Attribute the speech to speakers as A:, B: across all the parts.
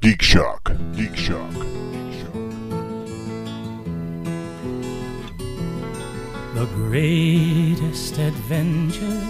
A: Geek Shock. Geek Shock. Geek Shock.
B: The greatest adventure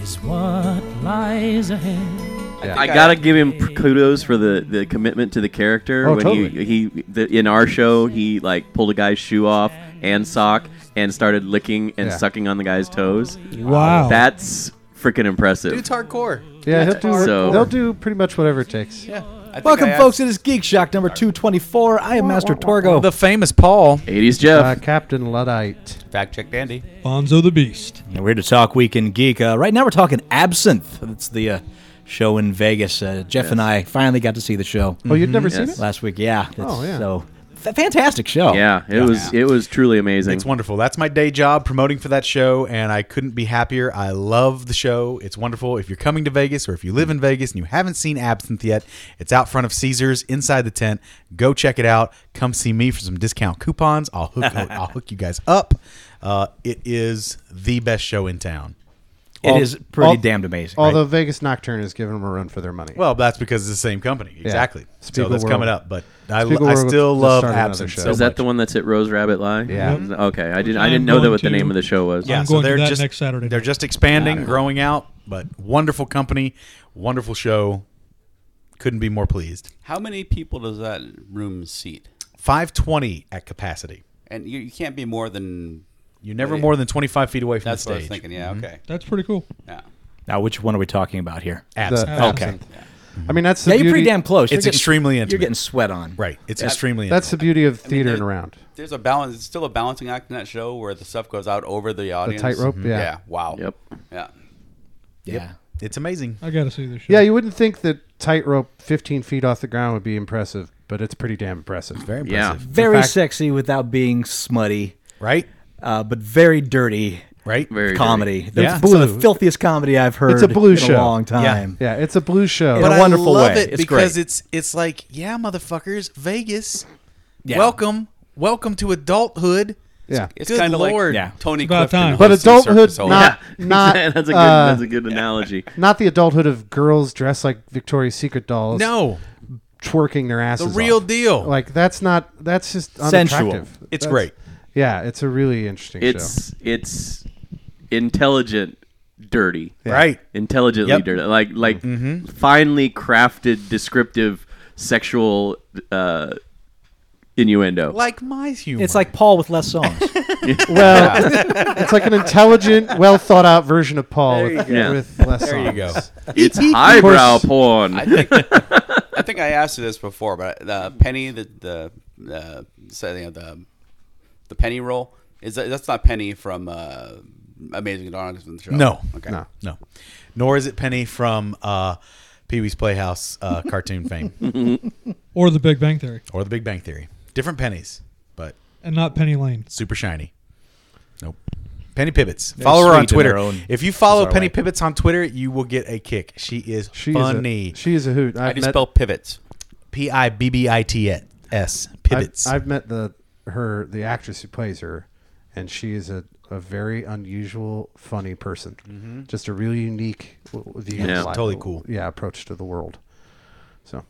B: is what lies ahead.
C: I gotta give him p- kudos for the, the commitment to the character.
D: Oh,
C: when
D: totally.
C: he, he the, in our show, he like pulled a guy's shoe off and sock and started licking and
D: Yeah. Oh.
C: sucking on the guy's toes.
E: Wow.
C: That's frecking impressive.
F: Dude's hardcore.
D: Yeah, he'll
F: That's
D: do.
C: So-
D: They'll do pretty much whatever it takes.
F: Yeah. I think
E: Welcome,
F: I asked-
E: folks. It is Geek Shock number 224. I am Master
D: Oh.
E: Torgo.
F: The famous Paul.
C: 80s Jeff.
D: Uh, Captain Luddite.
F: Fact check, Dandy.
G: Bonzo the Beast.
E: And We're to talk Weekend Geek. Uh, right now, we're talking Absinthe. That's the uh, show in Vegas. Uh, Jeff and I finally got to see the show
D: Oh, you'd never seen
C: Mm-hmm. Yes.
D: it?
E: last week. Yeah. It's
D: Oh, yeah.
E: So, f- fantastic show.
C: yeah, it was it was truly amazing.
F: It's wonderful. That's my day job promoting for that show, and I couldn't be happier. I love the show. It's wonderful. If you're coming to Vegas or if you live in Vegas and you haven't seen Absinthe yet, it's out front of Caesars inside the tent. Go check it out. Come see me for some discount coupons. I'll hook I'll hook you guys up. Uh, it is the best show in town.
E: It is pretty
D: al-
E: damned amazing.
D: Although Vegas Nocturne is giving them a run for their money.
F: Well, that's because it's the same company. Exactly. So
D: Spiegel
F: that's
D: World.
F: coming up, but I,
D: Spiegel
F: I
D: World
F: still
D: just
F: love
D: started another
F: Absinthe.
D: show.
F: So
C: is that the one that's at Rose Rabbit Live?
D: Yeah.
C: Okay, I didn't I
G: I'm
C: didn't know that
G: going
C: what the
G: to-
C: name of the show was.
F: Yeah,
G: I'm
F: so
G: going to
F: they're
G: that
F: just
G: next Saturday
F: They're
G: night.
F: just expanding, growing out, but wonderful company, wonderful show. Couldn't be more pleased.
H: How many people does that room seat?
F: Five twenty at capacity.
H: And you, you can't be more than.
F: You're never more than twenty five feet away from
H: That's
F: the
H: what I
F: stage.
H: was thinking. Yeah. Okay.
G: That's pretty cool.
H: Yeah.
E: now, which one are we talking about here?
D: The
F: Absinthe.
D: Absinthe. I mean, that's the
E: Yeah, you're
D: beauty.
E: pretty damn close. You're
F: It's extremely
E: You're
F: intimate.
E: getting sweat on.
F: Right. It's extremely.
D: That's the
F: intimate.
D: beauty of theater
H: they-
D: and around.
H: There's a balance. It's still a balancing act in that show where the stuff goes out over the audience. Mm-hmm.
D: tightrope, yeah.
H: Yeah. Wow.
C: Yep.
H: Yeah.
E: Yeah.
F: It's amazing.
G: I gotta see this show.
D: Yeah, you wouldn't think that tightrope 15 feet off the ground would be impressive, but it's pretty damn impressive.
F: Very
C: Yeah.
F: impressive.
E: Very
D: In fact-
E: sexy without being smutty,
F: Right.
E: uh, but very dirty
F: Right.
C: Very dirty.
E: comedy. The,
F: Yeah.
E: One of
D: Blue.
E: the filthiest comedy I've heard
D: It's a blue
E: in
D: show.
E: a long time.
D: Yeah, it's a blue show.
E: But
F: But
E: a wonderful
F: I love
E: way.
F: it
E: It's
F: because
E: great.
F: it's it's like yeah, motherfuckers, Vegas.
E: Yeah.
F: Welcome, welcome to adulthood.
D: yeah.
H: It's
F: Good
H: kind of like
F: lord.
E: Yeah.
H: Tony
G: About
H: Clifton.
G: time.
D: But
H: hosting
D: adulthood,
H: Circus Soleil.
D: not, not,
C: that's a good
D: uh,
C: that's a good analogy.
D: not the adulthood of girls dressed like Victoria's Secret dolls.
F: No,
D: twerking their
F: the
D: asses.
F: real
D: off.
F: deal.
D: Like that's not. That's just
E: Sensual.
D: unattractive.
F: It's
D: That's-
F: great.
D: Yeah, it's a really interesting show.
C: It's it's intelligent dirty.
F: Right. Mm-hmm.
C: intelligently
F: Yep.
C: dirty, like like finely crafted, descriptive, sexual uh, innuendo.
F: Like my humor.
E: It's like Paul with less songs.
D: Well, it's like an intelligent, well thought out version of Paul with,
C: go.
D: with less.
F: There you go.
D: songs.
C: it's highbrow
D: Of course.
C: porn.
H: I think I think I asked you this before, but uh, penny the the uh, so, you know, the the penny roll is that, that's not penny from uh, Amazing Dawn. isn't it?
F: No.
H: Okay.
D: No.
F: No. Nor is it Penny from uh, Pee Wee's Playhouse uh, cartoon fame
G: Or the Big Bang Theory.
F: or The Big Bang Theory. Different pennies, but
G: And not Penny Lane.
F: super shiny. Nope. Penny Pivots. follow her on
E: sweet in
F: Twitter.
E: their own
F: If you follow
E: bizarre
F: Penny
E: way.
F: Pivots on Twitter, you will get a kick. She is
D: She
F: funny.
D: Is a, she is a hoot.
H: How
D: I've
H: do you
D: met,
H: spell pivots?
F: P I B B I T S.
D: I've,
F: Pivots.
D: I've met the her the actress who plays her, and she is a, a very unusual, funny person. Just a really unique w- view. of
C: Yeah.
D: life-
F: Mm-hmm. Totally cool.
D: Yeah, approach to the world. So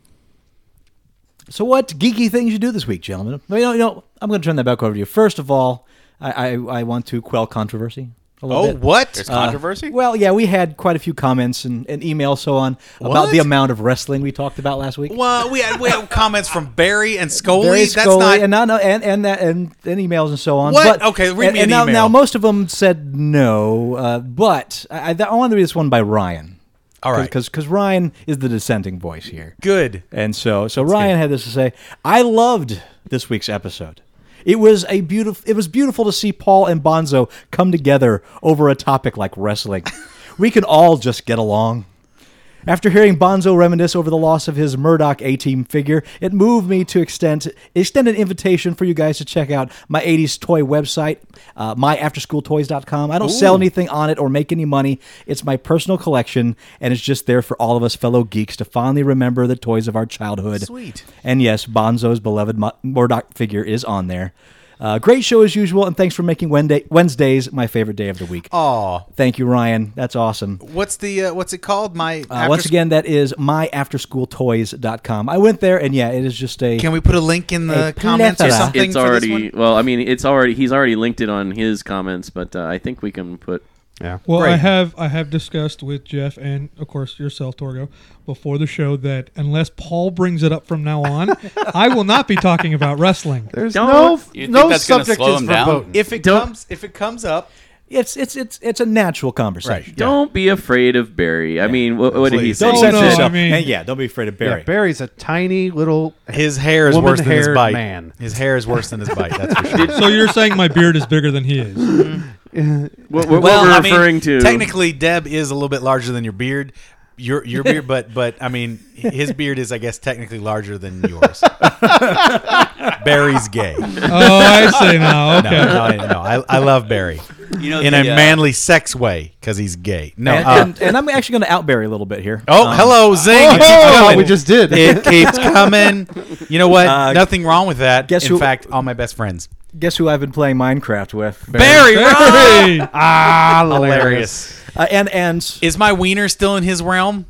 E: so, what geeky things you do this week, gentlemen? No, you know, you know, I'm going to turn that back over to you. First of all, I, I, I want to quell controversy. A little
F: oh,
E: bit. Uh,
F: what? Uh,
H: There's controversy.
E: Well, yeah, we had quite a few comments and, and emails so on about
F: What?
E: the amount of wrestling we talked about last week.
F: well, we had, we had comments from Barry and Scully.
E: Very
F: That's
E: Scully,
F: not.
E: and no, no, and and that and, and emails and so on.
F: What?
E: But,
F: Okay, read
E: and,
F: me
E: and
F: an
E: now,
F: email.
E: now most of them said no, uh, but I, I, I wanted to read this one by Ryan.
F: All right.
E: because because Ryan is the dissenting voice here.
F: good.
E: And so, so Ryan had this to say. I loved this week's episode. It was a beautiful. It was beautiful to see Paul and Bonzo come together over a topic like wrestling. we can all just get along. After hearing Bonzo reminisce over the loss of his Murdoch A Team figure, it moved me to extend extend an invitation for you guys to check out my 80s toy website, uh, myafterschooltoys.com. I don't sell anything on it or make any money. It's my personal collection, and it's just there for all of us fellow geeks to fondly remember the toys of our childhood.
F: Sweet.
E: And yes, Bonzo's beloved Mu- Murdoch figure is on there. Uh, great show as usual, and thanks for making Wednesday, Wednesdays my favorite day of the week.
F: Aw.
E: Thank you, Ryan. That's awesome.
F: What's the uh, what's it called? My
E: Uh, once again, that is myafterschooltoys.com. I went there, and yeah, it is just a.
F: Can we put a link in the
E: A
F: comments or
E: plethora.
F: something?
C: it's
F: for this
C: already
F: one?
C: well. I mean, it's already he's already linked it on his comments, but uh, I think we can put.
D: Yeah.
G: Well, I
F: Great.
G: have I have discussed with Jeff and of course yourself, Torgo, before the show that unless Paul brings it up from now on, I will not be talking about wrestling.
D: There's
C: Don't-
D: no
H: You think
D: no
H: that's gonna
D: subject
H: slow
D: is
H: him down?
D: verboten.
F: If it
C: Don't-
F: comes, if it comes up,
E: It's it's it's it's a natural conversation.
F: right?
C: Don't be afraid of Barry. I mean, what, what did he
F: Please. uh,
C: say?
E: Don't
G: Oh,
E: censor
G: no,
E: yourself.
G: I mean-
E: and yeah, don't be afraid of Barry.
D: Yeah, Barry's a tiny little.
F: His hair is worse than his
D: Woman-haired
F: bite.
D: man.
F: His hair is worse than his bite. That's for sure.
G: So you're saying my beard is bigger than he is?
C: What, what
F: Well,
C: we're
F: I mean,
C: referring to.
F: Technically, Deb is a little bit larger than your beard. Your your beard, but but I mean, his beard is I guess technically larger than yours. Barry's gay.
G: Oh, I see now.
F: No,
G: Okay.
F: no, no I, I love Barry
H: You know,
F: in
H: the,
F: a
H: uh,
F: manly sex way because he's gay. No,
E: And,
F: uh,
E: and, and I'm actually going to out Barry a little bit here.
F: oh,
E: Um,
F: hello, Zing. It keeps
D: Oh,
F: coming.
D: we just did.
F: It keeps coming. You know what?
E: Uh,
F: Nothing wrong with that.
E: guess
F: in
E: who-
F: fact, all my best friends.
E: Guess who I've been playing Minecraft with?
F: Barry,
G: Hey!
D: ah,
F: hilarious.
E: Uh, and and
F: Is my wiener still in his realm?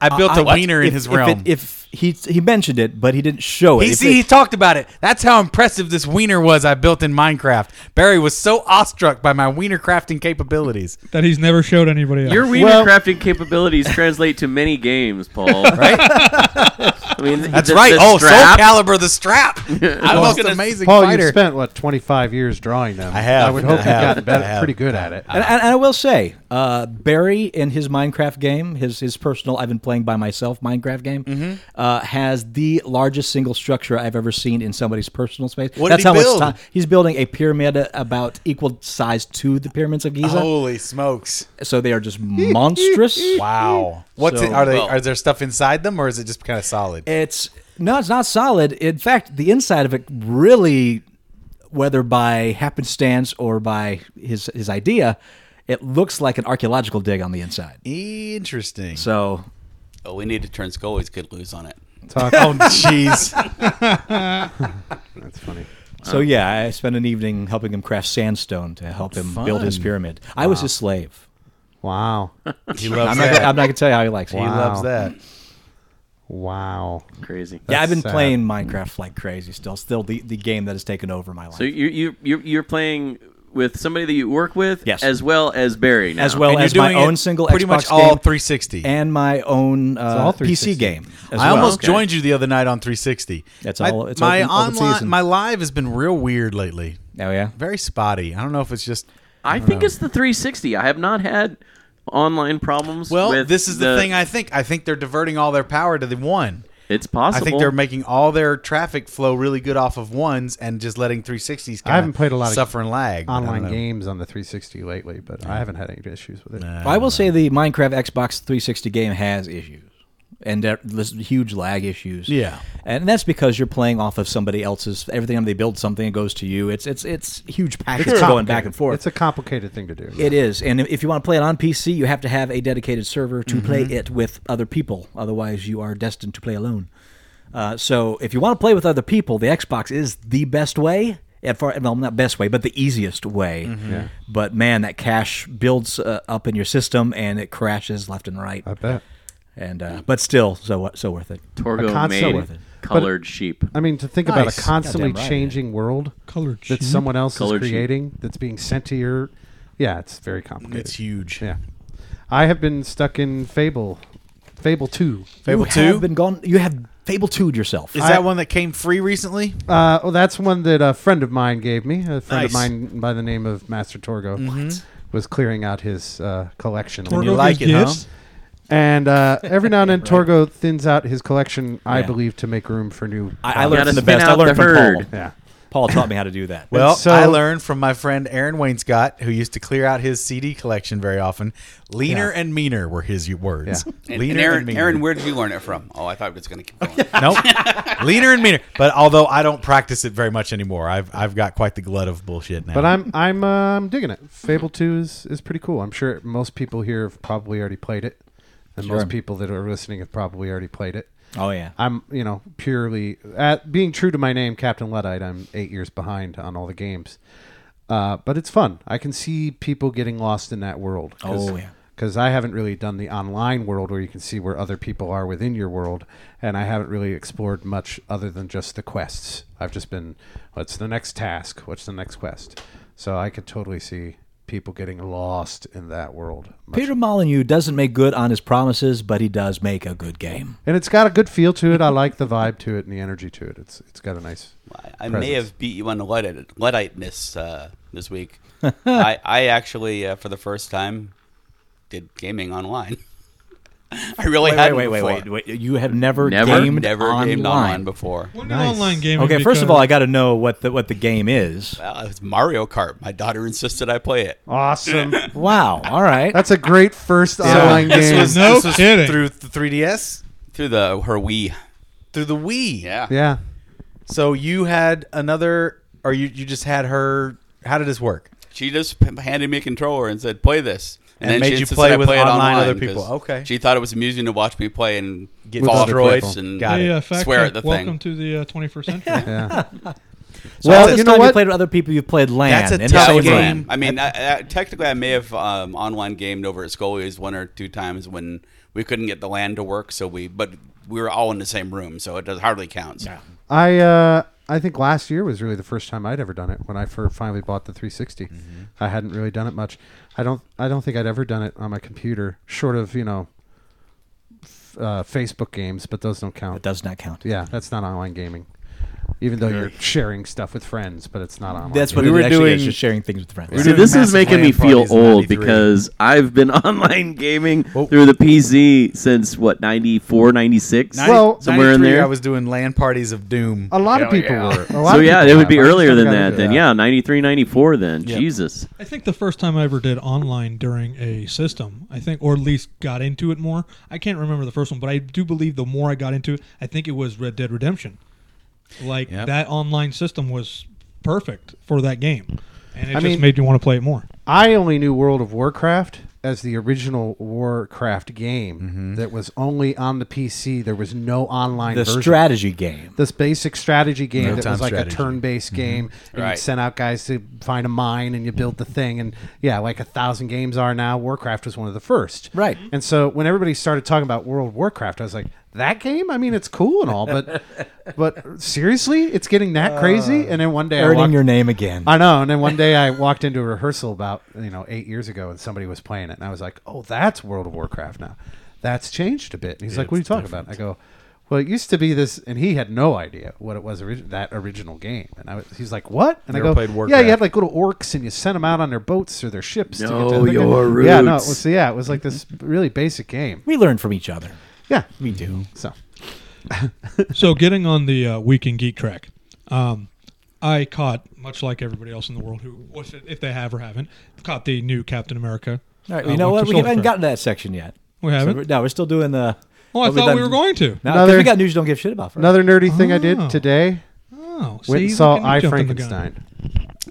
F: I built a
E: Uh, I-
F: wiener in
E: if-
F: his
E: if it-
F: realm.
E: If, he he mentioned it, but he didn't show it.
F: he
E: If
F: see,
E: it-
F: he talked about it. That's how impressive this wiener was I built in Minecraft. Barry was so awestruck by my wiener crafting capabilities.
G: That he's never showed anybody else.
C: your wiener
E: Well-
C: crafting capilities translate to many games, Paul. Right? I mean,
F: That's
C: the-
F: right.
C: the
F: oh, Soul
C: strap-
F: Caliber, the strap. I'm the most
H: gonna-
F: amazing
D: Paul,
F: fighter.
D: you spent what 25 years drawing them.
F: I have.
D: I would
F: I
D: hope you've
F: have.
D: gotten better,
F: I have.
D: pretty good at it.
E: and, and, and I will say, uh, Barry in his Minecraft game, his his personal I've been playing by myself Minecraft game,
F: Mm-hmm.
E: uh, has the largest single structure I've ever seen in somebody's personal space.
F: What did
E: That's
F: he
E: how
F: build?
E: much time he's building a pyramid a- about equal size to the pyramids of Giza.
F: Holy smokes.
E: So they are just monstrous.
F: Wow. What's
E: So-
F: it, are they
H: Well-
F: are there stuff inside them or is it just kind of solid?
E: It's no, it's not solid. In fact, the inside of it really, whether by happenstance or by his his idea, it looks like an archaeological dig on the inside.
F: Interesting.
E: So
H: Oh, we need to turn Scully's good lose on it.
D: Talk,
F: oh jeez.
D: that's funny.
E: so yeah, I spent an evening helping him craft sandstone to help him build his pyramid. I was his slave.
D: Wow.
F: He
E: I'm
F: loves
E: not, gonna, I'm
F: that.
E: not gonna tell you how he likes it.
F: He
D: Wow.
F: loves that.
D: Wow.
C: Crazy.
E: Yeah, I've been
D: sad.
E: playing Minecraft like crazy. Still, still the, the game that has taken over my life.
C: So you you you you're playing with somebody that you work with,
E: Yes.
C: as well as Barry, now.
E: as well
F: And you're
E: as my
F: doing it
E: own single
F: pretty
E: Xbox
F: much all
E: game
F: 360.
E: and my own uh,
D: all
E: PC
D: 360.
E: game. as
F: I
E: well.
F: almost
C: Okay.
F: joined you the other night on 360.
E: That's
F: my,
E: all- it's
F: my
E: open- open
F: online,
E: season.
F: my live has been real weird lately.
E: Oh yeah.
F: Very spotty. I don't know if it's just.
C: I think it's the 360. I have not had online problems.
F: Well,
C: with
F: this is the, thing. I think. I think they're diverting all their power to the one.
C: it's possible.
F: I think they're making all their traffic flow really good off of ones and just letting 360s. Kinda
D: I haven't played a lot of
F: suffer and lag I don't
D: Online
F: know.
D: games on the 360 lately, but I haven't had any issues with it.
E: I will say the Minecraft Xbox 360 game has issues, and there- there's huge lag issues.
F: Yeah.
E: and that's because you're playing off of somebody else's. Every time they build something, it goes to you. It's it's it's huge packets going
D: complicated.
E: back and forth.
D: It's a complicated thing to do.
E: it is, and if you want to play it on PC, you have to have a dedicated server to play it with other people. Otherwise, you are destined to play alone. Uh, so, if you want to play with other people, the Xbox is the best way. As far, well, not best way, but the easiest way. But man, that cache builds uh, up in your system, and it crashes left and right.
D: I bet.
E: And uh, but still, so so worth it.
D: a
C: Torgo
D: console
C: made
D: with it. But-
C: colored sheep.
D: I mean, to think about
E: Nice.
D: a constantly
E: Goddamn right,
D: changing world
G: Colored
D: that
G: sheep.
D: someone else
C: Colored
D: is
C: sheet.
D: creating, that's being sent to your. Yeah, it's very complicated.
F: It's huge.
D: Yeah, I have been stuck in Fable, Fable Two.
F: Fable
E: you
F: two.
E: have been gone. You have Fable two yourself.
F: Is
D: I-
F: that one that came free recently?
D: Uh, well, that's one that a friend of mine gave me. A friend
F: Nice.
D: of mine by the name of Master Torgo
E: Mm-hmm.
D: was clearing out his uh, collection,
G: Torgo
F: You like
G: gives
F: it, huh?
G: gifts?
D: and uh, every now and then Torgo thins out his collection, I believe, to make room for new.
E: I, I
C: Gotta
E: learned from the
C: spin
E: best. I
C: out
E: learned
C: the
E: from Paul.
C: herd.
D: yeah.
E: Paul taught me how to do that.
F: Well,
D: so-
F: I learned from my friend Aaron Wainscott, who used to clear out his CD collection very often. Leaner and meaner were his words.
D: Yeah.
H: And,
F: Leaner
H: and Aaron,
F: meaner.
H: Aaron, where did you learn it from? Oh, I thought it was going to keep going.
F: Nope. Leaner and meaner. But although I don't practice it very much anymore, I've I've got quite the glut of bullshit now.
D: But I'm I'm um, digging it. Fable Two is is pretty cool. I'm sure most people here have probably already played it, and most people that are listening have probably already played it.
E: Oh yeah.
D: I'm, you know, purely at being true to my name, Captain Luddite. I'm eight years behind on all the games, uh, but it's fun. I can see people getting lost in that world.
E: Oh, yeah.
D: because I haven't really done the online world where you can see where other people are within your world, and I haven't really explored much other than just the quests. I've just been, what's the next task? What's the next quest? So I could totally see people getting lost in that world.
E: Peter Molyneux doesn't make good on his promises, but he does make a good game.
D: And it's got a good feel to it. I like the vibe to it and the energy to it. It's it's got a nice.
H: I, I may
D: presence.
H: have beat you on the Luddite, Ludditeness uh, this week. I, I actually, uh, for the first time, did gaming online. I really
E: Wait,
H: hadn't
E: wait, wait,
H: before.
E: wait, wait, wait. You have never,
C: Never,
E: gamed
H: Never
E: online.
H: gamed online before.
G: We'll do
D: Nice.
G: online gaming.
E: Okay, first of all,
G: because-
E: I got to know what the what the game is.
H: Well, Uh, it's Mario Kart. My daughter insisted I play it.
D: Awesome.
E: Wow. All right.
D: That's a great first online
F: this
D: game.
F: was,
G: No
F: this was
G: kidding.
F: through the 3DS,
H: Through the her Wii.
F: through the Wii.
H: Yeah.
D: yeah.
F: So you had another, or you you just had her. How did this work?
H: She just p- handed me a controller and said, "Play this."
F: And
H: then
F: made
H: she
F: you
H: insisted
F: play
H: I
F: with
H: it
F: online other people.
H: 'cause
F: Okay.
H: She thought it was amusing to watch me play and
F: Get
H: fall
F: destroyed.
H: cliffs and
F: Got it.
G: yeah, uh, fact
H: swear
G: check.
H: at the
G: Welcome
H: thing.
G: to the uh, 21st century.
E: So
D: Well,
E: all this
D: you know
E: time you
D: what?
E: played with other people. You played LAN.
F: That's a
E: in the
F: tough
E: same
H: that was
F: game.
E: room.
H: fun. I mean, I, I, technically, I may have um, online gamed over at Scully's one or two times when we couldn't get the land to work. So we, but we were all in the same room, so it does hardly counts. Yeah.
D: I uh, I think last year was really the first time I'd ever done it when I fir- finally bought the 360. I hadn't really done it much. I don't I don't think I'd ever done it on my computer, short of you know, f- uh, Facebook games, but those don't count.
E: It does not count.
D: Yeah, that's not online gaming. Even though you're sharing stuff with friends, but it's not online.
E: That's what
F: We
E: we
F: were
E: were actually is,
F: doing-
E: just sharing things with friends.
F: we were
C: See,
F: doing
C: this
F: massive
C: is making me
F: LAN
C: feel
F: parties in
C: old
F: 93.
C: because I've been online gaming through the PC since what 94, 96?
D: Well-
C: somewhere in
F: 93,
C: there.
F: I was doing land parties of doom.
D: a lot of people were. A lot
C: so
D: of
C: yeah,
D: people
C: it would be
D: have. I just
C: earlier
D: never
C: than
D: got into
C: that.
D: it.
C: Then yeah, 93, 94 Then Jesus.
G: I think the first time I ever did online during a system, I think, or at least got into it more. I can't remember the first one, but I do believe the more I got into it, I think it was Red Dead Redemption. Like
F: Yep.
G: that online system was perfect for that game, and it just
D: mean-
G: made me want to play it more.
D: I only knew World of Warcraft as the original Warcraft game that was only on the PC. There was no online
E: Mm-hmm. the
D: version.
E: strategy game.
D: this basic strategy game that
F: Real-time
D: was like
F: strategy.
D: a turn-based
E: Mm-hmm.
D: game, and you
H: Right.
D: sent out guys to find a mine, and you build the thing, and yeah, like a thousand games are now. Warcraft was one of the first,
E: Right.
D: And so when everybody started talking about World of Warcraft, I was like, that game. I mean, it's cool and all, but but seriously, it's getting that crazy. And then one day, I
E: Uh, Earning
D: walked,
E: your name again.
D: I know. And then one day I walked into a rehearsal about you know eight years ago, and somebody was playing it, and I was like, "Oh, that's World of Warcraft now. That's changed a bit." And he's like, "What are you talking about?" I go, "Well, it used to be this," and he had no idea what it was orig- that original game. And I was, he's like, "What?" And
F: Never
D: I go,
F: played
D: "Yeah,
F: Warcraft."
D: you had like little orcs, and you sent them out on their boats or their ships." to get
C: Know
D: to the thing."
C: your
D: Yeah, no. It
C: roots.
D: was, yeah, it was like this really basic game.
E: we learn from each other.
D: Yeah,
E: We do.
D: so
G: so getting on the uh, weekend geek track um, i caught much like everybody else in the world who if, if they have or haven't caught the new captain america
E: All right.
G: uh,
E: You know what?
G: Winter
E: We haven't
G: Soldier.
E: gotten to that section yet.
G: We haven't?
E: So we're- no, we're still doing the.
G: oh i
E: what we've
G: thought we
E: done-
G: were going to
E: No, 'cause
D: Another-
E: we got news you don't give shit about. First.
D: another nerdy thing I
G: Oh.
D: did today.
G: oh see,
D: Went and
G: look
D: saw
G: at me
D: I
G: jumping the gun.
D: Frankenstein.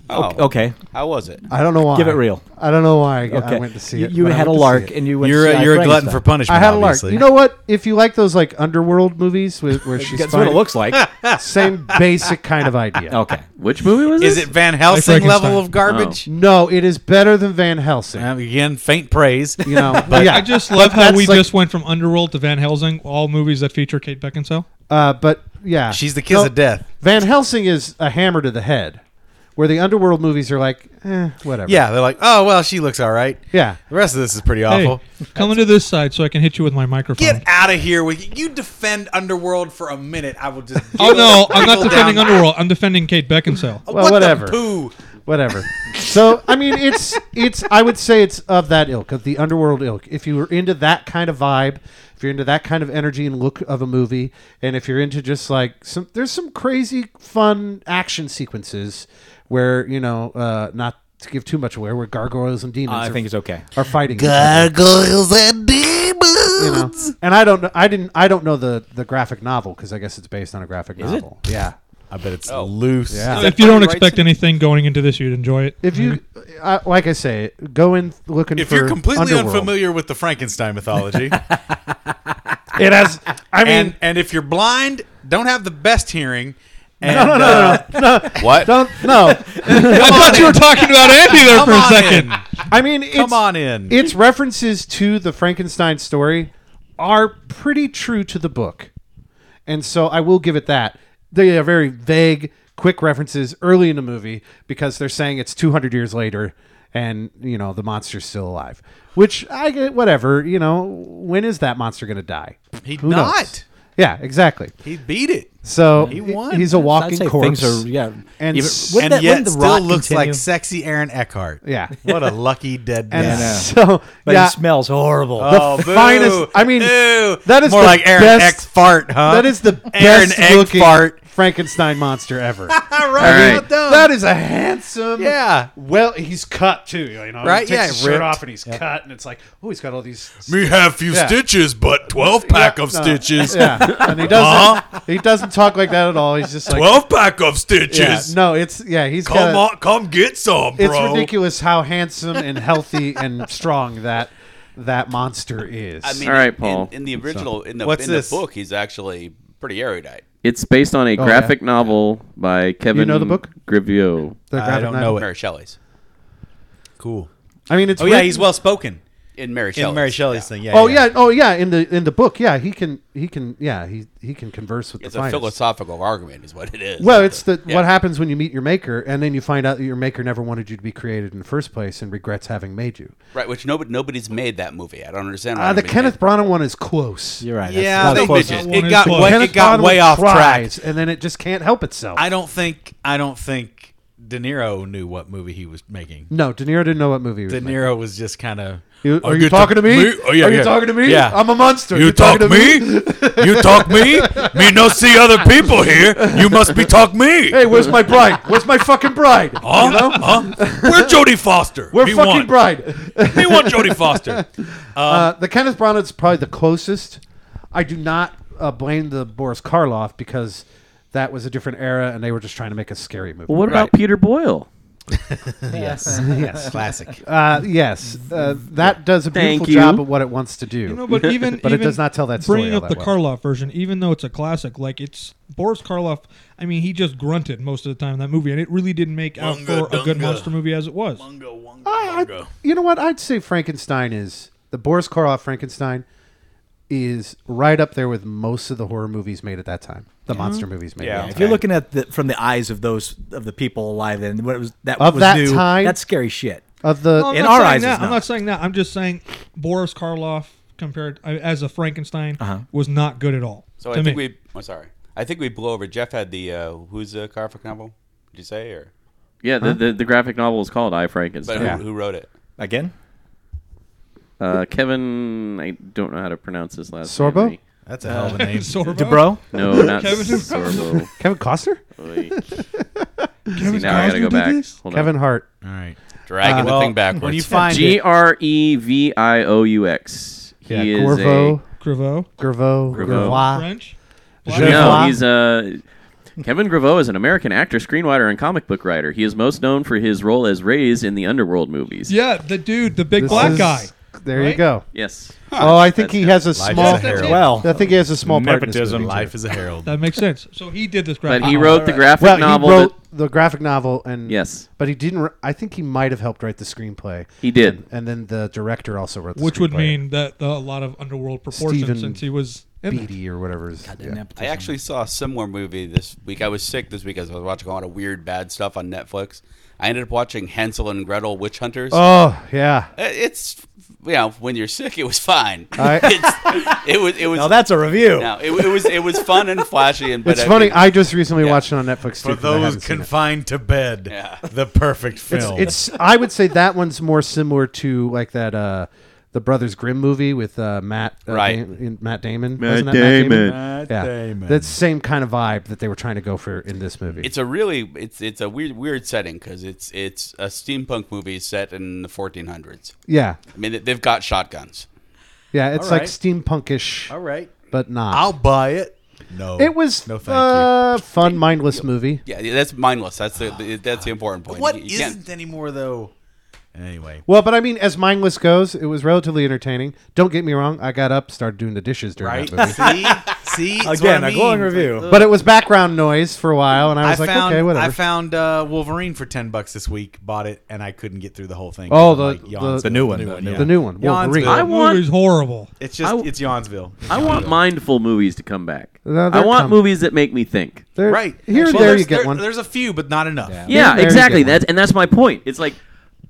H: Oh,
E: Okay.
H: How was it?
D: I don't know why.
E: Give it real.
D: I don't know why I, I
E: Okay.
D: went to see
E: you,
D: it.
E: You
D: but I
E: had a
D: went to see
E: lark
D: it.
E: and you went.
F: You're
E: to
F: a,
E: see
F: you're a
E: Frankenstein.
F: glutton for punishment.
D: I had a lark.
F: obviously.
D: You know what? If you like those like underworld movies with where she's
E: That's what it
D: fine-
E: looks like.
D: same basic kind of idea.
E: okay.
C: Which movie was
F: is
C: this?
F: it Van Helsing
G: Frankenstein.
F: level of garbage?
D: No, it is better than Van Helsing.
F: Um, again, faint praise.
D: You know, but yeah,
G: i just love how
D: that's
G: we
D: like-
G: just went from underworld to van helsing all movies that feature kate beckinsale
D: uh, but yeah,
F: She's the kiss
D: No,
F: of death.
D: Van Helsing is a hammer to the head, where the underworld movies are like, eh, whatever.
F: Yeah, they're like, oh well, she looks all right.
D: yeah.
F: The rest of this is pretty
G: hey
F: awful.
G: come into this side so i can hit you with my microphone
F: Get out of here with you. You defend Underworld for a minute. I will just.
G: oh no i'm not
F: Down. Oh,
G: defending underworld i'm defending kate beckinsale
D: Well,
F: what
D: whatever.
F: The poo.
D: whatever. so I mean, it's it's. I would say it's of that ilk, of the underworld ilk. If you were into that kind of vibe, if you're into that kind of energy and look of a movie, and if you're into just like some, there's some crazy fun action sequences where you know, uh, not to give too much away, where gargoyles and demons.
E: I
D: are,
E: think it's okay.
D: Are fighting each other you know? and I don't know. I didn't. I don't know the the graphic novel because I guess it's based on a graphic novel. Yeah.
F: I bet it's
G: Oh.
F: loose.
D: Yeah.
G: if you don't expect anything going into this you'd enjoy it
D: If you, I, like I say, go in looking
F: If
D: for
F: you're completely
D: Underworld.
F: unfamiliar with the Frankenstein mythology,
D: It has I mean,
F: and, and if you're blind, don't have the best hearing. And, uh,
D: no, no, no, no, no,
H: What?
D: don't no.
G: I thought you were talking about Andy there
F: Come
G: for a
F: on
G: second.
F: in.
D: I mean, it's,
F: Come on in.
D: Its references to the Frankenstein story are pretty true to the book, and so I will give it that. They are very vague, quick references early in the movie because they're saying it's 200 years later, and you know the monster's still alive. Which I get, whatever. You know, when is that monster going to die?
F: He
D: Who knows?
F: not.
D: Yeah, exactly.
F: He beat it.
D: So
F: He
D: he
F: won.
D: he's a walking
E: I'd say
D: corpse.
E: things are yeah.
D: And
E: Even-
D: s-
E: wouldn't
F: and
E: that-
F: yet
E: wouldn't The
F: still
E: Rock
F: looks
E: continue?
F: like sexy Aaron Eckhart.
D: Yeah.
F: What a lucky dead
D: and
F: man.
D: so
E: But
D: yeah, Uh,
E: it smells horrible.
F: oh, boo.
D: finest- I mean,
F: Ew.
D: that is
F: more
D: the
F: like Aaron
D: best-
F: Eck fart, huh?
D: that is the
F: Aaron
D: best
F: Egg
D: looking
F: fart.
D: Frankenstein monster ever.
F: All
C: All
F: right.
C: right.
F: well done.
D: that is a handsome.
F: Yeah.
D: Well, he's cut too. You know,
F: Right,
D: He takes
F: yeah,
D: his
F: ripped.
D: shirt off and he's cut, and it's like, oh, he's got all these.
F: Me have few
D: Yeah.
F: stitches, but twelve pack of stitches.
D: Yeah, and he doesn't. He doesn't talk like that at all. He's just like,
F: Twelve pack of
D: yeah,
F: stitches.
D: no, it's yeah. He's got
F: Come
D: a-
F: on, come get some, bro.
D: It's ridiculous how handsome and healthy and strong that that monster is.
H: I mean,
C: All right,
H: in-
C: Paul.
H: In, in the original, in the
F: What's
H: in the
F: this?
H: book, he's actually pretty erudite.
C: It's based on a
D: Oh, yeah.
C: graphic novel by Kevin
D: know the book?
C: Grivio.
D: The
F: I
D: graphic
F: don't
D: novel.
F: know it.
H: Mary Shelley's
F: Cool.
D: I mean, it's
F: Oh yeah,
D: written-
F: he's well spoken
H: in Mary Shelley's.
F: in Mary Shelley's thing. Yeah.
D: Oh yeah, oh yeah. In the in the book, yeah, he can he can yeah he he can converse with
H: It's
D: the
H: a
D: finest.
H: philosophical argument, is what it is.
D: Well, it's the
H: Yeah.
D: what happens when you meet your maker, and then you find out that your maker never wanted you to be created in the first place, and regrets having made you.
H: right, which nobody nobody's made that movie. I don't understand. why
D: Uh, the
H: nobody
D: Kenneth
H: made-
D: Branagh one is close.
E: You're right. that's-
F: Yeah,
E: that's
F: they-
E: close.
F: it,
G: That one
F: it
G: is
F: got
G: close.
F: way,
D: Kenneth
F: it got
D: Branagh
F: way off track.
D: tries, and then it just can't help itself.
F: I don't think I don't think De Niro knew what movie he was making.
D: no, De Niro didn't know what movie. He was
F: De
D: making.
F: Niro was just kind of.
D: You- are you talking to me?
F: Oh, yeah,
D: are you
F: yeah.
D: talking to me?
F: Yeah.
D: I'm a monster.
F: you,
D: You're
F: talk
D: talking to
F: me? you talk me? Me no see other people here. You must be talk me.
D: Hey, where's my bride? Where's my fucking bride?
F: huh? Huh? Where Jodie Foster?
D: We're
F: we
D: fucking
F: want.
D: bride.
F: We want Jodie Foster. Um,
D: Uh, the Kenneth Branagh's probably the closest. I do not uh, blame the Boris Karloff because that was a different era, and they were just trying to make a scary movie.
C: Well, what about Peter Boyle?
F: yes, classic.
D: Uh, yes, uh, that does a
C: Thank
D: beautiful
C: you.
D: job of what it wants to do.
G: You know, but even
D: But it
G: even
D: does not tell that story
G: Bringing
D: all
G: up
D: that
G: the
D: well.
G: Karloff version, even though it's a classic, like it's Boris Karloff. I mean, he just grunted most of the time in that movie, and it really didn't make out
F: Wonga
G: for a good
F: dunga.
G: monster movie as it was.
D: I- I- you know what? I'd say Frankenstein is the Boris Karloff Frankenstein is right up there with most of the horror movies made at that time. The monster movies made.
F: Yeah.
D: At that
E: If
D: time.
E: you're looking at the from the eyes of those of the people alive, then what was that
D: Of
E: was
D: that
E: new,
D: time-
E: That's scary shit.
D: Of the
G: No, I'm
E: In
G: not
E: our
G: saying
E: eyes,
G: that.
E: it's
G: I'm
E: not.
G: not saying that. I'm just saying Boris Karloff compared I- as a Frankenstein
E: Uh-huh.
G: was not good at all.
H: So
G: to
H: I think
G: me.
H: we. I'm sorry. I think we blew over. Jeff had the uh, who's the graphic novel? Did you say or?
C: Yeah, the, the, the graphic novel is called I
H: But
C: Frankenstein.
H: who-
D: Yeah.
H: who, wrote it?
E: Again,
C: Uh, Kevin, I don't know how to pronounce his last
D: Sorbo?
C: name.
F: That's a hell of a name.
G: Sorbo?
E: Debro.
C: No, not
G: Kevin-
C: Sorbo.
D: Kevin Costner,
C: Oy. See, now I gotta go
G: did
C: back.
G: this?
C: Hold
D: Kevin Hart.
F: All right.
H: Dragging
F: Well,
H: the thing backwards.
F: When you find
C: G
F: it,
C: R E V I O U X. He
D: Yeah,
C: is
D: Gorvo,
G: Griveau,
D: Gervaux,
C: Gervaux.
D: Gervois.
G: French.
C: a.
D: Gervois.
C: No, he's a. Kevin Graveau is an American actor, screenwriter, and comic book writer. He is most known for his role as Ray's in the Underworld movies.
G: Yeah, the dude, the big
D: This
G: black
D: is-
G: guy.
D: There you
G: right?
D: go.
C: Yes.
D: Oh, I think
C: That's
D: he
C: him.
D: has a
F: Life
D: small.
F: is a herald.
E: Well,
D: I think he has a small part in this
F: nepotism.
D: movie, too.
F: Life is a herald.
G: That makes sense. So he did this graphic.
C: But he
G: novel.
C: wrote the graphic
D: Well,
C: novel.
D: he
C: that-
D: wrote the graphic novel, and
C: Yes.
D: but he didn't. wr- I think he might have helped write the screenplay.
C: He did.
D: and, and then the director also wrote, the
G: which would
D: screenplay.
G: mean that the, a lot of underworld proportions
D: Stephen
G: since he was in there.
D: Beatty or whatever. Is, yeah.
H: I actually saw a similar movie this week. I was sick this week as I was watching a lot of weird, bad stuff on Netflix. I ended up watching Hansel and Gretel Witch Hunters.
D: Oh yeah,
H: Uh, It's you know when you're sick, it was fine.
D: I-
H: It's- it was it was
E: Now that's a review.
H: no, it, it was it was fun and flashy and. But
D: it's
H: I
D: funny.
H: mean,
D: I just recently watched it on Netflix too.
F: For
D: 'cause I
F: those
D: haven't seen it.
F: confined to bed,
H: Yeah.
F: the perfect film.
D: it's, it's. I would say that one's more similar to like that. uh the Brothers Grimm movie with uh, Matt uh,
H: Right.
D: Dam- in- Matt Damon.
C: Matt
D: Wasn't that
C: Damon.
F: Matt
D: yeah.
F: Damon.
D: That's the same kind of vibe that they were trying to go for in this movie.
H: it's a really it's it's a weird weird setting because it's it's a steampunk movie set in the 1400s.
D: yeah,
H: I mean they- they've got shotguns.
D: yeah. It's
F: All
D: like
F: right.
D: steampunkish,
F: all right.
D: but not.
F: I'll buy it. No,
D: It was
F: no. Thank
D: uh, fun, mindless movie.
H: Yeah, yeah, that's mindless. That's the the- that's the important
F: you.
H: point.
F: What
H: You- you can't-
F: isn't anymore though? Anyway,
D: Well, but I mean, as mindless goes, it was relatively entertaining. Don't get me wrong; I got up, started doing the dishes during
F: right?
D: that movie.
F: See, See, it's what
E: Again,
F: I
E: a glowing
F: mean.
E: review.
D: But it was background noise for a while, and I
F: I
D: was like,
F: found
D: okay, whatever.
F: I found uh, Wolverine for ten bucks this week. Bought it and I couldn't get through the whole thing.
D: Oh, the-
F: Like,
D: the-
F: Yawnsville.
D: The
E: new one, the new
F: yeah.
D: the new one, Wolverine.
F: Yawnsville.
C: I
G: The
C: want-
G: movie's horrible.
F: It's just
C: I w-
F: it's Yawnsville.
C: I want mindful movies to come back.
D: No, they're
C: I want
D: coming.
C: movies that make me think.
D: There-
F: right
D: here and
F: Well,
D: there,
F: there's-
D: you get
F: there-
D: one.
F: There's a few, but not enough. Yeah.
C: Yeah,
D: Very good
C: exactly.
D: one.
C: That's and that's my point. It's like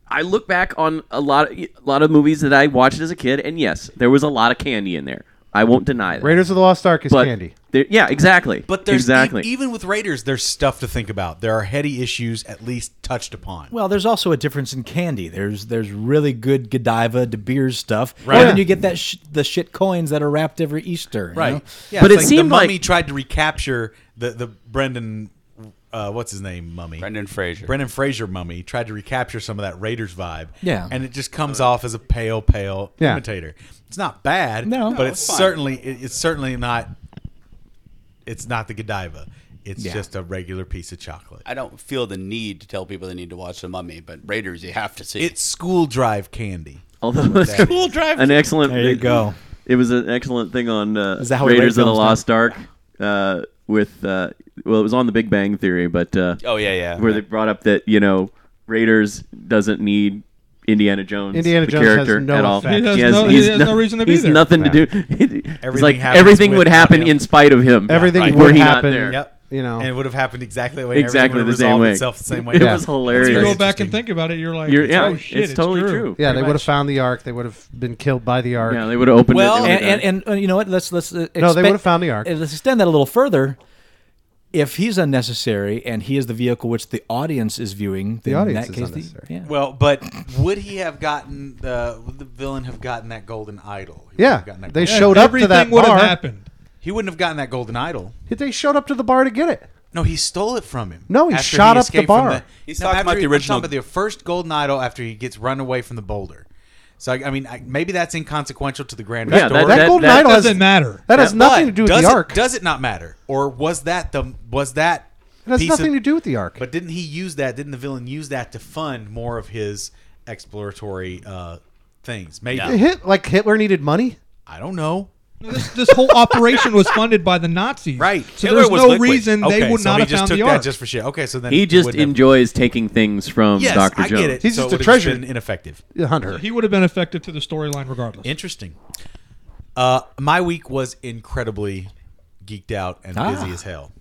C: I look back on a lot of a lot of movies that I watched as a kid, and yes, there was a lot of candy in there. I won't deny that.
D: Raiders of the Lost Ark is
C: but
D: candy.
C: there- yeah, exactly.
F: But there's
C: exactly.
F: e- even with Raiders, there's stuff to think about. There are heady issues at least touched upon.
E: Well, there's also a difference in candy. There's there's really good Godiva, De Beers stuff, right.
D: Right.
E: and then you get that sh- the shit coins that are wrapped every Easter. you know?
F: Yeah,
C: But
F: it's
C: it
F: like
C: seemed
F: the mummy
C: like-
F: tried to recapture the the Brendan, uh, what's his name, mummy.
H: Brendan Fraser.
F: Brendan Fraser mummy tried to recapture some of that Raiders vibe.
E: Yeah.
F: and it just comes off as a pale, pale
D: Yeah.
F: imitator. It's not bad,
E: No. No,
F: but
H: it's
F: it's,
H: fine.
F: certainly it, it's certainly not. It's not the Godiva. It's just a regular piece of chocolate.
H: I don't feel the need to tell people they need to watch The Mummy, but Raiders, you have to see.
F: It's school drive candy.
C: Although it's
H: Cool Drive.
C: an excellent.
E: There you go.
C: It was an excellent thing on uh,
E: Is that how we rate
C: Raiders of the
E: films now?
C: Lost Ark. Uh, with uh, well, it was on The Big Bang Theory, but uh,
H: Oh yeah, yeah.
C: where they brought up that you know Raiders doesn't need Indiana Jones.
D: Indiana
C: the
D: Jones has
C: character
D: no
C: at all.
D: effect. He
G: has no- he has no reason to be
C: he's
G: there.
C: nothing to do. everything like
F: happens
C: everything
F: with
C: would happen
F: him.
C: in spite of him.
D: Everything
C: Right. were
D: would
C: he not
D: happen.
C: there.
F: Yep.
D: You know.
F: and it would have happened exactly the way. everything
C: Exactly
F: would
C: the
F: have
C: same
F: resolved
C: way.
F: Itself the same way.
C: It
D: Yeah.
C: was
G: If
C: hilarious.
G: you go
F: Very
G: back
F: interesting.
G: and think about it, you're like,
C: You're- yeah,
G: oh, shit,
C: it's totally true.
D: Yeah, they
C: Pretty
D: would have found the Ark. They would have been killed by the Ark.
C: Yeah, they would have opened
F: Well,
C: it.
E: And, and, and uh, you know what? Let's let's uh,
D: No, they
E: expe-
D: would've found the Ark.
E: uh, Let's extend that a little further. If he's unnecessary and he is the vehicle which the audience is viewing, then
D: audience
E: in that
D: is
E: case,
D: unnecessary.
E: The, yeah.
F: Well, but would he have gotten uh, would the villain have gotten that golden idol? He
D: Yeah,
F: wouldn't have gotten that
D: they
F: golden-
D: showed up to
G: Everything
D: that
G: would have
D: bar.
G: happened.
F: he wouldn't have gotten that golden idol.
D: They showed up to the bar to get it.
F: No, he stole it from him.
D: No, he
F: After
D: shot up the
F: escaped from
D: bar.
H: He's talking about
F: after
H: the
F: he- I'm
H: original-
F: talking about the first golden idol after he gets run away from the boulder. So I, I mean, I, maybe that's inconsequential to the grander
C: Yeah, that-
F: story.
D: That,
C: that-
D: golden
C: that
D: idol
G: doesn't
D: has,
G: matter.
D: That has
F: But
D: nothing to do with
F: does
D: the
F: it-
D: Ark.
F: does it not matter, or was that the was that?
D: It has
F: piece
D: nothing
F: of-
D: to do with the Ark.
F: But didn't he use that? Didn't the villain use that to fund more of his exploratory uh, things? Maybe
D: Hit, like Hitler needed money.
F: I don't know.
G: No, This, this whole operation was funded by the Nazis.
F: Right.
G: So
H: Hitler
G: there's
H: was
G: no
H: liquid.
G: reason they
F: Okay,
G: would
F: so
G: not
F: he
G: have
F: just
G: found
F: took
G: the
F: that
G: ark.
F: just for shit. Okay, so then
C: he just
F: wouldn't have-
C: enjoys taking things from
F: Yes,
C: Dr.
F: I
C: Jones.
F: get it.
D: He's
F: So
D: just a
F: it would've
D: treasure.
F: been ineffective.
D: The hunter.
G: He would have been effective to the storyline regardless.
F: Interesting. Uh, my week was incredibly geeked out and
E: Ah.
F: busy as hell.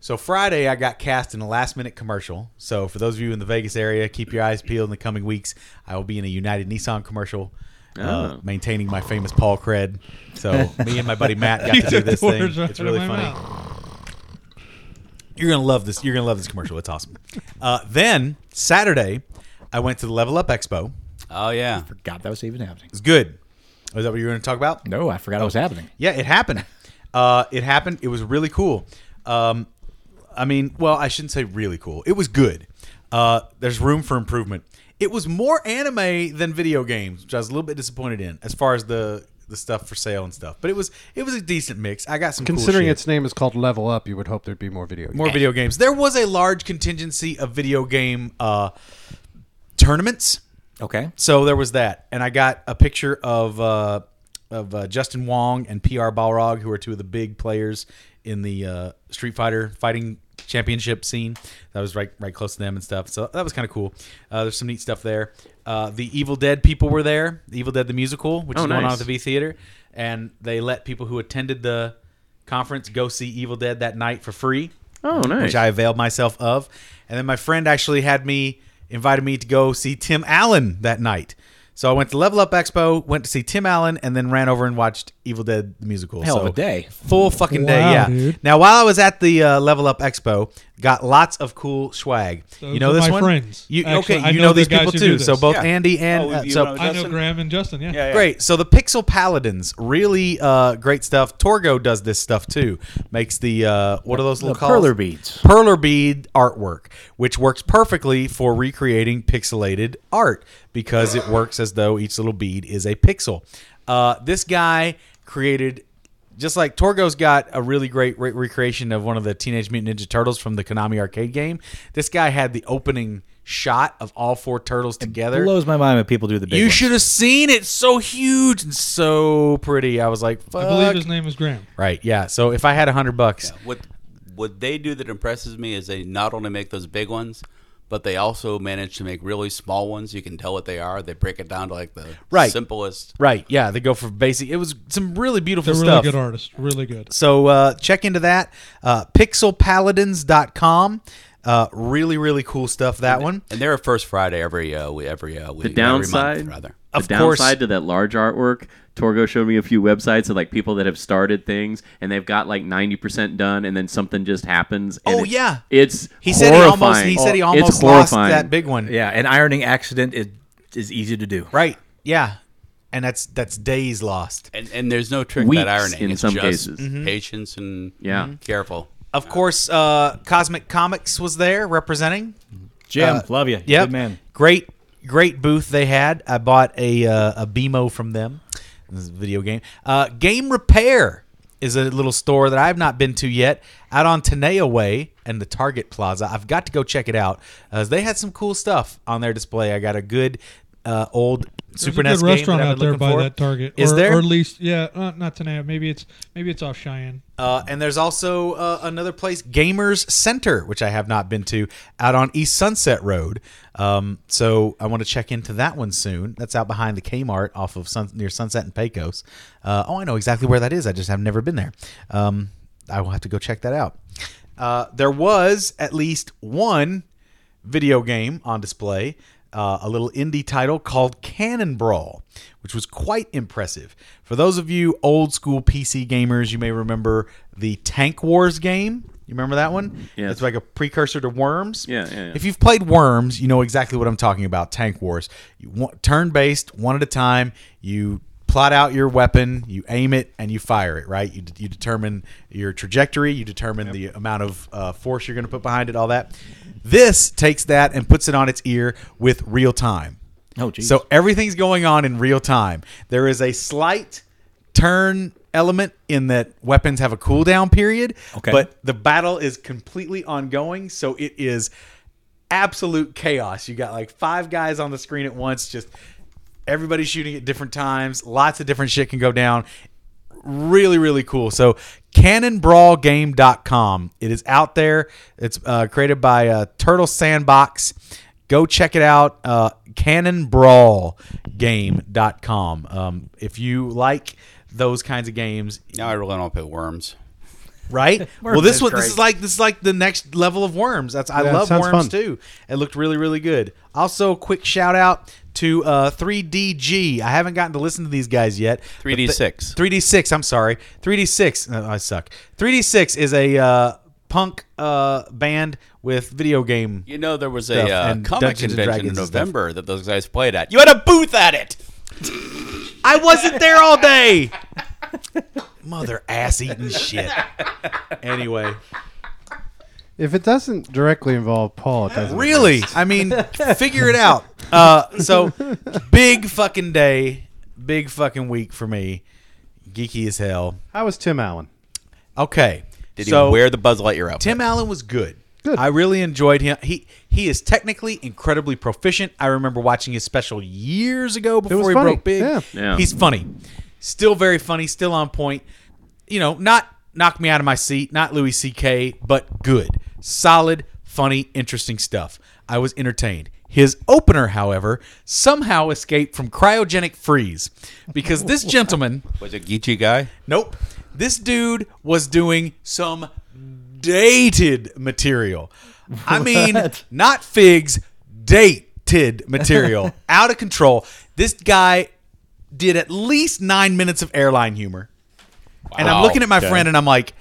F: So Friday, I got cast in a last-minute commercial. So for those of you in the Vegas area, keep your eyes peeled in the coming weeks. I will be in a United Nissan commercial, uh,
G: Ah.
C: Oh.
F: maintaining my famous Paul cred. So me and my buddy Matt got
G: He
F: to do
G: took the
F: this thing.
G: words right
F: It's really
G: out of my
F: funny.
G: mouth.
F: You're gonna love this. You're gonna love this commercial. It's awesome. Uh, then Saturday, I went to the Level Up Expo.
H: oh yeah.
E: God, that was even happening.
F: It's good. Is that what you were gonna talk about?
E: No, I forgot it was happening.
F: Yeah, it happened. Uh, it happened. It was really cool. Um, I mean, well, I shouldn't say really cool. It was good. Uh, there's room for improvement. It was more anime than video games, which I was a little bit disappointed in, as far as the the stuff for sale and stuff. But it was it was a decent mix. I got some cool
D: Considering
F: shit.
D: its name is called Level Up, you would hope there'd be more video. games.
F: more video games. There was a large contingency of video game uh, tournaments.
E: Okay.
F: So there was that, and I got a picture of uh, of uh, Justin Wong and PR Balrog, who are two of the big players in the uh, Street Fighter fighting championship scene. That was right right close to them and stuff. So that was kind of cool. Uh, there's some neat stuff there. Uh, the Evil Dead people were there. The Evil Dead the musical, which
C: Oh,
F: is going on
C: nice.
F: at the V Theater, and they let people who attended the conference go see Evil Dead that night for free
C: Oh, nice.
F: which I availed myself of. And then my friend actually had me invited me to go see Tim Allen that night. So I went to Level Up Expo, went to see Tim Allen, and then ran over and watched Evil Dead the musical.
E: Hell of
F: So,
E: a day.
F: full fucking day,
G: Wow,
F: yeah.
G: dude.
F: Now while I was at the uh, Level Up Expo, got lots of cool swag.
G: Those
F: you know
G: are
F: this
G: my
F: one,
G: friends.
F: You,
G: Actually,
F: okay,
G: I
F: you
G: know
F: know
G: the
F: these
G: guys
F: people
G: who do
F: too.
G: this.
F: So both
H: Yeah.
F: Andy and
H: Oh,
F: uh,
H: you
F: so
H: know
G: I know
H: Justin?
G: Graham and Justin. Yeah.
H: Yeah, yeah.
F: Great. So the Pixel Paladins, really uh, great stuff. Torgo does this stuff too. Makes the uh, what are those little
E: the
F: calls?
E: perler beads.
F: Perler bead artwork, which works perfectly for recreating pixelated art because it works as though each little bead is a pixel. Uh, this guy created Just like Torgo's got a really great re- recreation of one of the Teenage Mutant Ninja Turtles from the Konami arcade game. This guy had the opening shot of all four turtles together.
E: blows my mind when people do the big
F: You
E: ones.
F: should have seen it. So huge and so pretty. I was like,
G: I believe
F: "Fuck."
G: his name is Graham.
F: Right. Yeah. So if I had a hundred bucks,
H: What what they do that impresses me is they not only make those big ones, but they also manage to make really small ones. You can tell what they are. They break it down to like the
F: Right.
H: simplest.
F: right? Yeah. They go for basic. It was some really beautiful
G: They're really
F: stuff.
G: good artists. Really good.
F: So uh, check into that. Uh, pixelpaladins.com. Uh, really, really cool stuff. That one.
H: And they're a first Friday every uh, we every uh, week.
C: The downside,
H: every month, rather.
F: Of
C: the
F: course.
C: downside to that large artwork, Torgo showed me a few websites of like people that have started things and they've got like ninety percent done, and then something just happens. and
F: Oh,
C: it's-
F: yeah.
C: it's
F: He said
C: horrifying.
F: he almost. He said he
C: It's
F: almost lost
C: horrifying.
F: that big one.
I: Yeah, an ironing accident is, is easy to do.
F: Right. Yeah. And that's that's days lost.
H: And, and there's no trick
C: Weeks
H: that ironing.
C: in
H: it's
C: some
H: just
C: cases.
F: Mm-hmm.
H: patience and
C: Yeah.
H: careful.
F: Of course, uh, Cosmic Comics was there representing.
E: Jim,
F: Uh,
E: love you.
F: Yep.
E: Good man.
F: Great, great booth they had. I bought a uh, a BMO from them. This is a video game. Uh, game Repair is a little store that I've not been to yet out on Tenaya Way and the Target Plaza. I've got to go check it out. Uh, they had some cool stuff on their display. I got a good uh, old Super NES
G: There's a good
F: game
G: restaurant
F: that I've
G: out
F: been
G: there
F: looking
G: by
F: for.
G: that Target.
F: Is
G: or,
F: there?
G: Or at least, yeah, uh, not Tanea. Maybe it's maybe it's off Cheyenne.
F: Uh, and there's also uh, another place, Gamers Center, which I have not been to, out on East Sunset Road. Um, so I want to check into that one soon. That's out behind the Kmart off of Sun- near Sunset and Pecos. Uh, oh, I know exactly where that is. I just have never been there. Um, I will have to go check that out. Uh, there was at least one video game on display, uh, a little indie title called Cannon Brawl, which was quite impressive. For those of you old school PC gamers, you may remember the Tank Wars game. You remember that one?
C: Yes.
F: It's like a precursor to Worms.
C: Yeah, yeah, yeah.
F: If you've played Worms, you know exactly what I'm talking about. Tank Wars, you want, turn-based, one at a time. You plot out your weapon, you aim it, and you fire it. Right? You, d- you determine your trajectory, you determine the amount of uh, force you're going to put behind it, all that. This takes that and puts it on its ear with real time.
E: Oh, geez.
F: So everything's going on in real time. There is a slight turn element in that weapons have a cooldown period,
E: Okay.
F: but the battle is completely ongoing, so it is absolute chaos. You got like five guys on the screen at once, just everybody shooting at different times. Lots of different shit can go down. Really, really cool. So, cannonbrawlgame.com. It is out there. It's uh, created by uh, Turtle Sandbox. Go check it out. Uh, cannonbrawlgame.com. Um, if you like those kinds of games,
H: Now I really don't play worms.
F: right? well, this one, this is like this is like the next level of worms. That's I
D: Yeah,
F: love
D: sounds
F: worms
D: fun.
F: too. It looked really really good. Also, quick shout out to uh, 3DG. I haven't gotten to listen to these guys yet.
H: 3D6.
F: 3D6. I'm sorry. 3D6. No, uh, I suck. 3D6 is a uh, punk uh, band with video game.
H: You know, there was
F: Stuff
H: a uh,
F: and
H: comic
F: Dungeons
H: convention
F: and
H: in
F: Dragons and stuff.
H: November that those guys played at. You had a booth at it.
F: I wasn't there all day. Mother ass eating shit. Anyway,
D: If it doesn't directly involve Paul, it doesn't.
F: Really? I mean, figure it out. Uh, so, big fucking day, big fucking week for me. Geeky as hell.
D: How was Tim Allen?
F: Okay.
H: Did
F: so,
H: you wear the Buzz Lightyear outfit?
F: Tim Allen was good. I really enjoyed him. He he is technically incredibly proficient. I remember watching his special years ago before he
D: funny.
F: broke big.
D: Yeah.
C: Yeah.
F: He's funny. Still very funny, still on point. You know, not knock me out of my seat, not Louis CK, but good. Solid, funny, interesting stuff. I was entertained. His opener, however, somehow escaped from cryogenic freeze because this gentleman
H: was it Geechee guy?
F: Nope. This dude was doing some dated material. I mean, not figs, dated material. Out of control. This guy did at least nine minutes of airline humor. And I'm
H: Wow.
F: looking at my friend and I'm like,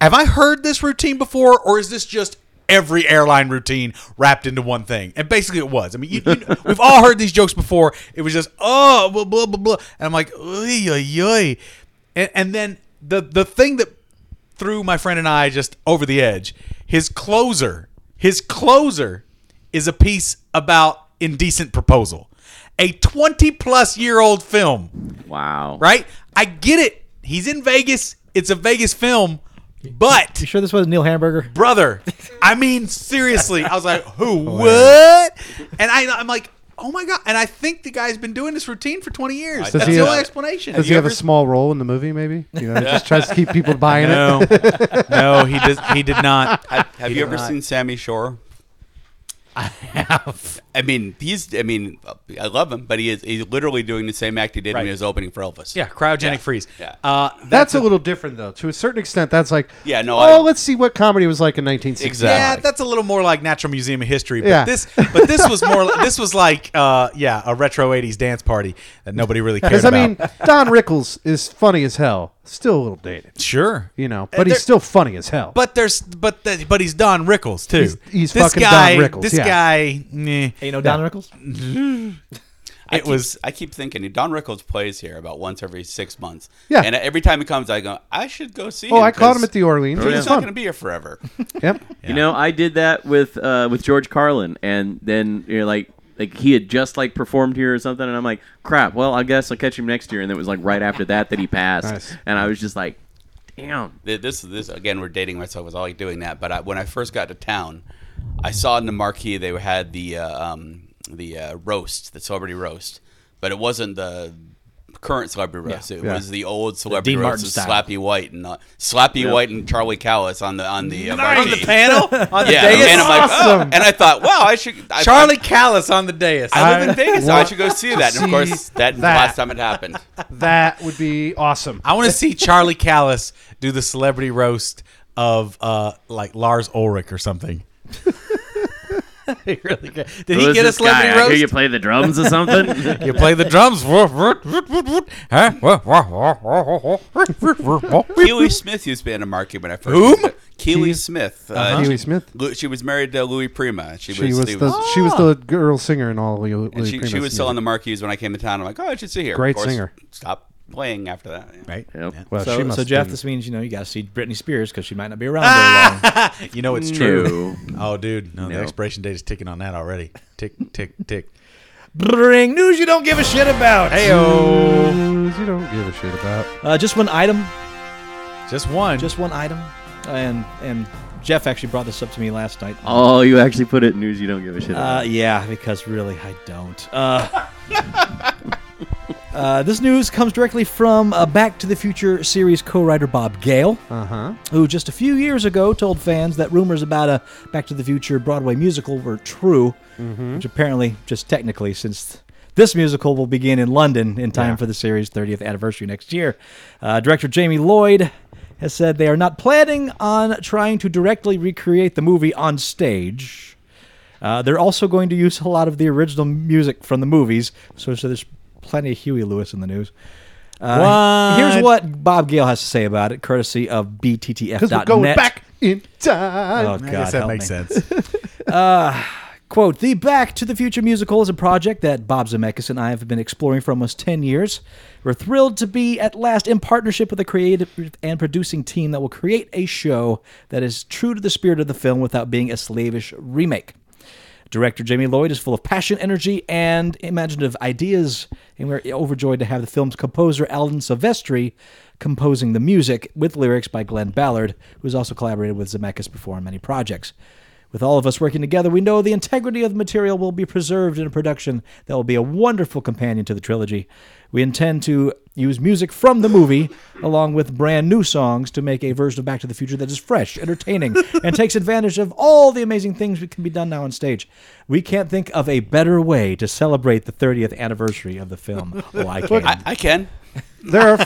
F: have I heard this routine before, or is this just every airline routine wrapped into one thing? And basically, it was. I mean, you, you, we've all heard these jokes before. It was just oh blah blah blah, blah. and I'm like oy oy oy, and, and then the the thing that threw my friend and I just over the edge. His closer, his closer, is a piece about indecent proposal, a 20 plus year old film
C: wow.
F: right? I get it. He's in Vegas. It's a Vegas film, but
E: You sure this was Neil Hamburger?
F: brother. I mean, seriously. I was like, who?
D: Oh,
F: What? And I, I'm like, oh my god. And I think the guy's been doing this routine for 20 years.
H: Does
F: That's
D: he
F: the
D: have-
F: only explanation.
D: Does he have a small role in the movie? Maybe you know, he just tries to keep people buying it.
F: no, no, he did. He did not.
H: Have, have you ever seen Sammy Shore? I mean, he's. I mean, I love him, but he is. He's literally doing the same act he did when he was opening for Elvis.
F: Yeah, cryogenic freeze.
H: Yeah.
F: Uh,
D: That's a little different, though. To a certain extent, that's like,
H: Yeah, no,
D: Oh,
H: I-
D: let's see what comedy was like in 1960.
H: Exactly.
F: Yeah, that's a little more like Natural Museum of History. But
D: Yeah.
F: this but this was more this was like uh, yeah, a retro 80s dance party that nobody really cared
D: Because
F: about.
D: I mean, Don Rickles is funny as hell. Still a little dated,
F: sure.
D: you know,
H: Uh,
D: but
F: there-
D: he's still funny as hell.
F: But there's but the, but he's Don Rickles too.
D: He's- he's
F: this
D: fucking Don
F: guy,
D: Rickles,
F: This
D: yeah.
F: guy, meh.
E: Hey, you know Don Rickles?
H: I
F: It
H: keep-
F: was-
H: I keep thinking Don Rickles plays here about once every six months.
D: Yeah.
H: And every time he comes, I go, I should go see.
D: oh,
H: him
D: I caught him
H: 'cause
D: at the Orleans. It
H: He's
D: was
H: not going to
D: fun.
H: be here forever.
D: Yep.
C: You know, I did that with uh, with George Carlin, and then you know, like like he had just like performed here or something, and I'm like, crap. Well, I guess I'll catch him next year. And it was like right after that that he passed,
D: Nice.
C: and I was just like, damn.
H: Th- this this again we're dating myself with all like doing that but I, when i first got to town i saw in the marquee they had the uh, um, the uh, roast the celebrity roast but it wasn't the current celebrity roast it
D: Yeah.
H: was the old celebrity
E: Dean
H: roast
E: Martin
H: with
E: style.
H: slappy white and uh, slappy white and charlie callis on the on the uh,
F: on the
H: marquee.
F: panel on the
H: yeah,
F: dais.
H: and, I'm like, oh.
D: Awesome.
H: and I thought, wow, I should. I,
F: Charlie Callis on the dais.
H: I, I live in Vegas, so I
D: want
H: should go see that. And
D: see
H: of course, that, was the
D: that.
H: last time it happened.
D: That would be awesome.
F: I want to see Charlie Callis do the celebrity roast of uh, like Lars Ulrich or something. He really good. Did
C: Who
F: he
C: is
F: get a
C: this
F: celebrity
C: guy? I
F: roast?
C: hear you play the drums or something.
F: You play the drums. Huh?
H: Keely Smith used to be in a marquee when I first. Whom? Keely Smith. Uh,
D: Huey
H: she-
D: Smith.
H: Lu- She was married to Louis Prima. She was.
D: She was
H: she
D: the she was the girl singer in all. Louis,
H: Oh. and
D: Louis
H: she,
D: Prima's
H: she was
D: music.
H: still on the marquees when I came to town. I'm like, oh, I should see her. Of
D: Great
H: course,
D: singer.
H: Stop playing after that. yeah.
F: Right.
C: Yep.
D: Well, she
E: So,
D: must
E: so
D: have
E: Jeff,
D: been-
E: this means you know you got to see Britney Spears because she might not be around very long.
F: You know it's true. Oh, dude, no, the expiration date is ticking on that already. Tick, tick, tick.
E: Bring news you don't give a shit about.
F: Heyo.
D: News you don't give a shit about.
E: Uh, just one item.
F: Just one.
E: Just one item. And and Jeff actually brought this up to me last night.
C: Oh, you actually put it in news you don't give a shit about.
E: Uh, yeah, because really I don't. Uh, uh, this news comes directly from uh, Back to the Future series co-writer Bob Gale,
D: Uh-huh.
E: who just a few years ago told fans that rumors about a Back to the Future Broadway musical were true, which apparently just technically since. This musical will begin in London in time for the series' 30th anniversary next year. Uh, director Jamie Lloyd has said they are not planning on trying to directly recreate the movie on stage. Uh, they're also going to use a lot of the original music from the movies, so, so there's plenty of Huey Lewis in the news. Uh,
F: What?
E: Here's what Bob Gale has to say about it, courtesy of BTTF.net.
D: Because we're going back in time.
E: Oh,
F: I
E: God,
F: guess that
E: help
F: makes
E: me.
F: sense.
E: Quote, the Back to the Future musical is a project that Bob Zemeckis and I have been exploring for almost 10 years. We're thrilled to be at last in partnership with a creative and producing team that will create a show that is true to the spirit of the film without being a slavish remake. Director Jamie Lloyd is full of passion, energy, and imaginative ideas, and we're overjoyed to have the film's composer Alan Silvestri composing the music with lyrics by Glenn Ballard, who's also collaborated with Zemeckis before on many projects. With all of us working together, we know the integrity of the material will be preserved in a production that will be a wonderful companion to the trilogy. We intend to use music from the movie along with brand new songs to make a version of Back to the Future that is fresh, entertaining, and takes advantage of all the amazing things that can be done now on stage. We can't think of a better way to celebrate the 30th anniversary of the film. Oh, I can.
H: I, I can.
D: There are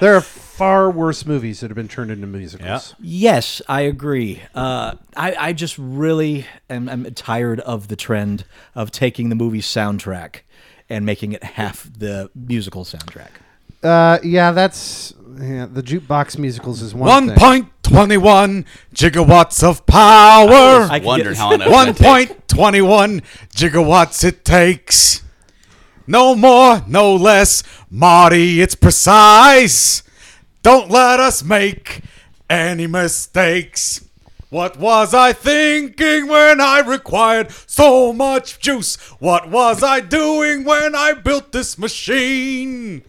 D: there are far worse movies that have been turned into musicals.
E: Yes, I agree. Uh, I, I just really am, am tired of the trend of taking the movie soundtrack and making it half the musical soundtrack.
D: Uh, yeah, that's yeah, the jukebox musicals is one,
F: One
D: thing.
F: point twenty-one gigawatts of power.
E: I
H: I
E: could
H: wondered
E: get-
H: how long that was
F: One
H: gonna take.
F: point twenty-one gigawatts it takes. No more, no less, Marty. It's precise. Don't let us make any mistakes. What was I thinking when I required so much juice? What was I doing when I built this machine?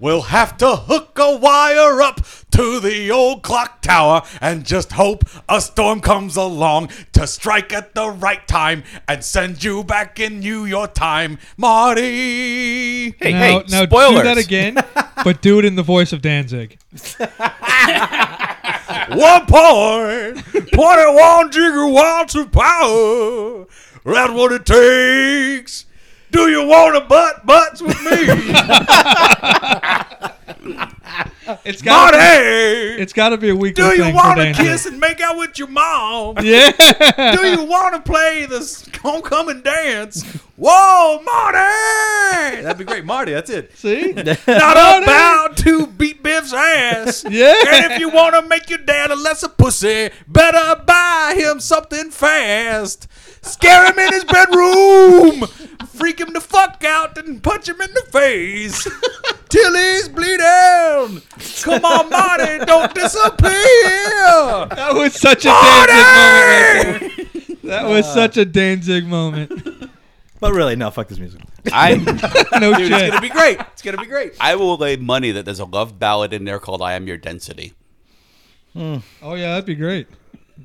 F: We'll have to hook a wire up to the old clock tower and just hope a storm comes along to strike at the right time and send you back in New York time, Marty.
I: Hey,
G: now,
I: hey,
G: now
I: spoilers.
G: do that again, but do it in the voice of Danzig.
F: One point, point one gigawatts of power. That's what it takes. Do you want to butt butts with me,
G: It's got to
F: Marty?
G: it's got to be a weekly
F: Do you
G: thing
F: want
G: for
F: to
G: Danzig.
F: kiss and make out with your mom?
G: Yeah.
F: Do you want to play this homecoming dance? Whoa, Marty! That'd be great, Marty. That's it.
G: See?
F: Not about to beat Biff's ass.
G: Yeah.
F: And if you want to make your dad a lesser pussy, better buy him something fast. Scare him in his bedroom. Freak him the fuck out and punch him in the face till he's bleeding. Come on, Marty, don't disappear.
G: That was such a Danzig moment. Right there. That was such a Danzig moment.
E: But really, no, fuck this music.
H: I
G: No shit.
F: It's gonna be great. It's gonna be great.
H: I will lay money that there's a love ballad in there called "I Am Your Density."
G: Oh yeah, that'd be great.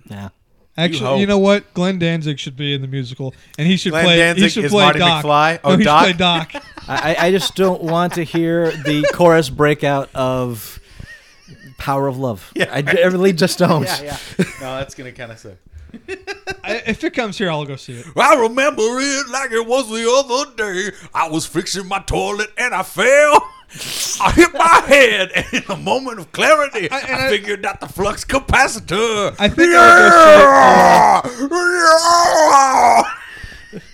E: Yeah.
G: Actually, you,
F: hope.
G: know what? Glenn Danzig should be in the musical, and he should
F: Glenn
G: play. he
F: Danzig
G: should
F: is
G: play
F: Marty
G: Doc.
F: McFly?
G: No,
F: Oh,
G: he
F: Doc?
G: should play Doc.
E: I, I- I just don't want to hear the chorus breakout of Power of Love. Yeah, I I really just don't.
F: No, that's gonna kind of suck.
G: I, if it comes here, I'll go see it.
F: I remember it like it was the other day. I was fixing my toilet and I fell. I hit my head, and in a moment of clarity, I,
G: and I-
F: figured out the flux capacitor.
G: I think
F: yeah!
G: I'll
E: Well, Uh,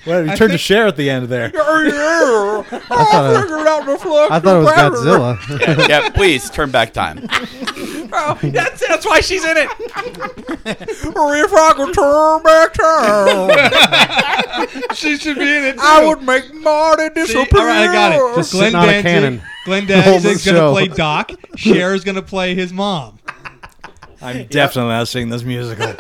E: you
G: I
E: turned to
G: think-
E: share at the end there.
F: yeah! I,
D: thought it-
F: figured out the flux
D: I thought it was
F: capacitor.
D: Godzilla.
H: Yeah, yeah, please turn back time.
F: Oh, that's, that's why she's in it. if I could turn back time,
G: She should be in it. Too.
F: I would make Marty
G: See,
F: disappear.
G: all right, I got it.
D: Just
G: Glenn
D: sitting on a
G: Danzig.
D: cannon.
G: Glenn
D: whole
G: Danzig's gonna
D: show.
G: play Doc. Cher's gonna play his mom.
E: I'm definitely not seeing this musical.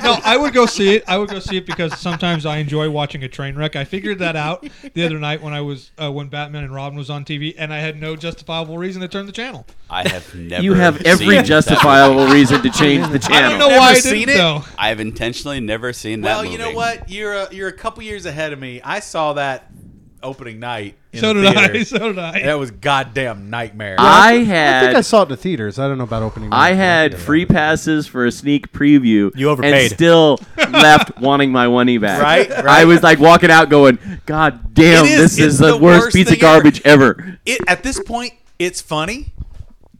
G: No, I would go see it. I would go see it because sometimes I enjoy watching a train wreck. I figured that out the other night when I was uh, when Batman and Robin was on TV, and I had no justifiable reason to turn the channel.
H: I have never.
C: Uh, You have every
H: seen that movie.
C: justifiable reason to change the channel.
G: I don't know
F: Never
G: why I didn't
F: seen it?
G: though.
H: I have intentionally never seen that.
F: Well, you know
H: movie.
F: what? You're a, you're a couple years ahead of me. I saw that opening night. In
G: So
F: the
G: did I.
F: theater.
G: So did I.
F: That was goddamn nightmare.
C: I
D: I think I
C: had
D: saw it in the theaters. I don't know about opening.
C: I
D: night.
C: had free passes for a sneak preview.
E: You overpaid.
C: And still left wanting my money back.
F: Right, right.
C: I was like walking out going, God damn,
F: It is-
C: this
F: it's
C: is the,
F: the
C: worst,
F: worst
C: piece of
F: thing ever."
C: garbage ever.
F: It, at this point, it's funny,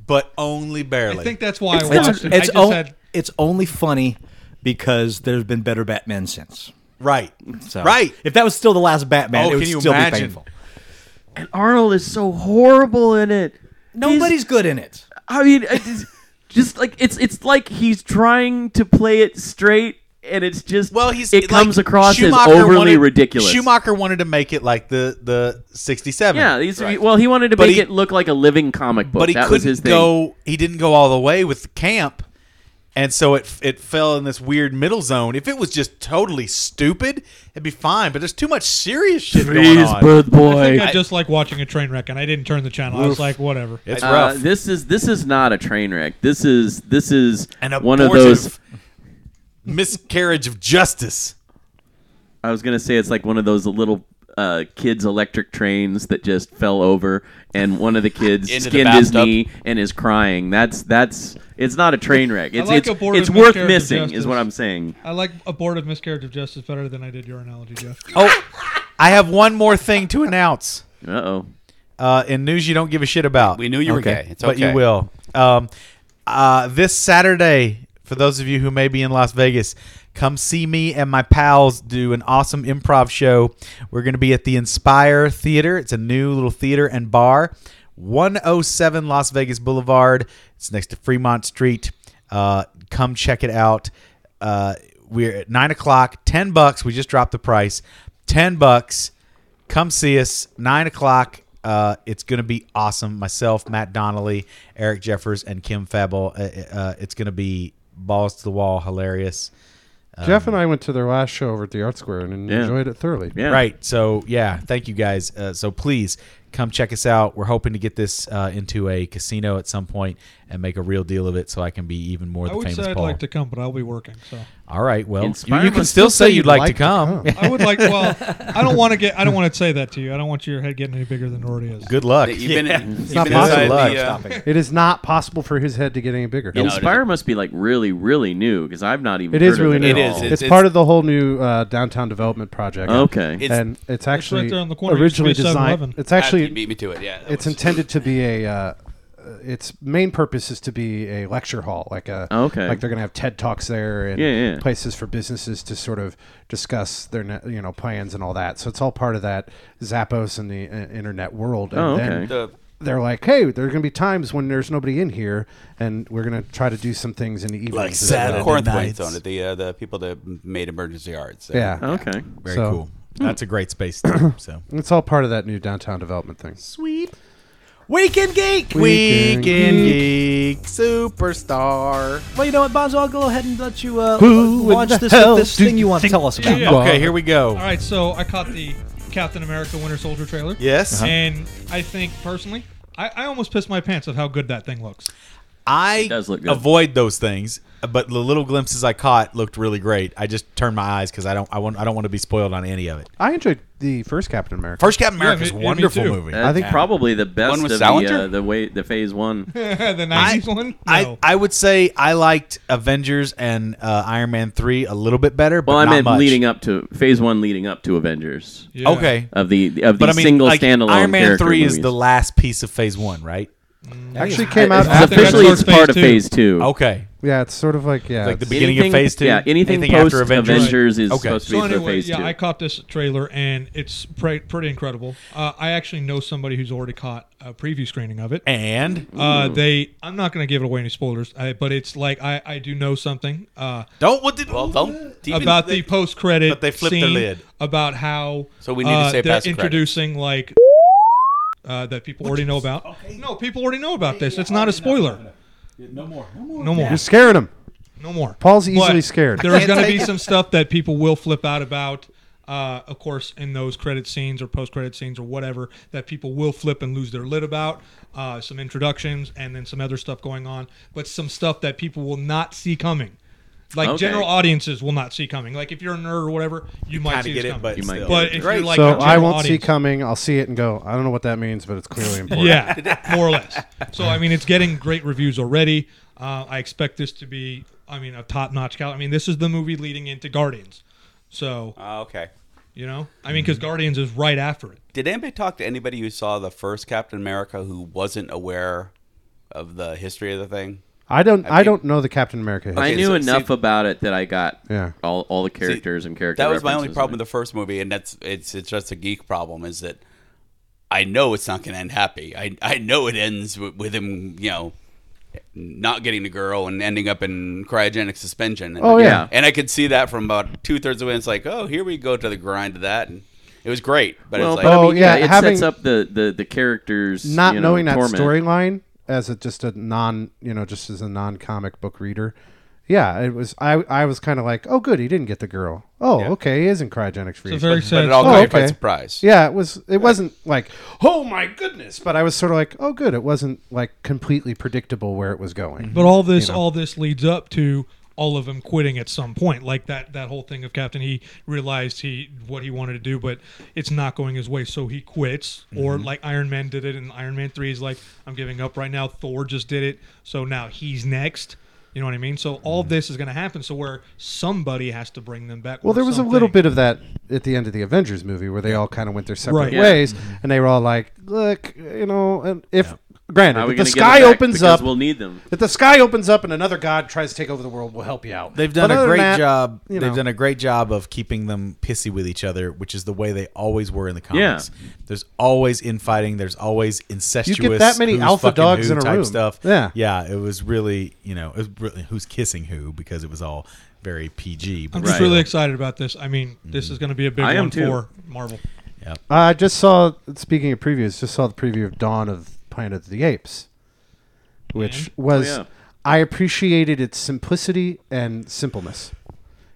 F: but only barely.
G: I think that's why I
E: It's,
G: watched it. I
E: it's,
G: just
F: oh,
E: o-
G: had
E: it's only funny because there's been better Batman since.
F: right.
E: So
F: Right.
E: If that was still the last Batman,
F: Oh,
E: it would
F: can you
E: still
F: imagine?
E: be painful.
C: Arnold is so horrible in it.
E: Nobody's good in it.
C: I mean, I just, just like it's it's like he's trying to play it straight, and it's just
F: Well, he's
C: it
F: like,
C: comes across
F: Schumacher
C: as overly
F: wanted-
C: ridiculous.
F: Schumacher wanted to make it like the the '67.
C: yeah, he's, well, he wanted to
F: But
C: make
F: he-
C: it look like a living comic book.
F: but he
C: that
F: couldn't
C: was his thing.
F: go. He didn't go all the way with the camp, and so it it fell in this weird middle zone. If it was just totally stupid, it'd be fine. But there's too much serious shit going on.
G: I think
C: boy.
G: I just like watching a train wreck, and I didn't turn the channel. I was like, whatever.
F: It's
C: Uh,
F: rough.
C: this is this is not a train wreck. This is this is
F: An
C: one of those.
F: abortive miscarriage of justice.
C: I was gonna say it's like one of those little uh, kids' electric trains that just fell over, and one of the kids
H: Into the
C: skinned his
H: bathtub.
C: knee and is crying. That's that's it's not a train wreck. It's
G: like
C: it's,
G: abortive
C: it's worth
G: miscarriage of
C: missing, is
G: justice.
C: what I'm saying.
G: I like abortive miscarriage of justice better than I did your analogy, Jeff.
F: Oh, I have one more thing to announce.
C: Uh oh.
F: uh, in news you don't give a shit about.
H: We knew you were gay. It's
F: But you
H: okay.
F: will. Um, uh, this Saturday, for those of you who may be in Las Vegas, come see me and my pals do an awesome improv show. We're going to be at the Inspire Theater. It's a new little theater and bar, 107 Las Vegas Boulevard. It's next to Fremont Street. Uh, come check it out. Uh, we're at nine o'clock. Ten bucks. We just dropped the price. Ten bucks come see us nine o'clock uh, it's going to be awesome myself matt donnelly eric jeffers and kim fable uh, uh, it's going to be balls to the wall hilarious
D: Jeff and I went to their last show over at the Art Square and
C: Yeah.
D: enjoyed it thoroughly.
C: Yeah.
F: right so yeah thank you guys uh, so please Come check us out. We're hoping to get this uh, into a casino at some point and make a real deal of it, so I can be even more
G: I
F: the
G: would
F: famous
G: say I'd
F: Paul.
G: like to come, but I'll be working. So
F: All right, well, you,
C: Inspire
F: you
C: him
F: can
C: and
F: still say you'd like, to come.
G: I would like. Well, I don't want to get. I don't want to say that to you. I don't want your head getting any bigger than it already is.
F: Good luck.
H: You've been, you've
D: not
H: been inside
F: possible.
H: the, uh,
D: It is not possible for his head to get any bigger.
H: No, it
C: Inspire
H: isn't.
C: must be like really, really new because I've not even.
D: It is
C: heard
D: really new.
C: of it
H: It
C: at
H: is.
C: all.
H: It's-
D: It's, part of the whole new uh, downtown development project.
C: okay.
H: It's-
D: and it's actually
G: there on the corner. It used to
D: originally
G: be a
D: designed.
G: 7-Eleven.
D: It's
H: you
D: actually
H: beat me to it. Yeah, that
D: it's
H: was-
D: intended to be a. Uh, its main purpose is to be a lecture hall, like a
C: Oh, okay.
D: like they're gonna have TED talks there and
C: Yeah, yeah.
D: places for businesses to sort of discuss their ne- you know plans and all that. So it's all part of that Zappos and the uh, internet world. And
C: Oh,
D: then
C: okay.
H: the
D: they're like, hey, there are gonna be times when there's nobody in here, and we're gonna try to do some things in the evening.
F: Like Saturday.
H: Corinth Wayne's
F: nights.
H: owned it. The uh, the people that made emergency yards. So-
D: Yeah.
C: Okay.
F: Very
D: So-
F: cool. That's a great space. Too, so
D: It's all part of that new downtown development thing.
F: sweet.
E: Weekend Geek!
D: Weekend
F: geek superstar.
E: Well, you know what, Bonzo? I'll go ahead and let you uh,
D: Who
E: launch
D: in the
E: this,
D: hell
E: this
D: do
E: thing you
D: you
E: want to
D: think
E: tell us about.
G: you
E: Well,
G: are?
F: Okay, here we go.
G: All right, so I caught the Captain America Winter Soldier trailer.
F: Yes.
G: And I think personally, I, I almost pissed my pants at how good that thing looks.
F: I
C: does look good.
F: avoid those things, but the little glimpses I caught looked really great. I just turned my eyes because I don't I want I don't want to be spoiled on any of it.
D: I enjoyed the first Captain America.
F: First Captain America is
G: me-
F: a
G: yeah, me
F: wonderful
G: too.
F: movie.
C: I think probably the best
H: One with
C: of the, uh,
H: Salinger?
C: the way the phase one.
G: the nineties one.
F: I,
G: No.
F: I would say I liked Avengers and uh, Iron Man three a little bit better. But
C: Well, I
F: not
C: meant
F: much.
C: leading up to phase one, leading up to Avengers
G: Yeah.
F: Okay,
C: of the of the
F: but I mean,
C: single
F: like,
C: standalone.
F: Iron Man
C: character
F: three is
C: movies.
F: the last piece of Phase one, right?
D: actually came out
C: It's
G: after
C: officially
G: that's
C: it's
G: towards
C: part
G: phase
C: of
G: two.
C: phase two.
F: Okay,
D: Yeah, it's sort of like yeah,
F: like the
D: it's-
F: beginning
C: Anything-
F: of Phase two.
C: yeah, anything
F: after
C: post
F: Avengers,
C: Avengers is
F: okay.
C: supposed to be
G: so
C: for
G: anyway,
C: phase
G: yeah,
C: two.
G: I caught this trailer and it's pre- pretty incredible. Uh, I actually know somebody who's already caught a preview screening of it.
F: And
G: Uh, they, I'm not going to give it away any spoilers, I, but it's like I, I do know something. Uh,
F: don't what did
H: Well, don't even-
G: about the
H: they-
G: post credit.
F: But they flipped their lid.
G: about how.
H: So we need to
G: uh,
H: say
G: they're
H: past the credit.
G: introducing like uh, that people already know about. No, people already know about this. It's not a spoiler. oh, No more. No more.
D: you're scaring him.
G: No more.
D: Paul's
G: But
D: easily scared.
G: There's going to be some stuff that people will flip out about. Uh, of course, in those credit scenes or post-credit scenes or whatever, that people will flip and lose their lid about. Uh, some introductions and then some other stuff going on, but some stuff that people will not see coming. Like
C: Okay.
G: general audiences will not see coming. Like if you're a nerd or whatever, you might
F: kind
G: see
F: of get
G: this
F: it,
G: coming.
F: but
C: You might
F: still.
G: But if you're like a
D: so
G: general
D: I won't see
G: audience-
D: coming. I'll see it and go. I don't know what that means, but it's clearly important.
G: Yeah, more or less. So I mean, it's getting great reviews already. Uh, I expect this to be, I mean, a top-notch cal. I mean, this is the movie leading into Guardians. So
H: Ah, okay.
G: you know, I mean, because
H: Mm-hmm.
G: Guardians is right after it.
H: Did anybody talk to anybody who saw the first Captain America who wasn't aware of the history of the thing?
D: I don't. I,
H: mean-
D: don't know the Captain America.
C: I
H: Okay,
C: knew
H: so-
C: enough
H: see-
C: about it that I got
D: Yeah.
C: all, all the characters and character.
H: That was my only
C: references.
H: problem with the first movie, and that's it's it's just a geek problem is that I know it's not going to end happy. I I know it ends with, with him, you know, not getting the girl and ending up in cryogenic suspension. And,
D: Oh, yeah.
H: and I could see that from about two thirds away. It's like, oh, here we go to the grind of that, and it was great, but
C: Well,
H: it's
C: but
H: like.
C: I
D: Oh,
C: mean,
D: yeah,
C: yeah, it
D: having-
C: sets up the the the characters
D: Not
C: you know,
D: knowing that
C: torment.
D: storyline as a, just a non, you know, just as a non-comic book reader. Yeah, it was. I I was kind of like, oh, good, he didn't get the girl. Oh, okay, he is in cryogenics for
G: It's a very
H: But
G: sad.
H: it all
D: Oh,
H: caught you by
D: okay.
H: surprise.
D: Yeah, it was. It wasn't like, oh my goodness, but I was sort of like, oh good, it wasn't like completely predictable where it was going.
G: but all this, all this leads up to all of them quitting at some point. Like that, that whole thing of Captain. He realized he what he wanted to do, but it's not going his way, so he quits.
D: Mm-hmm.
G: Or like Iron Man did it in Iron Man Three. He's like, I'm giving up right now. Thor just did it, so now he's next. You know what I mean? So all
D: Mm-hmm.
G: this is going to happen. So where somebody has to bring them back.
D: Well,
G: or
D: there was a
G: something.
D: little bit of that at the end of the Avengers movie where they all kind of went their separate
G: Right. Yeah.
D: ways, and they were all like, "Look, you know, and if
C: How are
D: granted,
C: we
D: if the
C: gonna get
D: sky
C: them back?
D: opens
C: Because
D: up,
C: We'll need them.
D: if the sky opens up and another god tries to take over the world, we'll help you out."
F: They've done
D: But
F: a
D: other than
F: great
D: that,
F: job.
D: you
F: They've
D: know.
F: done a great job of keeping them pissy with each other, which is the way they always were in the comics. There's always infighting. There's always incestuous.
D: that many
F: who's
D: alpha
F: fucking
D: dogs
F: who
D: in a
F: type
D: room.
F: Stuff.
D: Yeah.
F: yeah. It was really, you know, it was really who's kissing who because it was all very PG. but
G: I'm just
C: Right.
G: really excited about this. I mean, this
D: Mm-hmm.
G: is going to be a big
C: I am
G: one
C: too.
G: for Marvel.
D: I just saw. Speaking of previews, just saw the preview of Dawn of Planet of the Apes, which was
C: Mm-hmm. Oh, yeah.
D: I appreciated its simplicity and simpleness.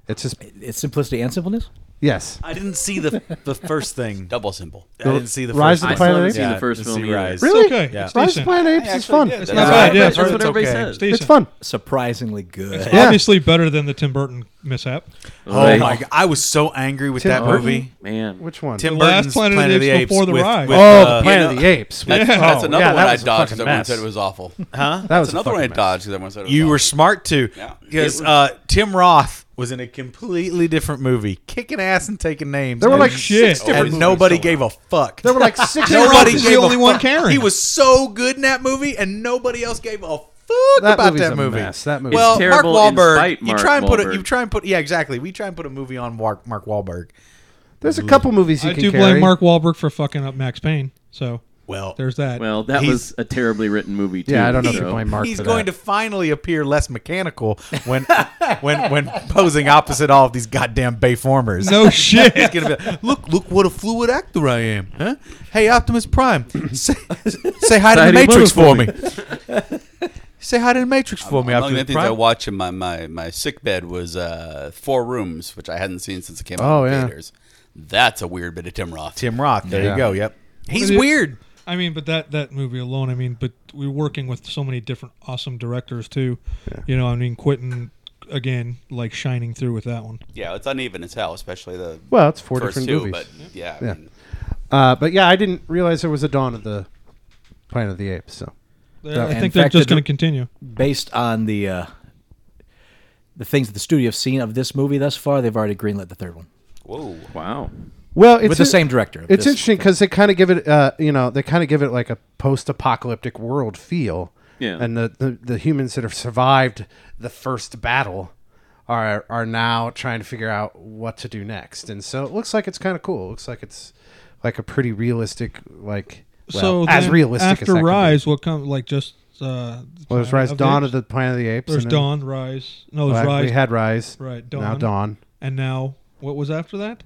D: It's just
E: It's simplicity and simpleness?
D: Yes.
F: I didn't see the the first thing.
H: Double symbol.
F: I didn't see the
D: Rise
F: first
D: of the
C: I
D: Planet
F: one.
C: still haven't
D: Apes?
C: seen
F: Yeah,
C: the first
F: didn't
C: film
F: see
C: either.
F: Rise.
D: Really?
G: okay.
F: Yeah.
G: It's
D: Rise of
G: decent.
D: Planet Apes is fun.
H: That's
G: not
H: what
G: bad,
H: I-
G: yeah.
H: that's what
C: That's what
F: it's
C: everybody
F: okay.
C: says.
D: It's
G: Decent.
D: fun.
E: Surprisingly good.
D: Yeah.
G: Obviously better than the Tim Burton mishap.
F: Oh my god, I was so angry with
D: Tim
F: that
D: Burton?
F: movie.
C: man.
D: Which one?
F: Tim
G: The last
F: Burton's
G: Planet of the Apes before the
F: with-
G: ride.
F: with,
D: oh,
F: uh,
D: the Planet
H: you
D: of the Apes.
H: That's,
D: Yeah.
H: that's
D: Oh,
H: another
D: yeah,
H: one
D: that
H: I
D: was a
H: dodged because
D: fucking
H: everyone
D: mess.
H: said it was awful.
F: Huh?
D: That
H: That's
D: was a
H: another one I
D: fucking mess.
H: dodged because everyone said it was
F: You
H: awful.
F: were smart too,
H: Yeah.
F: because uh, Tim Roth was in a completely different movie, kicking ass and taking names.
D: There were
F: and-
D: like
G: shit.
D: six different
F: and
D: movies.
F: nobody gave a fuck.
D: There were like six.
F: nobody
G: Roth is
F: gave
G: the
F: a
G: only one
F: fuck.
G: caring.
F: He was so good in that movie, and nobody else gave a fuck
D: That
F: about
D: movie's
F: that
D: a
F: movie.
D: mess. That movie's
F: well,
C: terrible
F: Mark
C: in
F: Wahlberg.
C: spite
F: you
C: Mark
F: try and put it. You
C: Wahlberg.
F: try and put. Yeah, exactly. We try and put a movie on Mark Mark Wahlberg.
D: There's a couple movies you
G: I
D: can
G: do
D: carry.
G: blame Mark Wahlberg for fucking up Max Payne. So
F: Well,
G: there's that.
C: Well, that
F: He's-
C: was a terribly written movie too.
D: Yeah, I don't know if
C: so-
D: you blame Mark
F: he's
D: for
F: going
D: that.
F: to finally appear less mechanical when when when posing opposite all of these goddamn Bayformers.
G: no shit.
F: He's gonna be like, look, look what a fluid actor I am. Huh? Hey, Optimus Prime, say, say hi to
C: Say
F: the
C: hi to your
F: Matrix for me.
C: mother
F: say hi to the Matrix for me,
H: Among the
F: Optimus
H: things I
F: Prime.
H: watched in my, my, my sick bed was uh, Four Rooms, which I hadn't seen since it came out
D: Oh,
H: in
D: yeah.
H: theaters. That's a weird bit of Tim Roth.
F: Tim Roth. There
D: Yeah.
F: you go. Yep. He's
G: do you-
F: weird.
G: I mean, but that that movie alone. I mean, but we're working with so many different awesome directors too. You know, I mean, Quentin again, like shining through with that one.
H: Yeah, it's uneven as hell, especially the
D: Well, it's four
H: first
D: different
H: two.
D: movies.
H: But yeah, I
D: Yeah.
H: mean,
D: Uh, but yeah, I didn't realize there was a Dawn of the uh, Planet of the Apes. So
G: I think
E: In
G: they're
E: fact,
G: just
E: the-
G: going to continue.
E: Based on the uh, the things that the studio have seen of this movie thus far, they've already greenlit the third one
H: whoa.
C: Wow.
D: well, it's
E: with the
D: in-
E: same director.
D: It's
E: This-
D: interesting because they kind of give it, uh, you know, they kind of give it like a post-apocalyptic world feel.
C: Yeah.
D: And the, the, the humans that have survived the first battle are are now trying to figure out what to do next. And so it looks like it's kind of cool. It looks like it's like a pretty realistic, like well,
G: so
D: as
G: then
D: realistic as
G: after
D: that could be.
G: Rise, what comes like just uh,
D: Well, there's Rise, Dawn of the Planet of the Apes.
G: There's
D: and then-
G: Dawn, Rise. No,
D: well,
G: there's Rise,
D: We had Rise.
G: right? Dawn,
D: Now Dawn.
G: and now what was after that?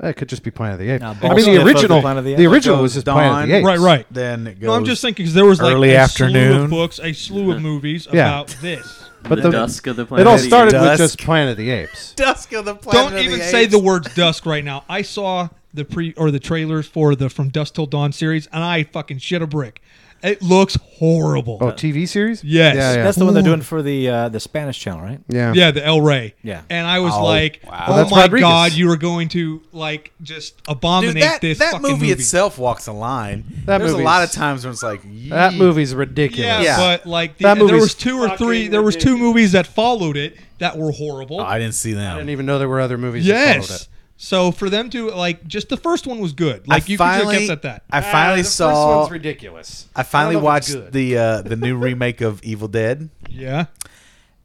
D: It could just be Planet of the Apes.
E: Now,
D: I
E: Ball's Gift
D: mean, the
E: of the
D: original,
E: Planet of the
D: the,
E: Apes.
D: original
F: Goes
D: was just
F: Dawn.
D: Planet of the Apes.
G: Right, right.
F: Then it goes.
G: No, I'm just thinking because there was like
F: early
G: a slew
F: afternoon.
G: of books, a slew of movies
D: Yeah.
G: about this.
D: But
C: the,
D: the-
C: dusk of the planet.
D: It all
C: of the Apes.
D: started with
F: Dusk.
D: just Planet of the Apes.
F: Dusk of the Planet
G: Don't
F: of
G: even
F: the
G: say
F: Apes.
G: the words dusk right now. I saw the pre or the trailers for the From Dusk Till Dawn series, and I fucking shit a brick. It looks horrible.
D: Oh, TV series?
G: Yes.
D: Yeah, yeah.
E: That's the one they're doing for the uh, the Spanish channel, right?
D: yeah.
G: Yeah, the El Rey.
E: Yeah.
G: and I was like, "Oh
D: That's
G: my
D: Rodriguez.
G: god, you are going to like just abominate
F: Dude, that,
G: this
F: that
G: fucking
F: movie,
G: movie,
F: itself walks a line.
D: That
F: There's a
D: movie's-
F: lot of times when it's like
D: That
F: "Yee."
D: movie's ridiculous.
G: Yeah,
F: Yeah.
G: but like the,
D: That
G: there
D: movie's
G: was two or three. There was two movies that followed it that were horrible.
F: Oh, I didn't see that.
D: I didn't even know there were other movies. That followed
G: yes.
D: it.
G: So for them to like, just the first one was good. Like you could just get at that.
F: I
D: Ah,
F: finally saw.
D: ridiculous.
F: I finally
D: don't know if it's
F: watched
D: good.
F: the uh, the new remake of Evil Dead,
G: Yeah,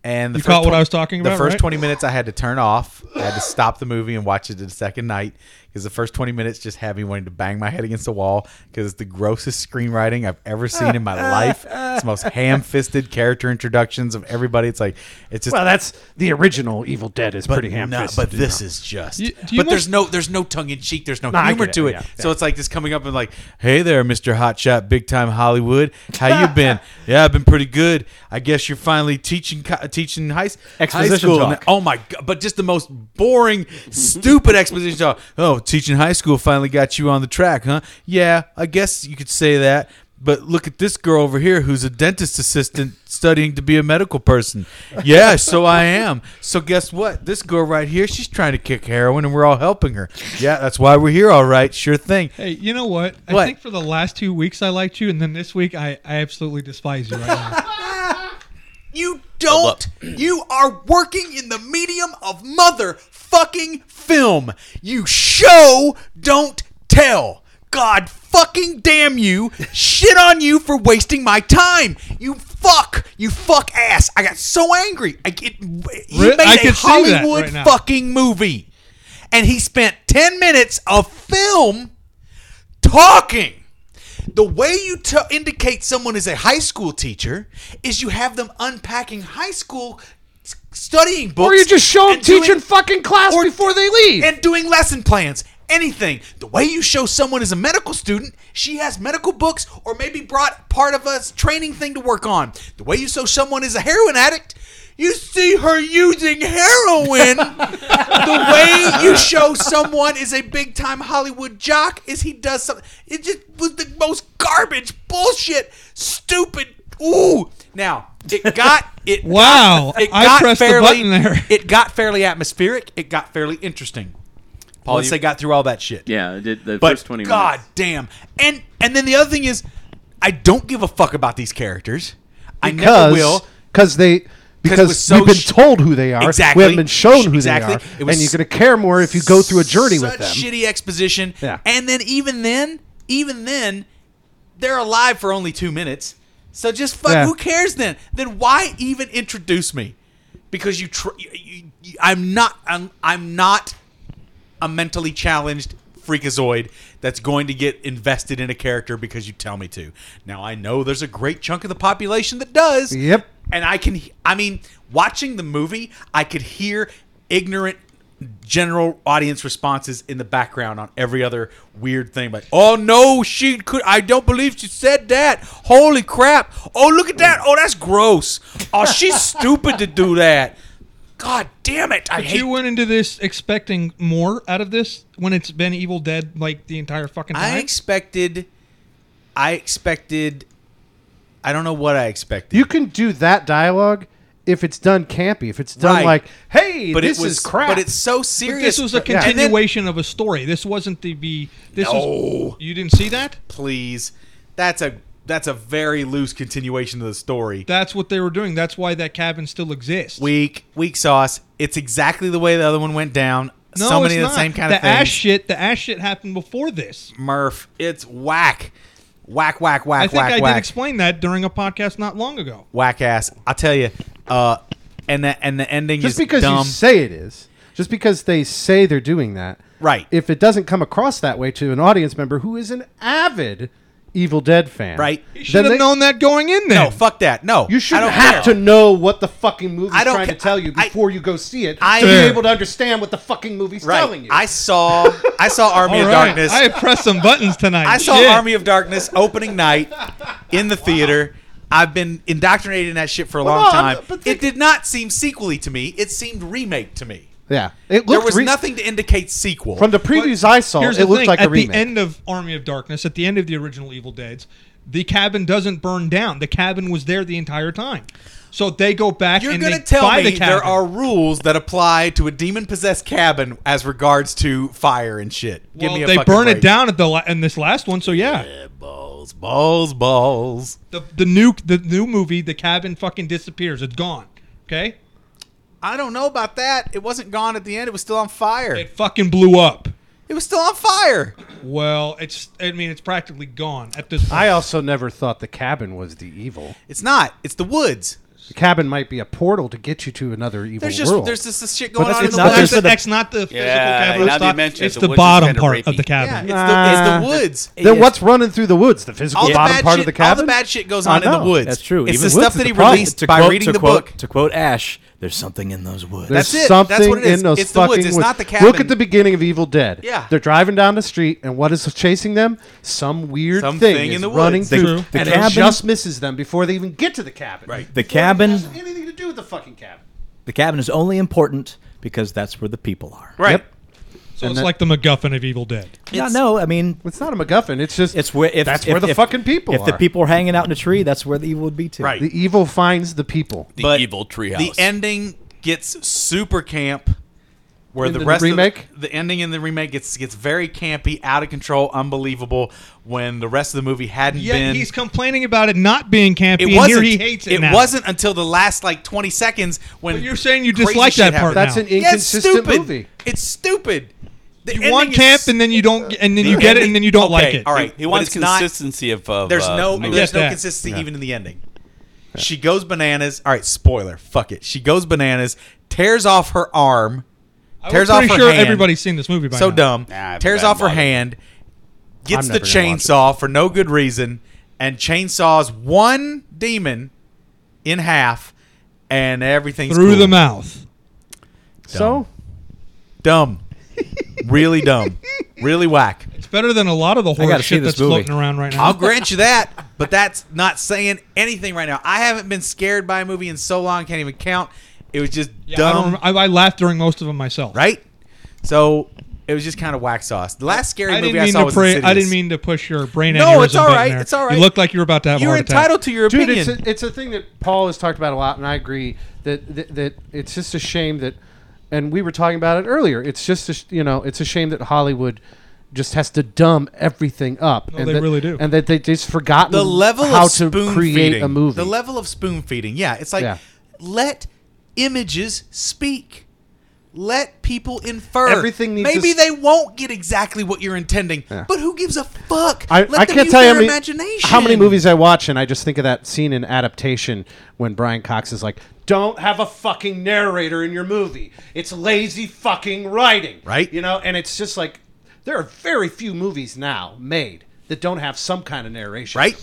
F: and the
G: You
F: first
G: caught what
F: twen-
G: I was talking
F: The
G: about,
F: first
G: right?
F: twenty minutes I had to turn off. I had to stop the movie and watch it the second night because the first twenty minutes just had me wanting to bang my head against the wall because it's the grossest screenwriting I've ever seen in my life. It's the most ham-fisted character introductions of everybody. It's like it's just
D: Well, that's the original Evil Dead is pretty ham
F: no, but this is just.
G: You- do
F: but
G: you
F: there's
G: must-
F: no there's no tongue in cheek. There's no
D: I
F: humor
D: get it,
F: to it.
D: yeah,
F: So it's like just coming up and like, hey there, Mr. Hotshot, big time Hollywood. How you been? yeah, I've been pretty good. I guess you're finally teaching co- teaching high, s- high
E: Exposition
F: school.
E: talk.
F: And- Oh my god! But just the most boring, stupid exposition talk. Oh, teaching high school finally got you on the track, huh? Yeah, I guess you could say that. But look at this girl over here who's a dentist assistant studying to be a medical person. Yeah, so I am. So guess what? This girl right here, she's trying to kick heroin and we're all helping her. Yeah, that's why we're here, all right. Sure thing.
G: Hey, you know what?
F: What?
G: I think for the last two weeks I liked you, and then this week I, I absolutely despise you right now.
F: You don't. You are working in the medium of motherfucking film. You show, don't tell. God fucking damn you. Shit on you for wasting my time. You fuck. You fuck ass. I got so angry. I get, he
G: Re-
F: made
G: I
F: a
G: can see that
F: Hollywood
G: right now.
F: fucking movie. And he spent 10 minutes of film talking. The way you t- indicate someone is a high school teacher is you have them unpacking high school s- studying books.
D: Or you just show them
F: and doing-
D: teaching fucking class
F: or-
D: before they leave.
F: and doing lesson plans. Anything. The way you show someone is a medical student, she has medical books or maybe brought part of a s- training thing to work on. The way you show someone is a heroin addict, you see her using heroin the way you show someone is a big time Hollywood jock is he does something. It just was the most garbage, bullshit, stupid. Ooh. Now it got it.
G: Wow,
F: it
G: I
F: got
G: pressed the
F: fairly,
G: button there.
F: It got fairly atmospheric. It got fairly interesting. once they got through all that shit.
C: Yeah, it did the
F: But
C: first twenty
F: God
C: minutes.
F: damn. And and then the other thing is, I don't give a fuck about these characters. I never
D: because
F: will.
D: because they because
F: it was so
D: we've been
F: sh-
D: told who they are.
F: Exactly.
D: We haven't been shown
F: Sh-
D: who
F: exactly.
D: they are,
F: It was
D: and you're going to care more if you go through a journey
F: such
D: with them.
F: Shitty exposition.
D: Yeah.
F: And then even then, even then, they're alive for only two minutes. So just fuck.
D: Yeah.
F: Who cares then? Then why even introduce me? Because you, tr- you, you- you- I'm not. I'm, I'm not a mentally challenged freakazoid that's going to get invested in a character because you tell me to. Now I know there's a great chunk of the population that does.
D: Yep.
F: And I can, I mean, watching the movie, I could hear ignorant general audience responses in the background on every other weird thing. Like, oh no, she could, I don't believe she said that. Holy crap. Oh, look at that. Oh, that's gross. Oh, she's stupid to do that. God damn it. I
G: But
F: hate
G: you went into this expecting more out of this when it's been Evil Dead like the entire fucking time.
F: I expected, I expected, I don't know what I expected.
D: You can do that dialogue if it's done campy. If it's done
F: Right.
D: like, "Hey,
F: but
D: this
F: it was
D: is crap."
F: But it's so
G: But
F: serious.
G: this was a
F: And then-
G: continuation of a story. This wasn't the be. This was you didn't see that.
F: please. That's a that's a very loose continuation of the story.
G: That's what they were doing. That's why that cabin still exists.
F: Weak, weak sauce. It's exactly the way the other one went down.
G: no,
F: so many
G: it's
F: of the
G: not.
F: same kind
G: the
F: of things.
G: ash shit. The ash shit happened before this.
F: Murph, it's whack, whack, whack, whack,
G: I think
F: whack,
G: I
F: whack.
G: did explain that during a podcast not long ago.
F: whack ass. I tell you, uh, and the and the ending
D: just
F: is
D: because you
F: dumb.
D: say it is, just because they say they're doing that,
F: Right.
D: If it doesn't come across that way to an audience member who is an avid Evil Dead fan,
F: Right.
G: You should have
D: they-
G: known that going in there.
F: no, fuck that. No,
D: You
F: I
D: shouldn't
F: don't
D: have to
F: care.
D: know what the fucking movie's
F: I don't
D: trying
F: ca-
D: to tell you
F: I-
D: before you go see it
F: I-
D: to be
F: Sure.
D: able to understand what the fucking movie's telling you.
F: I saw I saw Army
G: All
F: of
G: right.
F: Darkness.
G: I
F: I,
G: pressed some buttons tonight.
F: saw
G: Shit.
F: Army of Darkness opening night in the theater. I've been indoctrinated in that shit for a long
D: no, I'm-
F: time.
D: but
F: it
D: think-
F: did not seem sequely to me. It seemed remake to me.
D: yeah, it looked
F: There was
D: re-
F: nothing to indicate sequel.
D: from the previews I saw.
G: Here's
D: It
G: the
D: looked
G: thing.
D: like
G: at
D: a remake.
G: the end of Army of Darkness, at the end of the original Evil Dead's, the cabin doesn't burn down. The cabin was there the entire time. So they go back
F: You're
G: and
F: going
G: they
F: to tell
G: buy
F: me
G: the cabin.
F: there are rules that apply to a demon possessed cabin as regards to fire and shit. Give
G: Well,
F: me a
G: they
F: fucking
G: burn
F: break.
G: it down at the la- in this last one. So yeah,
F: Balls, balls, balls.
G: the the new the new movie, the cabin fucking disappears. It's gone. Okay,
F: I don't know about that. It wasn't gone at the end. It was still on fire.
G: it fucking blew up.
F: it was still on fire.
G: Well, it's I mean it's practically gone at this point.
D: I also never thought the cabin was the evil.
F: It's not. It's the woods.
D: The cabin might be a portal to get you to another evil
F: There's just
D: world.
F: there's just this shit
D: But
F: going
D: that's
F: on in the
D: not-
G: That's
F: woods.
D: there's
G: the,
D: the-
G: that's not the physical
I: Yeah,
G: cabin.
I: now
G: It's,
I: that you
G: not-
I: mention it,
G: it's
I: the
G: the,
I: woods is
G: bottom
I: kinda
G: part of
I: rapey.
G: the cabin.
F: Yeah, it's the, it's the woods.
D: then what's running through the woods? The physical
F: All the
D: bottom
F: bad
D: part
F: shit,
D: of the cabin.
F: all the bad shit goes
D: I
F: on in the
D: know.
F: woods.
I: That's true.
F: It's
I: Even
F: the
I: woods
F: stuff
I: is
F: that
I: the
F: he
I: problem.
F: released
I: To
F: by
I: quote-
F: reading
I: to
F: the
I: quote-
F: book.
I: To quote Ash, there's something in those woods.
D: There's
F: That's it. That's
D: something
F: what it is.
D: in those
F: It's the
D: fucking
F: woods. It's not the
D: Look
F: cabin.
D: at the beginning of Evil Dead.
F: Yeah.
D: they're driving down the street, and what is chasing them? Some weird
F: Something
D: thing
F: in
D: is
F: the
D: running
F: woods.
D: through,
E: The- the
D: and
E: cabin-
D: it just misses them before they even get to the cabin. Right.
E: The cabin,
D: Has anything to do with the fucking cabin?
E: the cabin is only important because that's where the people are.
F: Right.
D: Yep.
G: So it's like the MacGuffin of Evil Dead.
E: No, no, I mean,
D: It's not a MacGuffin. It's just
E: it's where if
D: that's
E: if-
D: where the
E: if-
D: fucking people
E: If
D: are.
E: the people are hanging out in a tree, that's where the evil would be too.
F: Right.
D: the evil finds the people.
I: The
F: But
I: evil treehouse.
F: The ending gets super camp. Where
D: In
F: the
D: the
F: rest
D: remake?
F: of the, the ending in the remake gets gets very campy, out of control, unbelievable. When the rest of the movie hadn't
G: Yet
F: been,
G: he's complaining about it not being campy,
F: it
G: and
F: wasn't.
G: here he hates it. now.
F: wasn't until the last like twenty seconds when
G: But you're saying you
F: crazy
G: dislike
F: shit
G: that
F: happened.
G: part
D: That's
G: now.
D: an
F: Yeah, it's
D: inconsistent
F: stupid.
D: movie.
F: It's stupid. The
G: You want
F: ending is
G: camp, and then you don't, get- and then
F: the
G: you get it,
F: ending-
G: and then you don't
F: okay,
G: like it.
F: All right,
I: He wants
F: but it's not-
I: consistency of, of
F: There's
I: uh,
F: no
I: movie.
F: there's
G: get
F: no
G: that.
F: consistency even in the ending. She goes bananas. All right, spoiler. Fuck it. She goes bananas, tears off her arm, tears
G: I'm
F: off
G: pretty
F: her
G: sure
F: hand.
G: everybody's seen this movie by
F: so
G: now.
F: dumb.
I: Nah,
F: tears
I: bad
F: off her
I: bother.
F: hand, gets
D: I'm never
F: the
D: gonna watch
F: chainsaw for no good reason, and chainsaws one demon in half, and everything's
G: through
F: cool.
G: the mouth.
D: So
F: Dumb, really dumb, really whack.
G: It's better than a lot of the horror
E: gotta see
G: shit
E: this
G: that's
E: movie.
G: floating around right now.
F: I'll grant you that, but that's not saying anything right now. I haven't been scared by a movie in so long, can't even count. It was just
G: Yeah, I,
F: dumb,
G: don't, I, I laughed during most of them myself.
F: right? So it was just kind of whack sauce. The last scary
G: I
F: movie
G: didn't
F: I
G: mean
F: saw
G: to
F: was
G: pray. I
F: Insidious.
G: didn't mean to push your brain.
F: No,
G: aneurysm
F: it's all
G: button
F: right,
G: there.
F: it's all right.
G: You looked like you were about to have. a
F: You're
G: heart attack.
F: entitled to your
D: Dude,
F: opinion.
D: it's a, it's a thing that Paul has talked about a lot, and I agree that, that that it's just a shame that, and we were talking about it earlier. It's just a, sh- you know, it's a shame that Hollywood just has to dumb everything up. and
G: they
D: that-
G: really do.
D: and that they just forgotten
F: the level
D: how
F: of spoon
D: to create
F: feeding.
D: a movie.
F: The level of spoon feeding. Yeah, it's like
D: Yeah.
F: let images speak. Let people infer.
D: Everything needs to
F: Maybe
D: s-
F: they won't get exactly what you're intending, but who gives a fuck?
D: I,
F: let
D: I
F: them
D: can't
F: use
D: tell you how
F: their
D: many,
F: imagination.
D: how many movies I watch, and I just think of that scene in adaptation when Brian Cox is like, "Don't have a fucking narrator in your movie. It's lazy fucking writing."
F: Right.
D: You know, and it's just like there are very few movies now made that don't have some kind of narration.
F: Right?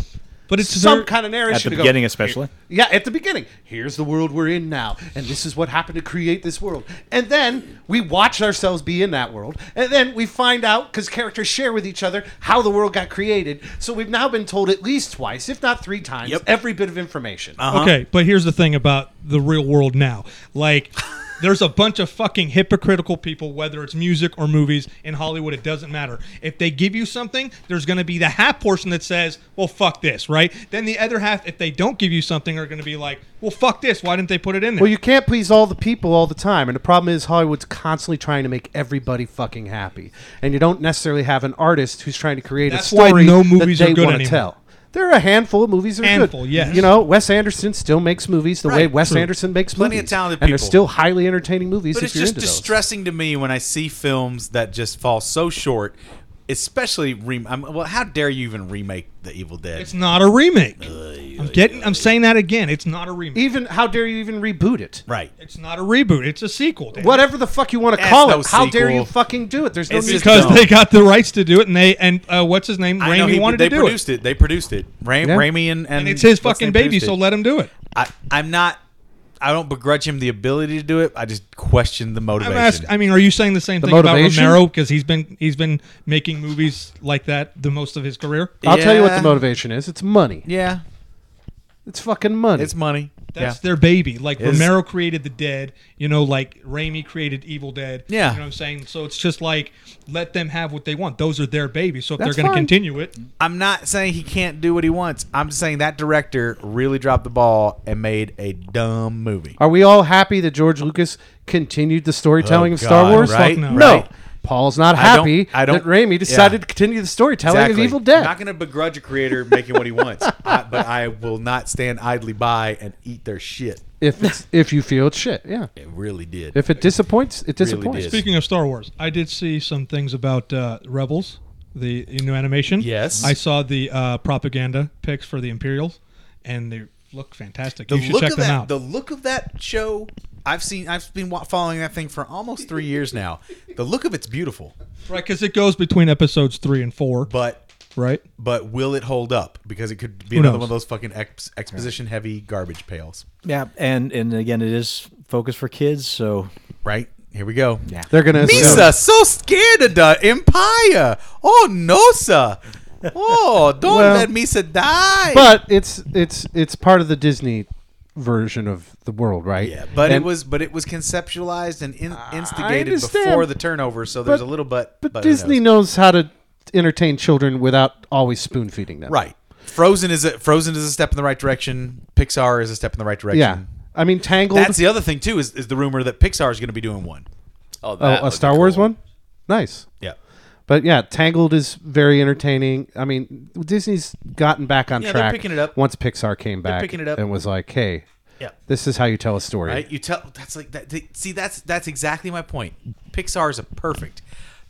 G: but it's
D: Some
G: there-
D: kind of narration
E: At the
D: to go,
E: beginning, especially.
D: Yeah, at the beginning. Here's the world we're in now, and this is what happened to create this world. And then we watch ourselves be in that world, and then we find out because characters share with each other how the world got created. So we've now been told at least twice, if not three times,
F: Yep.
D: every bit of information.
E: Um,
F: Uh-huh.
G: Okay, but here's the thing about the real world now. Like, there's a bunch of fucking hypocritical people, whether it's music or movies in Hollywood, it doesn't matter. If they give you something, there's going to be the half portion that says, well, fuck this, right? Then the other half, if they don't give you something, are going to be like, well, fuck this. Why didn't they put it in there?
D: Well, you can't please all the people all the time, and the problem is Hollywood's constantly trying to make everybody fucking happy, and you don't necessarily have an artist who's trying to create a
G: That's why
D: story
G: no movies
D: that they
G: are good
D: want to
G: anymore.
D: tell. There are a handful of movies that are
G: Handful,
D: good.
G: yes.
D: You know, Wes Anderson still makes movies the way
F: Right,
D: Wes
F: true.
D: Anderson makes
F: Plenty of
D: movies,
F: talented
D: and they're
F: people.
D: still highly entertaining movies.
F: But
D: if
F: it's
D: you're
F: just
D: into those.
F: distressing to me when I see films that just fall so short, especially rem- I'm, well, how dare you even remake The Evil Dead?
G: it's not a remake. I'm getting. I'm saying that again. It's not a remake.
D: Even how dare you even reboot it?
F: right.
G: It's not a reboot. It's a sequel. Dan.
D: Whatever the fuck you want to
F: That's
D: call
F: no
D: it, how dare
F: sequel.
D: you fucking do it? There's no
F: It's
D: need
F: just
D: to
G: Because
F: dumb.
G: they got the rights to do it, and they and uh, what's his name?
F: I know
G: Raimi
F: he-
G: wanted
F: they
G: to do it.
F: produced it. They produced it. Ram,
D: Yeah.
F: Raimi and, and
G: and it's his
F: what's
G: fucking
F: name
G: baby,
F: produced
G: so
F: it.
G: let him do it.
F: I, I'm not. I don't begrudge him the ability to do it. I just question the
G: I'm
F: motivation.
G: ask, I mean, are you saying the same
D: The
G: thing
D: motivation?
G: about Romero because he's been he's been making movies like that the most of his career?
D: I'll tell you what
F: Yeah.
D: the motivation is. It's money.
F: yeah,
D: It's fucking money.
F: it's money.
G: That's
F: yeah.
G: their baby. Like
F: Is-
G: Romero created the Dead, you know, like Raimi created Evil Dead.
F: Yeah.
G: you know what I'm saying. So it's just like let them have what they want. Those are their babies. So if
D: That's
G: they're going
D: fine.
G: to continue it,
F: I'm not saying he can't do what he wants. I'm saying that director really dropped the ball and made a dumb movie.
D: Are we all happy that George Lucas continued the storytelling
F: Oh,
D: of Star
F: God,
D: Wars?
F: right?
G: Fuck no.
F: Right.
D: Paul's not
F: I don't-
D: happy
F: I
D: that
F: don't-
D: Raimi decided
F: yeah.
D: to continue the storytelling
F: Exactly.
D: of Evil Dead.
F: I'm not going to begrudge a creator making what he wants, I, but I will not stand idly by and eat their shit.
D: if it's if you feel it's shit, yeah.
F: It really did.
D: If it disappoints, it
F: Really
D: disappoints.
F: did.
G: Speaking of Star Wars, I did see some things about uh, Rebels, the new animation.
F: Yes.
G: I saw the uh, propaganda pics for the Imperials, and they look fantastic.
F: the
G: you should
F: look
G: check
F: of
G: them
F: that,
G: out.
F: the look of that show, I've seen. I've been wa- following that thing for almost three years now. The look of it's beautiful,
G: Right, because it goes between episodes three and four,
F: but
G: right?
F: but will it hold up? Because it could be
G: Who
F: another
G: knows?
F: one of those fucking ex- exposition heavy garbage pails,
E: Yeah, and and again, it is focused for kids, so
F: right? Here we go. Yeah.
D: They're gonna assume-
F: Misa, so scared of the empire. Oh no, sir. Oh, don't
D: Well,
F: let Misa die.
D: but it's it's it's part of the Disney version of the world, right?
F: yeah, but
D: And-
F: it was but it was conceptualized and in, instigated
D: understand.
F: before the turnover, so there's
D: But-
F: a little but
D: But
F: who knows?
D: Disney knows how to entertain children without always spoon feeding them.
F: Right. Frozen is a Frozen is a step in the right direction. Pixar is a step in the right direction.
D: Yeah. I mean Tangled
F: That's the other thing too is, is the rumor that Pixar is going to be doing one.
H: Oh, that
D: oh, a
H: would be
D: Star Wars
H: cool.
D: one? Nice.
F: Yeah.
D: But yeah, Tangled is very entertaining. I mean, Disney's gotten back on
F: Yeah, they're
D: track.
F: picking it up.
D: Once Pixar came back
F: picking it up.
D: and was like, "Hey,
F: Yeah.
D: this is how you tell a story."
F: Right? You tell that's like that they- see that's that's exactly my point. Pixar is a perfect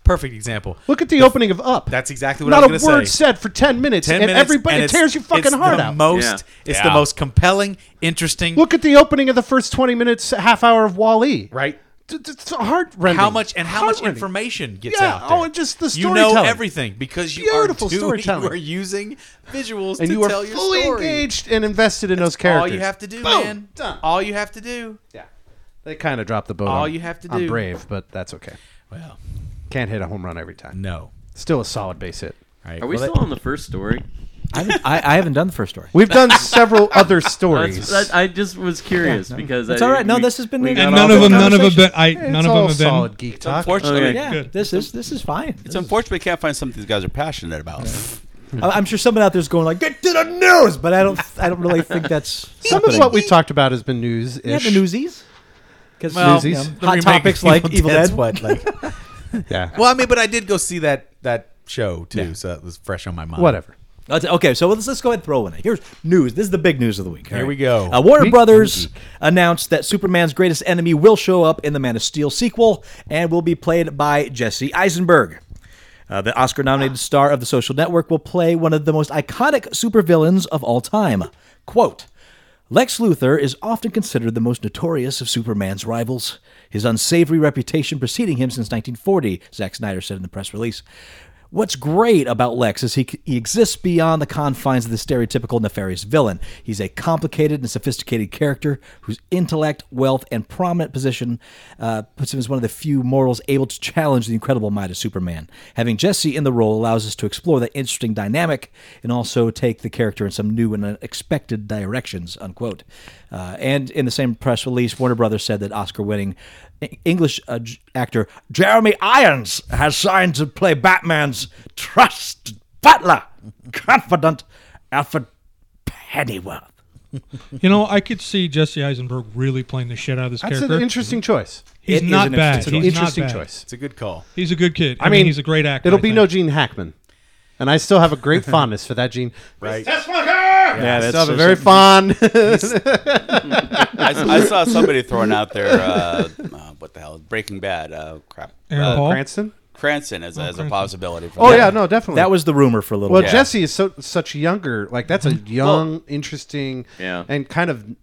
F: perfect example.
D: Look at the, opening of Up.
F: That's exactly what
D: not
F: I was
D: a
F: going
D: word
F: to say.
D: said for ten minutes,
F: 10
D: and
F: minutes
D: everybody
F: and it's-
D: tears your fucking
F: it's
D: heart
F: the
D: out.
F: Most,
C: Yeah.
F: It's the most compelling, interesting.
D: Look at the opening of the first twenty minutes, half hour of Wall-E.
F: right?
D: It's heart rending.
F: How much and how much information gets
D: Yeah,
F: out there?
D: oh, and just the
F: You know
D: storytelling.
F: everything because you
D: Beautiful
F: are doing,
D: storytelling.
F: You are using visuals
D: And
F: to
D: you are
F: tell your
D: fully
F: story.
D: engaged and invested in those characters.
F: All you have to do,
D: Boom,
F: man.
D: Done.
F: All you have to do.
D: yeah. They kind of dropped the boat.
F: All
D: on-
F: you have to
D: on
F: do.
D: Brave, but that's okay.
F: Well,
D: Can't hit a home run every time.
F: no.
D: Still a solid base hit.
F: All right.
C: Are we
F: well,
C: still on the first story?
E: I, haven't- I, I haven't done the first story.
D: We've done several other
C: That's,
D: stories.
C: that, I just was curious because
E: It's
C: I,
E: all right. No,
C: we-
E: this has been
C: we
E: a-
C: got
G: and
E: Not
G: none
C: off
E: all
G: of them,
E: the
G: none of them, been,
E: conversation.
G: I,
D: It's
G: none of
D: all
G: them have been.
D: solid geek talk.
H: Unfortunately,
C: Okay.
E: Yeah, this is this is fine. This
H: it's
E: is-
H: unfortunate we can't find something these guys are passionate about.
E: I- I'm sure someone out there's going like, "Get to the news," but I don't. I don't really think that's
D: Some of what we talked about has been news.
E: Yeah, the newsies. Because
D: Well, Newsies. the
E: hot topics like Evil Dead.
F: What like?
D: Yeah.
F: Well, I mean, but I did go see that that show too, so that was fresh on my mind.
D: Whatever.
E: That's- Okay, so let's, let's go ahead and throw one. in. Here's news. This is the big news of the week. Here
F: we go.
E: Uh, Warner Brothers announced that Superman's greatest enemy will show up in the Man of Steel sequel and will be played by Jesse Eisenberg. Uh, the Oscar nominated star of The Social Network will play one of the most iconic supervillains of all time. Quote Lex Luthor is often considered the most notorious of Superman's rivals, his unsavory reputation preceding him since 1940, Zack Snyder said in the press release. What's great about Lex is he, he exists beyond the confines of the stereotypical nefarious villain. He's a complicated and sophisticated character whose intellect, wealth, and prominent position uh, puts him as one of the few mortals able to challenge the incredible might of Superman. Having Jesse in the role allows us to explore that interesting dynamic and also take the character in some new and unexpected directions. Unquote. Uh, and in the same press release, Warner Brothers said that Oscar-winning Eng- English uh, j- actor Jeremy Irons has signed to play Batman's trusted butler, confidant Alfred Pennyworth.
G: You know, I could see Jesse Eisenberg really playing the shit out of this
D: That's
G: character.
D: an interesting choice.
G: he's
E: It is
G: not
E: an
G: bad.
E: interesting
G: He's
E: choice.
G: not
D: interesting
G: bad.
D: choice.
F: It's a good call.
G: He's a good kid. I, mean, he's a great actor.
D: It'll
G: I
D: be
G: think.
D: no Gene Hackman, and I still have a great fondness for that Gene. Right.
E: Yeah,
D: I still have a very fond.
H: I, I saw somebody throwing out their uh, uh, what the hell Breaking Bad uh, crap
G: Aaron
H: uh,
G: Paul.
D: Cranston.
H: Cranston
F: Oh,
H: as, as a possibility. For
D: Oh
H: that.
D: yeah, no, definitely.
E: That was the rumor for a little
D: Well,
E: bit.
D: Jesse is so such younger. Like that's a
G: Mm-hmm.
D: young, interesting,
C: Yeah.
D: and kind of,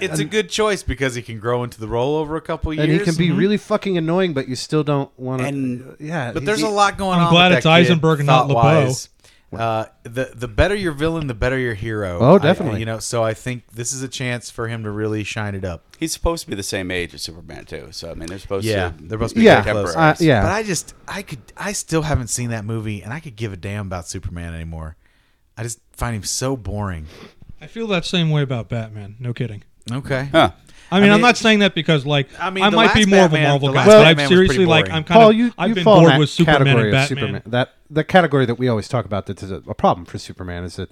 F: It's a good choice because he can grow into the role over a couple years. mm-hmm.
D: and he can be really fucking annoying, but you still don't want to.
F: And-
D: Yeah,
F: But
D: he-
F: there's
D: he-
F: a lot going
G: I'm
F: on.
G: glad
F: with
G: it's
F: that kid,
G: Eisenberg and not
F: thought-wise. Uh, the the better your villain, the better your hero.
D: Oh,
F: I-
D: definitely.
F: you know, so I think this is a chance for him to really shine it up.
H: he's supposed to be the same age as Superman too. So I mean, they're supposed
F: Yeah,
H: to.
F: they're supposed to be
D: Yeah,
H: contemporaries.
D: uh, yeah.
F: But I just, I could, I still haven't seen that movie, and I could give a damn about Superman anymore. I just find him so boring.
G: I feel that same way about Batman. No kidding.
F: Okay.
H: Huh.
G: I mean, I
F: mean,
G: am not
F: it-
G: saying that because like I,
F: I mean, the
G: might be
F: last
G: more
F: Batman-
G: of a Marvel
F: the
G: guy,
F: last
G: but
F: Batman
G: I'm
F: was pretty
G: seriously like
F: boring.
G: I'm kind
D: Paul,
G: of
D: you,
G: I've
D: you
G: been
D: fall in
G: bored
D: that
G: with Superman
D: category
G: and
D: of
G: Batman.
D: Superman. That the category that we always talk about that's a, a problem for Superman is that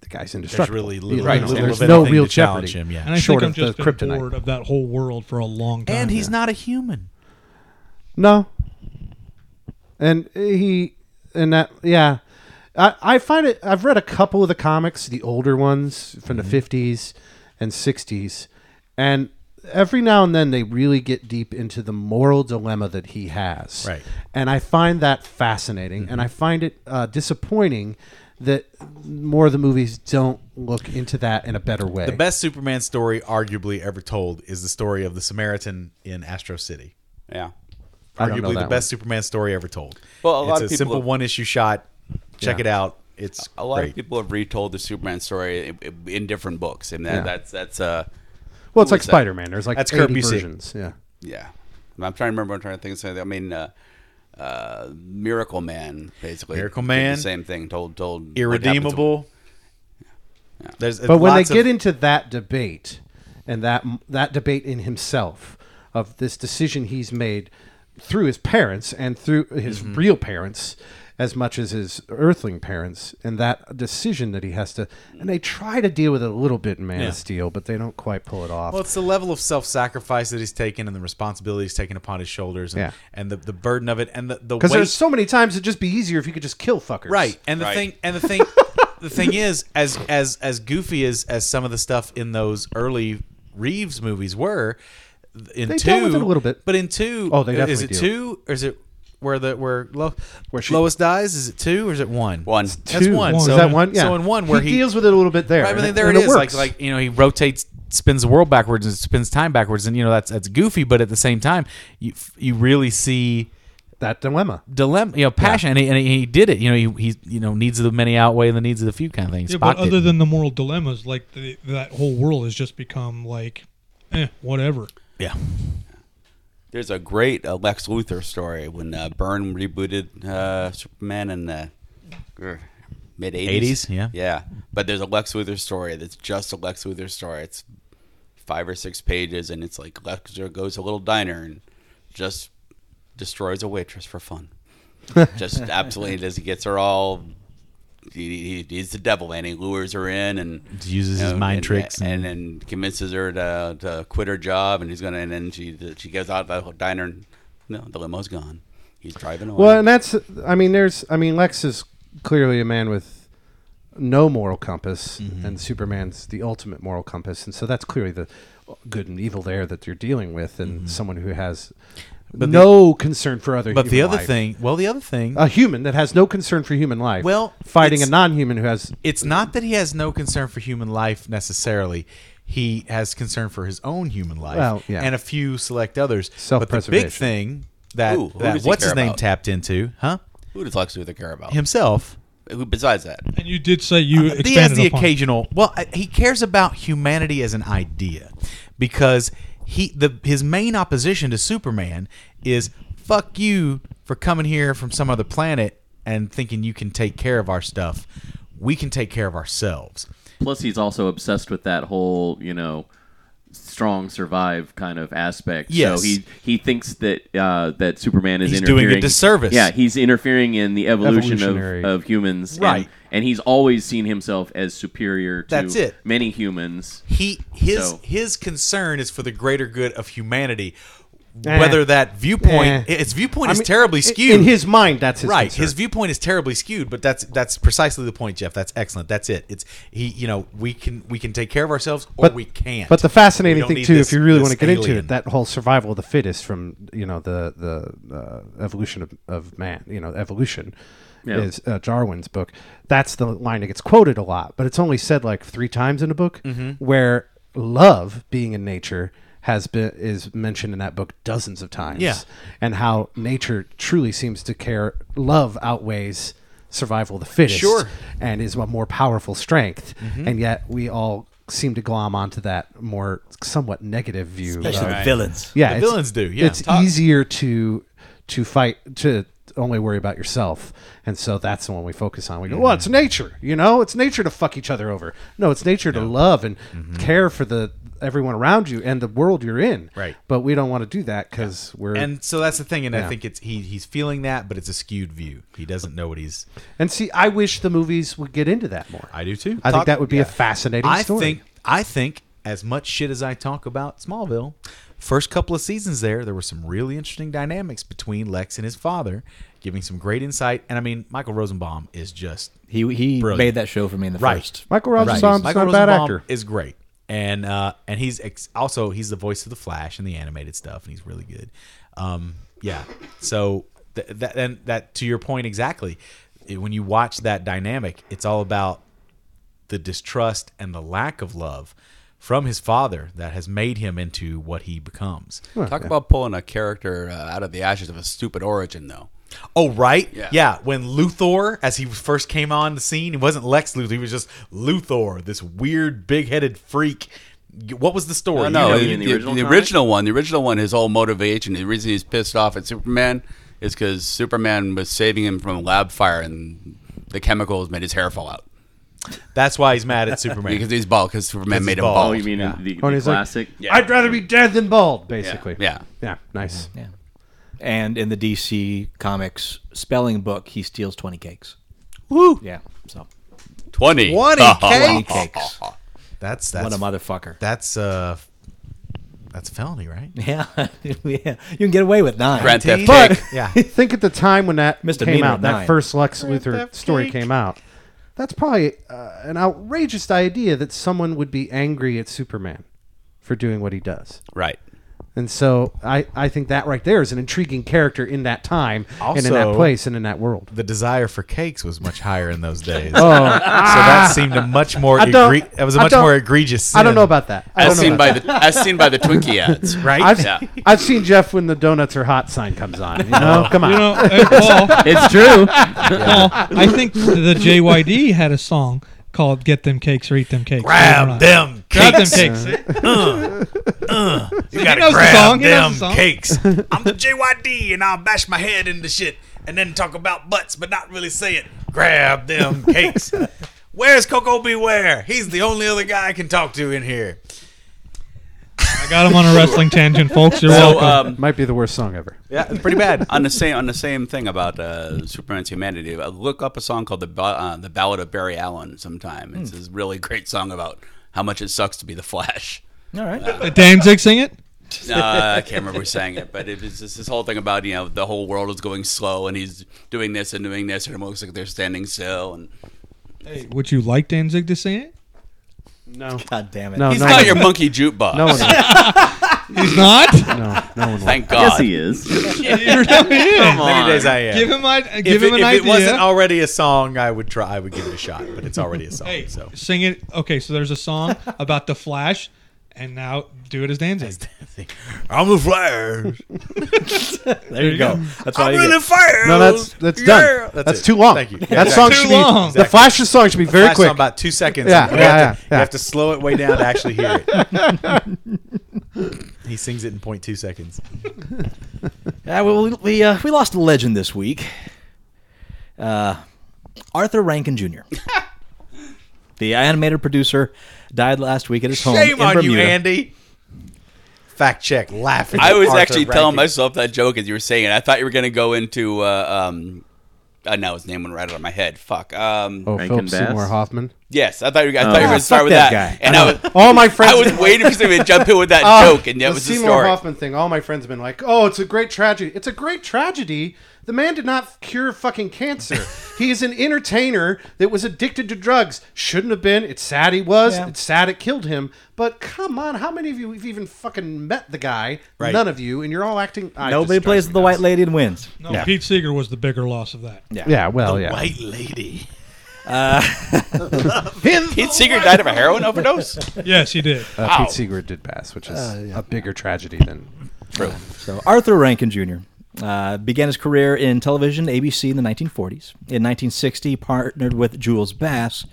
D: the guy's
F: There's
D: indestructible.
F: really
D: You
F: little,
D: know,
H: Right.
F: little
D: there's
F: of
D: no
F: anything
D: real
F: to challenge
D: jeopardy.
F: him. Yeah.
G: And I
D: Short
G: think I'm
D: of the
G: just been
D: kryptonite.
G: bored of that whole world for a long time.
F: and he's not a human.
D: No. And he and that yeah. I, I find it I've read a couple of the comics, the older ones from the
F: Mm-hmm.
D: fifties and sixties, and every now and then they really get deep into the moral dilemma that he has.
F: Right. Mm-hmm.
D: And I find that fascinating and I find it uh, disappointing that more of the movies don't look into that in a better way.
F: The best Superman story, arguably ever told, is the story of the Samaritan in Astro City.
H: Yeah.
D: I don't know
F: Arguably the
D: that
F: best Superman story ever told.
H: Well, a
F: it's
H: lot
F: a
H: of people
F: simple
H: have-
F: one-issue shot. Check it out. It's
H: A lot
F: great.
H: of people have retold the Superman story i- i- in different books, and that,
D: Yeah.
H: that's that's uh,
D: one. Well it's
H: who
D: like
H: is that?
D: Spider Man. There's like
F: That's Kurt
D: 80
F: Busiek.
D: versions. Yeah.
H: yeah. I'm trying to remember. I'm trying to think of something. I mean, uh, uh, Miracle Man basically.
F: Miracle
H: did
F: Man.
H: the same thing. Told told what happened to him.
F: irredeemable. There's
D: but when they
F: lots of-
D: get into that debate and that that debate in himself of this decision he's made through his parents and through his
F: Mm-hmm.
D: real parents as much as his earthling parents and that decision that he has to and they try to deal with it a little bit in man
F: Yeah.
D: of steel but they don't quite pull it off
F: Well, it's the level of self-sacrifice that he's taken and the responsibility he's taken upon his shoulders, and,
D: Yeah.
F: and the, the burden of it, and the the
D: because
F: weight-
D: there's so many times it'd just be easier if you could just kill fuckers
F: right. And the
H: Right.
F: thing, and the thing, the thing is, as as as goofy as as some of the stuff in those early Reeves movies were, in
D: They
F: two
D: dealt with it a little bit.
F: but in two,
D: Oh, they
F: is
D: definitely
F: it
D: do.
F: two or is it where the where Lo,
D: Where
F: where
D: she-
F: Lois dies? Is it two or is it one?
H: One.
F: That's
D: Two.
F: one.
G: One.
D: is
F: So
D: that one yeah
F: So in one where he,
D: deals with it a little bit there
F: Right, but
D: and
F: then there
D: and
F: it is. Like,
D: works.
F: like you know, he rotates, spins the world backwards, and spins time backwards, and you know that's that's goofy. But at the same time, you you really see
D: that dilemma
F: dilemma, you know, passion, and, he, and he did it. You know, he, he you know needs of the many outweigh the needs of the few kind of thing.
G: Yeah,
F: Spock
G: but other
F: didn't.
G: than the moral dilemmas, like the, that whole world has just become like, eh, whatever.
F: yeah,
H: There's a great uh, Lex Luthor story when uh, Byrne rebooted uh, Superman and uh, grr, mid
F: 80s, yeah.
H: yeah. But there's a Lex Luthor story that's just a Lex Luthor story. It's five or six pages, and it's like Lex Luthor goes to a little diner and just destroys a waitress for fun. just absolutely does. He gets her all. He, he, he's the devil, and he lures her in and
F: He uses his mind
H: and,
F: tricks
H: and, and and convinces her to, to quit her job, and he's gonna. And then she she goes out of the diner, and no, the limo's gone. He's driving away.
D: Well, and that's I mean, there's I mean, Lex is clearly a man with no moral compass,
F: Mm-hmm.
D: and Superman's the ultimate moral compass, and so that's clearly the good and evil there that you're dealing with, and someone who has no concern for other.
F: Mm-hmm. But the
D: human
F: other
D: life.
F: thing, well, the other thing,
D: a human that has no concern for human life,
F: Well,
D: fighting a
F: it's-
D: non-human who has
F: it's not that he has no concern for human life necessarily. He has concern for his own human life
D: Well, yeah.
F: and a few select others. But the
D: Self-preservation.
F: big thing that,
H: Ooh, who
F: that
H: does he
F: what's his
H: care
F: name
H: about?
F: tapped into, huh?
H: Who does Lex Luthor care about?
F: Himself.
H: Who besides that?
G: And you did say you
F: Uh, he has
G: expanded
F: the
G: upon-
F: occasional. Well, I- he cares about humanity as an idea because he the his main opposition to Superman is fuck you for coming here from some other planet and thinking you can take care of our stuff. We can take care of ourselves.
C: Plus, he's also obsessed with that whole, you know, strong survive kind of aspect.
F: Yes.
C: So he he thinks that uh, that Superman is
F: He's doing a
C: interfering.
F: disservice.
C: Yeah, he's interfering in the evolution of,
D: Evolutionary.
C: of humans. and-
F: Right.
C: And he's always seen himself as superior to
F: That's it.
C: many humans.
F: He his
C: So-
F: his concern is for the greater good of humanity.
D: Eh.
F: Whether that viewpoint,
D: Eh.
F: its viewpoint
D: I
F: is
D: mean,
F: terribly
D: in-
F: skewed.
D: in his mind. That's his
F: right
D: concern.
F: his viewpoint is terribly skewed but that's that's precisely the point jeff that's excellent that's it it's he you know we can we can take care of ourselves or we can't
D: But the
F: We
D: fascinating
F: don't
D: thing
F: need
D: too,
F: this-
D: if you really
F: this
D: want to get into
F: alien.
D: it, that whole survival of the fittest from you know the the uh, evolution of, of man, you know evolution
C: Yeah.
D: is uh, Darwin's book. That's the line that gets quoted a lot, but it's only said like three times in a book.
F: Mm-hmm.
D: Where love, being in nature, has been is mentioned in that book dozens of times.
F: Yeah.
D: and how nature truly seems to care. Love outweighs survival of the fittest
F: Sure.
D: and is a more powerful strength.
F: Mm-hmm.
D: And yet we all seem to glom onto that more somewhat negative view.
I: Especially
D: of-
I: the villains.
D: yeah,
F: The
D: it's-
F: villains do, yeah.
D: it's easier to to fight to only worry about yourself, and so that's the one we focus on. We go, well,
F: Mm-hmm.
D: it's nature, you know, it's nature to fuck each other over. No, it's nature to love and
F: Mm-hmm.
D: care for the everyone around you and the world you're in.
F: Right.
D: But we don't want to do that because we're
F: and so that's the thing and i
D: Yeah.
F: think it's he he's feeling that but it's a skewed view he doesn't know what he's
D: and see. I wish the movies would get into that more.
F: i do
D: I
F: too Talk-
D: think that would be
F: yeah.
D: a fascinating
F: i
D: story.
F: think i think as much shit as i talk about smallville first couple of seasons there there were some really interesting dynamics between lex and his father giving some great insight and i mean michael rosenbaum is just
E: He he
F: Brilliant.
E: made that show for me in the
F: Right.
E: first.
D: Michael
E: Right.
D: Rosenbaum's
F: Michael
D: not a bad
F: Rosenbaum
D: actor.
F: is great, and uh, and he's ex- also he's the voice of the Flash in the animated stuff, and he's really good. Um, yeah, so th- that and that to your point exactly, it- when you watch that dynamic, it's all about the distrust and the lack of love from his father that has made him into what he becomes.
H: Talk about pulling a character uh, out of the ashes of a stupid origin, though.
F: Oh right,
H: Yeah.
F: When Luthor, as he first came on the scene, he wasn't Lex Luthor; he was just Luthor, this weird, big-headed freak. What was the
H: No,
F: story? You
H: no,
F: know,
H: the,
C: you mean the
H: the-
C: original
H: the
C: comic?
H: original one. The original one. His whole motivation, the reason he's pissed off at Superman, is because Superman was saving him from a lab fire, and the chemicals made his hair fall out
F: That's why he's mad at Superman.
H: because he's bald. Because Superman
F: 'Cause
H: made
F: he's
H: him
F: bald.
H: bald.
C: Oh, you mean the, the
D: Oh, and he's like-
C: classic?
D: I'd rather be dead than bald, basically.
H: Yeah.
D: Yeah, nice.
E: Yeah. And in the DC Comics spelling book, he steals 20 cakes. Woo! Yeah. So
H: Twenty.
F: 20
E: 20
F: cakes.
E: cakes.
F: That's
E: what
F: that's
E: a motherfucker.
F: that's uh that's felony, right?
E: yeah. yeah. You can get away with nine.
H: Grand Theft
D: But
H: Cake.
F: Yeah.
D: think at the time when that came
E: Misdemeanor
D: out, that
E: nine.
D: first Lex Luthor
F: that
D: story
F: cake.
D: came out. That's probably uh, an outrageous idea that someone would be angry at Superman for doing what he does.
H: Right.
D: And so I, I think that right there is an intriguing character in that time and in that
F: Also-
D: place and in that world.
F: The desire for cakes was much higher in those days. oh, so that seemed a much more
D: I don't-
F: egre- that was a
D: I
F: much
D: don't-
F: more egregious. Sin.
D: I don't know about that. I don't
H: As
D: know
H: seen
D: about
H: by
D: that.
H: the as seen by the Twinkie ads.
F: right.
D: I've,
H: Yeah.
D: I've seen Jeff when the donuts are hot sign comes on. You know, come on.
G: You know, hey, Paul,
C: It's true.
G: Paul, I think the JYD had a song called "Get Them Cakes or Eat Them Cakes." Believe it or
F: Grab
G: not.
F: them
G: Grab them
F: cakes.
G: cakes. See?
F: You gotta
G: knows the
F: grab
G: song. He knows
F: them
G: the song.
F: cakes. I'm the JYD and I'll bash my head into shit and then talk about butts, but not really say it. Grab them cakes. Where's Coco Beware? He's the only other guy I can talk to in here.
G: I got him on a wrestling tangent, folks. You're
H: So,
G: welcome.
H: um,
D: Might be the worst song ever.
H: yeah, pretty bad. on the same on the same thing about uh, Superman's humanity. uh, Look up a song called the ba- uh, the Ballad of Barry Allen sometime. It's
D: Hmm.
H: a really great song about how much it sucks to be the Flash.
E: All right.
G: Did Danzig sing it?
H: uh, I can't remember who sang it, but it was just this whole thing about you know the whole world is going slow and he's doing this and doing this and it looks like they're standing still and
G: Would you like Danzig to sing it?
D: No,
E: God damn it.
D: no,
H: he's
D: no,
H: not
D: one,
H: your monkey jukebox.
D: no one. Will.
G: He's not.
D: No, no one. Will.
H: Thank God.
C: Yes, he is.
G: You're not
H: Come
G: here.
H: on.
F: Many days I am.
G: Give him, I-
F: if
G: give him
F: it,
G: an
F: if
G: idea.
F: it wasn't already a song, I would try. I would give it a shot, but it's already a song.
G: Hey,
F: So
G: sing it. Okay, so there's a song about the Flash, and now do it as Danzig.
F: I'm the Flash.
E: There you go. That's all
F: I'm
E: you get.
F: really fire.
D: No, that's that's done. That's,
F: it.
D: too long.
F: Thank you. Yeah,
D: that
F: exactly.
D: song
G: Too
D: should be
G: long.
D: the Flash's song should be very
F: Flash
D: quick.
F: song about two seconds.
D: Yeah,
F: You
D: yeah,
F: have to,
D: yeah, yeah.
F: You have to slow it way down to actually hear it. he sings it in 0.2 seconds.
E: Yeah, well, we we, uh, we lost a legend this week. Uh, Arthur Rankin Jr. the animator producer died last week at his home
F: Shame
E: in
F: on you,
E: Bermuda.
F: Andy. Fact check. Laughing.
H: I
F: at
H: was
F: Arthur
H: actually telling
F: Rankin.
H: myself that joke as you were saying it. I thought you were going to go into. Uh, um, uh, now his name went right out of my head. Fuck. Um,
D: oh,
C: Rankin
D: Philip
C: Bass.
D: Seymour Hoffman.
H: Yes, I thought you, I thought you were
E: Ah,
H: going to start
E: fuck
H: with
E: that
H: that.
E: guy.
H: And I, was,
D: All my friends.
H: I was waiting for somebody to jump in with that
D: Oh,
H: joke, and that was the
D: Seymour
H: story.
D: Hoffman thing. All my friends have been like, "Oh, it's a great tragedy. It's a great tragedy. The man did not cure fucking cancer. he is an entertainer that was addicted to drugs. Shouldn't have been. It's sad he was.
E: Yeah.
D: It's sad it killed him. But come on, how many of you have even fucking met the guy?
F: Right.
D: None of you, and you're all acting. I
E: Nobody
D: just
E: plays
D: drives
E: the
D: me
E: White Lady and wins.
G: No, Pete Seeger was the bigger loss of that.
D: nuts. Yeah, well, yeah.
F: White lady.
H: Pete Seeger died of a heroin overdose.
G: Yes, he did.
D: Uh,
H: Wow.
D: Pete Seeger did pass, which is a bigger tragedy than
E: So Arthur Rankin Jr. Uh, began his career in television, ABC, in the 1940s. In 1960, partnered with Jules Bass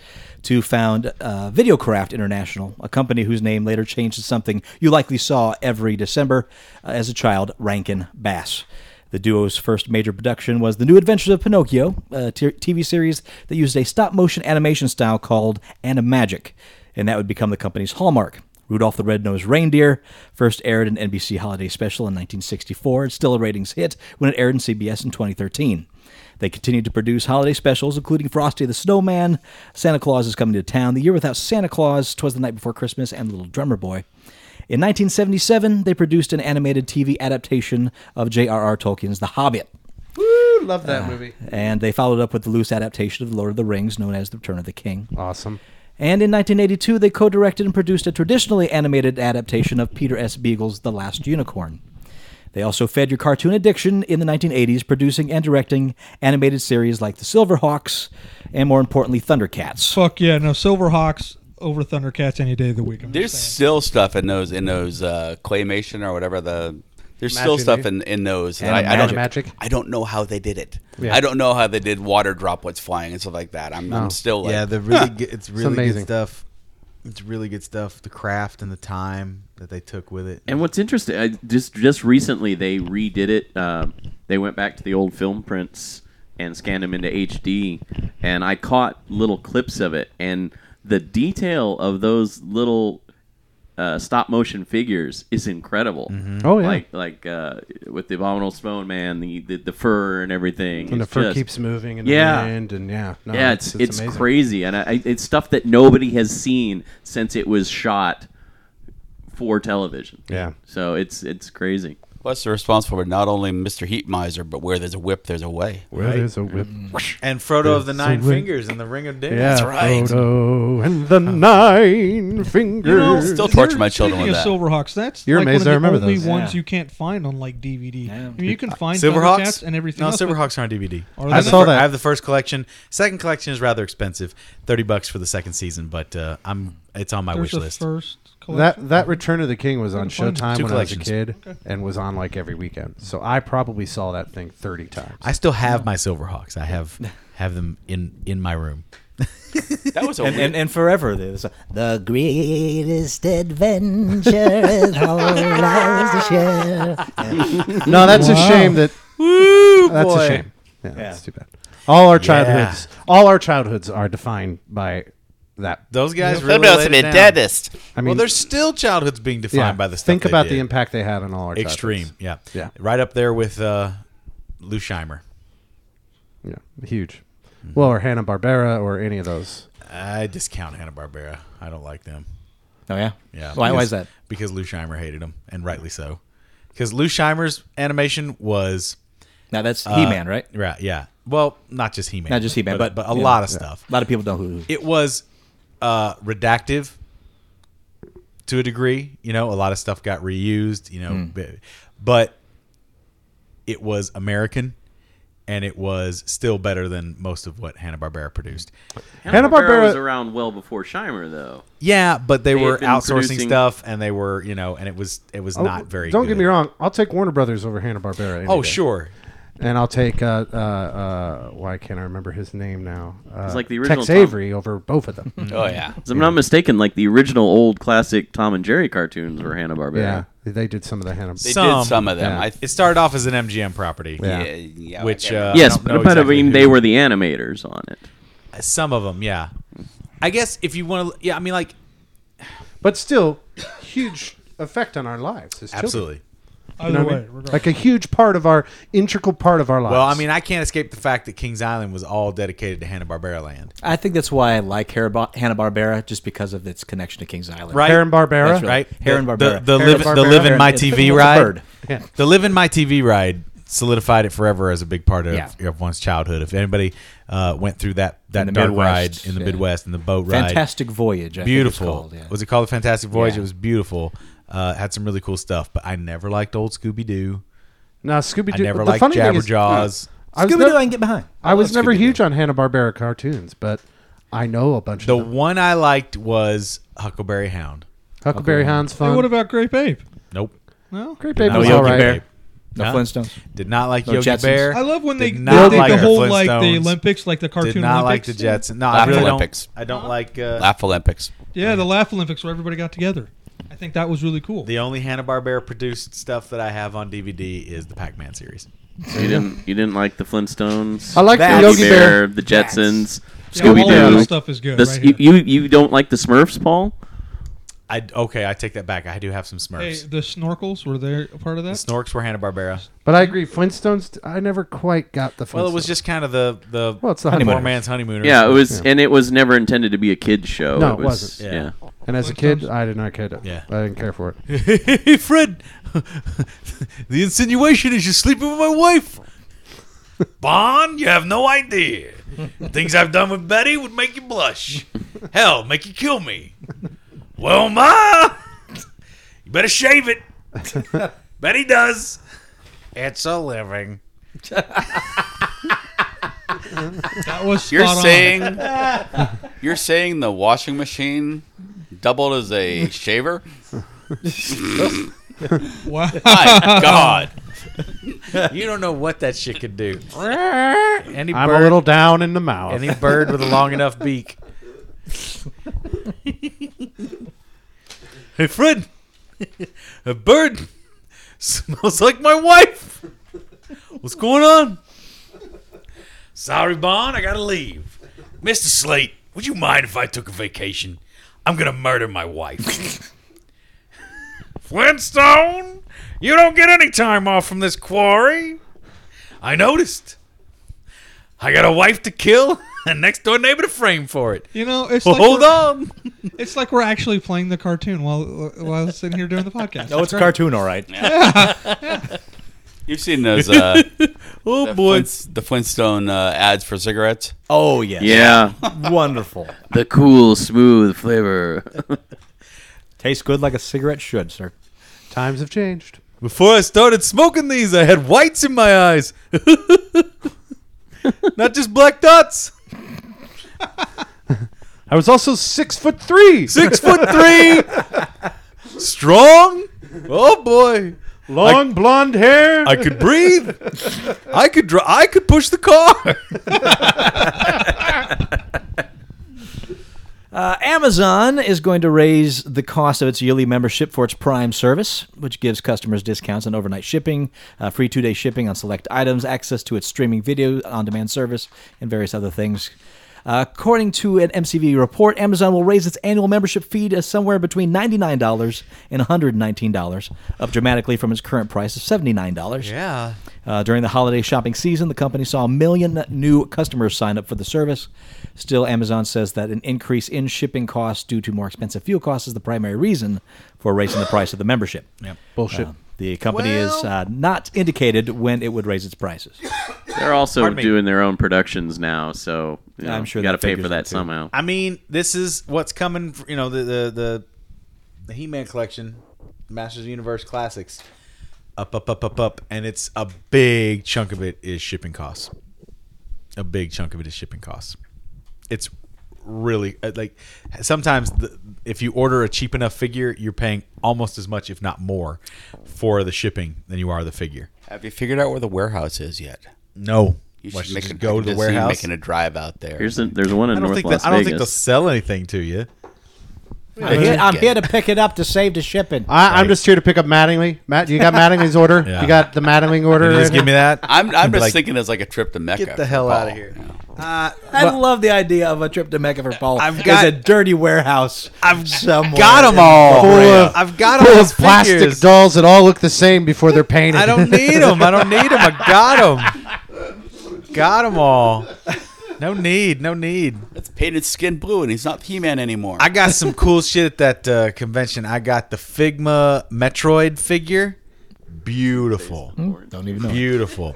E: to found uh, Videocraft International, a company whose name later changed to something you likely saw every December uh, as a child, Rankin Bass. The duo's first major production was The New Adventures of Pinocchio, a t- TV series that used a stop motion animation style called Animagic, and that would become the company's hallmark. Rudolph the Red-Nosed Reindeer first aired an NBC holiday special in 1964. It's still a ratings hit when it aired in CBS in 2013. They continued to produce holiday specials, including Frosty the Snowman, Santa Claus is Coming to Town, The Year Without Santa Claus, Twas the Night Before Christmas, and Little Drummer Boy. In 1977, they produced an animated TV adaptation of J.R.R. Tolkien's The Hobbit
D: love that movie.
E: and they followed up with the loose adaptation of The Lord of the Rings, known as The Return of the King.
D: Awesome.
E: And in 1982, they co directed and produced a traditionally animated adaptation of Peter S. Beagle's The Last Unicorn. They also fed your cartoon addiction in the 1980s, producing and directing animated series like The Silverhawks and, more importantly, Thundercats.
G: Fuck yeah, no Silverhawks over Thundercats any day of the week. I'm
H: There's
G: just saying.
H: still stuff in those in those uh, claymation or whatever the. There's still
D: Magic.
H: stuff in, in those that I, I don't
D: Magic.
H: I don't know how they did it. I don't know how they did water droplets flying and stuff like that. I'm, I'm still like,
F: yeah, the really good, it's really good
D: amazing.
F: stuff. It's really good stuff. The craft and the time that they took with it.
C: And what's interesting, I just just recently they redid it. Uh, they went back to the old film prints and scanned them into HD, and I caught little clips of it. And the detail of those little uh, stop motion figures is incredible.
D: Oh, yeah.
C: like like uh, with the Abominable Stone Man, the, the the fur and everything,
D: And the
C: It's
D: fur
C: just-
D: keeps moving in
C: Yeah.
D: the wind, and yeah, no,
C: Yeah, it's it's,
D: amazing.
C: crazy, and I, I- it's stuff that nobody has seen since it was shot for television.
D: Yeah.
C: so it's it's crazy.
H: plus they're responsible for not only Mr. Heat Miser, but where there's a whip, there's a way.
D: Where there's a whip.
F: And Frodo of the
D: It's a
F: Nine
D: win-
F: Fingers and the Ring of Death.
D: Yeah,
H: right.
D: Frodo and the Nine Fingers.
G: You know,
H: Still torture my
G: speaking
H: children with
G: of
H: that.
G: Silverhawks, that's
D: You're
G: like
D: amazed
G: one
D: I
G: of the
D: remember
G: only
D: those.
G: ones
E: Yeah.
G: you can't find on like DVD.
E: Yeah.
G: I mean, you can find
F: Silverhawks
G: Silverhawks and everything.
F: No,
G: else, but
F: Silverhawks aren't DVD.
G: Are
F: I
G: they
F: saw
D: not?
F: that. I have the first collection. Second collection is rather expensive, thirty bucks for the second season. But uh, I'm it's on my
G: There's
F: wish
G: a
F: list.
G: first collection.
D: that that Return of the King was on
G: find it.
D: Showtime
F: Two
D: when I was a
F: collections.
D: kid, and was on like every weekend. So I probably saw that thing thirty times.
F: I still have my Silverhawks. I have have them in in my room.
H: That was a
E: and,
H: weird-
E: and, and forever. There's a-
J: The greatest adventure is all lives to share.
D: No, that's a shame that. Woo, that's
E: boy.
D: a shame. Yeah, that's too bad. All our childhoods, all our childhoods are defined by that.
F: Those guys really
K: Photos
F: laid
K: of
F: it
K: a
F: down.
K: dentist.
D: I mean,
F: well, there's still childhoods being defined
D: yeah,
F: by the stuff
D: think
F: they
D: about
F: did.
D: the impact they had on all our
F: Extreme,
D: childhoods. Yeah.
F: yeah, right up there with uh, Lou Scheimer.
D: yeah, huge.
F: Mm-hmm.
D: Well, or Hanna Barbera, or any of those.
F: I discount Hanna Barbera. I don't like them.
E: oh yeah,
F: Yeah.
E: Why, why
F: because-
E: is that?
F: Because Lou Scheimer hated him, and rightly so. Because Lou Scheimer's animation was
E: Now that's
F: uh,
E: He Man, right?
F: Right. Yeah. Well, not just He Man.
E: Not just He-Man,
F: but
E: but-
F: a
E: yeah.
F: lot of stuff.
E: A lot of people know who.
F: It was uh, redactive to a degree. You know, a lot of stuff got reused. You know,
E: Hmm.
F: b- but it was American. And it was still better than most of what Hanna Barbera produced.
C: Hanna
D: Hanna-Barbera-
C: Barbera was around well before Shimer, though.
F: Yeah, but they,
C: They had
F: were
C: been
F: outsourcing
C: producing-
F: stuff, and they were, you know, and it was it was not very.
D: Oh, Don't get
F: good.
D: me wrong. I'll take Warner Brothers over Hanna Barbera.
F: Oh, sure.
D: And I'll take uh, uh, uh, why can't I remember his name now? Uh,
C: It's like the original
D: Tex
C: Tom-
D: Avery over both of them.
H: oh yeah,
C: 'Cause I'm not mistaken, like the original old classic Tom and Jerry cartoons were Hanna Barbera.
D: yeah, they did some of the Hanna.
H: they
F: Some,
H: did some of them.
D: yeah.
H: I
F: It started off as an MGM property,
D: Yeah.
H: yeah, yeah,
F: which
H: okay.
F: uh,
C: Yes,
F: I don't know
C: but, but
F: exactly
C: I mean
F: who-
C: they were the animators on it.
F: some of them. Yeah, I guess if you want to, yeah, I mean like
D: But still, huge effect on our lives. as children.
F: absolutely.
G: Either
D: You know
G: way,
D: what I mean?
G: regardless.
D: like a huge part of our integral part of our lives.
F: Well, I mean, I can't escape the fact that Kings Island was all dedicated to Hanna Barbera land,
E: I think that's why I like Hanna Barbera just because of its connection to King's Island.
F: right?
D: Karen Barbera.
E: That's
F: right?
E: Heron
F: The-
E: Barbera.
F: The, the,
D: Heron
F: live, the
D: Barbera.
F: live in
D: Heron-
F: my
D: it's
F: TV
E: a
F: ride.
E: bird.
D: Yeah.
F: The live in my TV ride solidified it forever as a big part of,
E: Yeah.
F: of one's childhood. If anybody uh, went through that that
E: the
F: dirt ride
E: Midwest,
F: in the
E: yeah.
F: Midwest and the boat ride,
E: Fantastic Voyage. I
F: beautiful.
E: Think it's called, yeah.
F: Was it called the Fantastic Voyage?
E: Yeah.
F: It was beautiful. Uh, had some really cool stuff, but I never liked old Scooby Doo.
D: now Scooby
F: I
D: Doo.
F: never
D: the
F: liked
D: funny thing is,
F: Jabberjaws.
D: I was,
E: Scooby-Doo,
D: never,
E: I can get behind.
D: I was never
F: Scooby-Doo.
D: huge on Hanna Barbera cartoons, but I know a bunch
F: The
D: of them.
F: one I liked was Huckleberry Hound.
D: Huckleberry Hound's
G: Hey,
D: fun.
G: what about Grape Ape?
F: Nope.
G: No.
D: Great Babe
F: No
D: was
F: Yogi
D: all right.
F: Bear.
E: No
F: Huh?
E: Flintstones.
F: Did not like
E: No
F: Yogi
E: Jetsons.
F: Bear.
G: I love when they,
F: Did
G: they
F: not
G: did the
F: like
G: whole like the
F: Flintstones.
G: Olympics, like the cartoon
F: Did not like
G: Olympics.
F: the Jetsons. No, I
H: Laugh
F: really
H: Olympics.
F: don't. I don't like. Uh,
H: Laugh Olympics.
G: Yeah, the Laugh Olympics where everybody got together. I think that was really cool.
F: the only Hanna Barbera produced stuff that I have on DVD is the Pac Man series.
C: You didn't you didn't like the Flintstones?
D: I like the
C: Yogi
D: Yogi Bear.
C: the Jetsons,
G: Yeah,
C: Scooby
G: all of
C: Doo.
G: that stuff is good. right here.
C: you, you you don't like the Smurfs, Paul?
F: I okay. I take that back. I do have some
G: Hey,
F: Smurfs.
G: the snorkels were they a part of that?
F: Snorks were Hanna Barbera.
D: But I agree, Flintstones. I never quite got the. Flintstones.
F: Well, it was just kind of the the
D: Well, it's the
F: poor
D: honeymooners.
F: man's honeymooners.
C: Yeah, it was, and it was never intended to be a kids show.
D: No, it
C: was,
D: wasn't.
C: Yeah.
D: And as a kid, I did not care. To,
F: Yeah.
D: I didn't care for it.
F: hey, Fred, the insinuation is you're sleeping with my wife. Bon, you have no idea. Things I've done with Betty would make you blush. Hell, make you kill me. Well, Ma, you better shave it. Betty does. It's a living.
G: That was spot
H: You're
G: on.
H: saying you're saying the washing machine doubled as a shaver?
G: wow.
H: My God.
F: You don't know what that shit could do. Any
D: I'm
F: bird,
D: a little down in the mouth.
F: any bird with a long enough beak. hey, Fred, a bird smells like my wife. What's going on? Sorry, Bond, I gotta leave. Mr. Slate, would you mind if I took a vacation? I'm gonna murder my wife. Flintstone, you don't get any time off from this quarry. I noticed. I got a wife to kill and next door neighbor to frame for it.
G: You know, it's
F: Well,
G: like
F: hold
G: we're-
F: on.
G: It's like we're actually playing the cartoon while while sitting here doing the podcast.
E: Oh, it's a cartoon, all right.
H: You've seen those uh,
F: Oh
H: the,
F: boy.
H: Flint, the Flintstone uh, ads for cigarettes.
E: Oh yes.
C: Yeah,
E: Wonderful.
C: the cool, smooth flavor.
E: Tastes good like a cigarette should, sir.
D: Times have changed.
F: Before I started smoking these, I had whites in my eyes. Not just black dots.
D: I was also six foot three.
F: Six foot three. Strong. Oh boy.
D: Long blonde hair.
F: I could breathe. I could dri I could push the car.
E: Uh, Amazon is going to raise the cost of its yearly membership for its Prime service, which gives customers discounts on overnight shipping, uh, free two day shipping on select items, access to its streaming video on demand service, and various other things. Uh, according to an MCV report, Amazon will raise its annual membership fee to somewhere between $99 and $119, up dramatically from its current price of $79.
F: Yeah.
E: Uh, during the holiday shopping season, the company saw a million new customers sign up for the service. Still, Amazon says that an increase in shipping costs due to more expensive fuel costs is the primary reason for raising the price of the membership.
D: Bullshit.
E: Uh, the company is uh, not indicated when it would raise its prices.
C: They're also
F: Pardon me.
C: doing their own productions now, so you know,
E: I'm sure
C: you got to
E: that
C: pay
E: figures
C: for
E: it,
C: that
E: too.
C: somehow.
F: I mean, this is what's coming. f- You know, the the the, the He Man collection, Masters of the Universe classics, up up up up up, and it's a big chunk of it is shipping costs. A big chunk of it is shipping costs. It's really uh, like sometimes the, if you order a cheap enough figure, you're paying almost as much, if not more, for the shipping than you are the figure.
H: Have you figured out where the warehouse is yet?
F: No,
H: You
F: Why
H: should
F: don't
H: make
F: just
H: a, I
F: go
H: can just
F: to the
H: see you
F: warehouse.
H: Making a drive out there.
C: Here's a, there's one in
F: I don't
C: North
F: think
C: Las
F: that, I don't think they'll
C: Vegas.
F: sell anything to you.
J: I'm, here, I'm here to pick it up to save the shipping.
D: I, I'm just here to pick up Mattingly. Matt, you got Mattingly's order.
F: Yeah.
D: You got the Mattingly order.
F: Just
D: right
F: give me that.
H: I'm, I'm just
F: Like,
H: thinking it's like a trip to Mecca. Oh,
F: Get the
H: for
F: hell
H: Paul.
F: out of here.
H: You know?
E: Uh, I love the idea of a trip to Mecca for Paul.
F: I've got-
E: There's a dirty warehouse. I've somewhere.
F: got 'em all.
D: Full of-
F: I've got
D: full
F: all
D: of plastic
F: figures.
D: dolls that all look the same before they're painted.
F: I don't need them. I don't need them. I got them. Got them all. No need. No need.
H: It's painted skin blue, and he's not He-Man anymore.
F: I got some cool shit at that uh, convention. I got the Figma Metroid figure. Beautiful.
E: Don't even know.
F: Beautiful.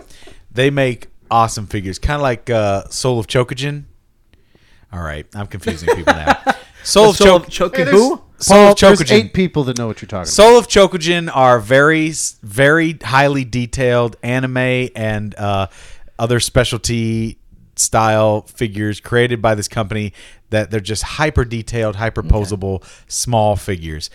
F: They make awesome figures, kind of like uh, Soul of Chocogen. All right, I'm confusing people now. Soul of Chocogen.
E: Choking
D: Hey,
E: who?
F: Soul
D: Paul,
F: of
D: there's
F: Chocogen.
D: eight people that know what you're talking about.
F: Soul of Chokugen are very, very highly detailed anime and uh, other specialty style figures created by this company that they're just hyper detailed, hyper posable, small figures.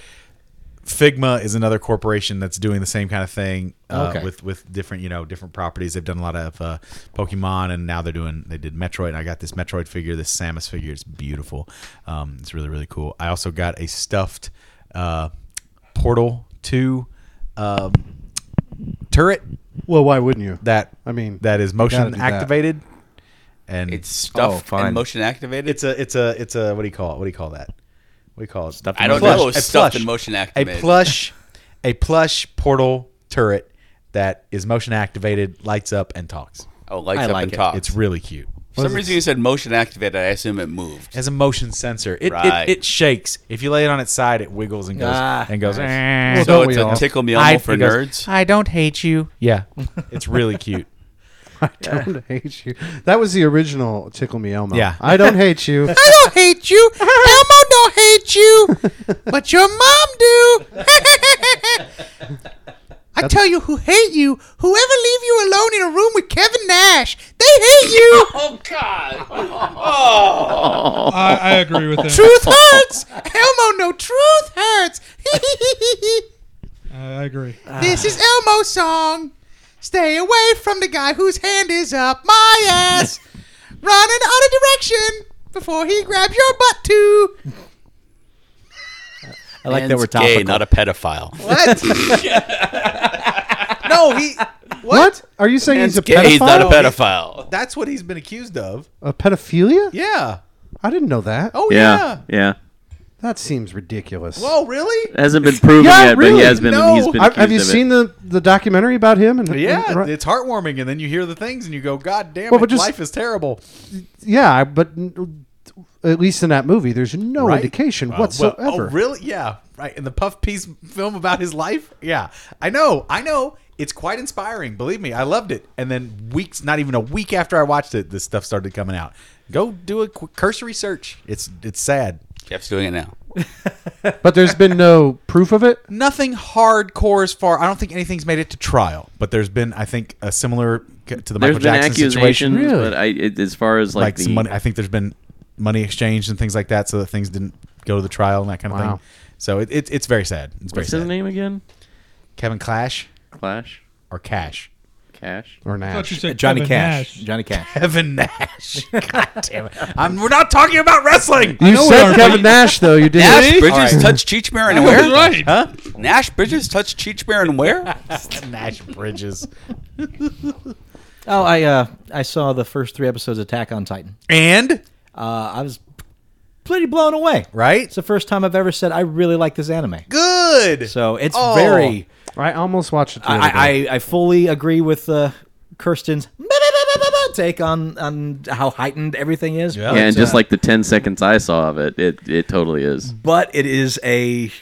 F: Figma is another corporation that's doing the same kind of thing uh,
E: Okay.
F: with with different you know different properties. They've done a lot of uh, Pokemon, and now they're doing they did Metroid. And I got this Metroid figure, this Samus figure. It's beautiful. Um, it's really really cool. I also got a stuffed uh, Portal Two um, turret
D: Well, why wouldn't you?
F: that
D: I mean,
F: that is
D: gotta
F: motion
D: do that.
F: activated, and
H: it's
F: it's
I: Oh,
H: stuffed
I: fine.
H: and motion activated.
F: it's a it's a it's a what do you call it? What do you call that? What do you call it? Stuffed.
H: I don't know. It's stuffed and motion
F: a
H: activated.
F: plush a plush portal turret that is motion activated lights up and talks
H: Oh, lights
E: I
H: up
E: like
H: and
E: it.
H: talks.
F: it's really cute
H: For some reason you said motion activated. I assume it moved.
F: it has a motion sensor it,
H: Right.
F: it, it shakes if you lay it on its side it wiggles and goes
E: Ah,
F: and goes "Eh."
D: Well,
H: So
D: don't
H: it's
D: we
H: a
D: all?
H: tickle me
F: I-
H: elmo for
F: it goes,
H: nerds.
F: i don't hate you yeah it's really cute
D: I don't hate you. That was the original Tickle Me Elmo.
F: Yeah.
D: I don't hate you.
F: i don't hate you elmo don't hate you but your mom do I tell you who hate you, whoever leave you alone in a room with Kevin Nash, they hate you.
H: Oh God!
G: I, I agree with him.
F: truth hurts. Elmo, no truth hurts.
G: I agree.
F: this is Elmo's song. Stay away from the guy whose hand is up my ass. Run in other direction before he grabs your butt too.
E: I like that we're
H: gay,
E: topical.
H: not a pedophile.
F: What? no, he.
D: What? Are you saying he's a pedophile?
H: He's not a pedophile.
F: That's what he's been accused of.
D: A pedophilia?
F: Yeah.
D: I didn't know that.
F: Oh
C: yeah, yeah,
D: That seems ridiculous.
F: Whoa, really?
C: It hasn't been proven
D: Yeah,
C: yet, but
D: really?
C: he has been.
F: No.
C: He's been.
D: I- have you
C: accused of it.
D: seen the, the documentary about him? And and-
F: Yeah,
D: right-
F: it's heartwarming, and then you hear the things, and you go, "God damn
D: Well,
F: it,
D: but just-
F: life is terrible."
D: yeah. I- But n- at least in that movie, there's no
F: Right?
D: indication
F: Uh, well,
D: whatsoever.
F: oh, really? Yeah. Right. In the Puff Piece film about his life? Yeah. I know. I know. It's quite inspiring. Believe me, I loved it. And then weeks, not even a week after I watched it, this stuff started coming out. Go do a qu- cursory search. It's it's sad.
H: Jeff's doing it now.
D: But there's been no proof of it.
F: Nothing hardcore as far. I don't think anything's made it to trial, but there's been, I think, a similar c- to the
C: There's
F: Michael
C: been
F: Jackson situation.
C: accusations, but I, it, as far as like,
F: Like,
C: the
F: some money. I think there's been money exchanged and things like that, so that things didn't go to the trial and that kind of
D: Wow.
F: thing. So it, it, it's very sad. It's very
C: what's
F: sad.
C: his name again?
F: Kevin Clash.
C: Clash.
F: or Cash.
C: Cash.
D: or
G: I thought you
D: Nash.
G: said
E: Johnny
G: Kevin
E: Cash.
G: Nash.
E: Johnny Cash.
F: Kevin Nash. God damn it. I'm, we're not talking about wrestling.
D: You
G: know we
D: said
G: are,
D: Kevin Nash though. You didn't.
H: Nash Bridges touched Cheech Marin and where?
G: That's right.
H: Huh? Nash Bridges touched Cheech Marin where?
F: Nash Bridges.
E: Oh, I uh, I saw the first three episodes of Attack on Titan.
F: And
E: Uh, I was pretty blown away.
F: right,
E: It's the first time I've ever said I really like this anime.
F: good.
E: So it's
F: Oh.
E: very.
D: I almost watched it. the other day.
E: I, I I fully agree with uh, Kirsten's take on on how heightened everything is.
F: Yeah.
C: yeah, and
E: But,
C: just
E: uh,
C: like the 10 seconds I saw of it, it, it totally is.
E: but it is a.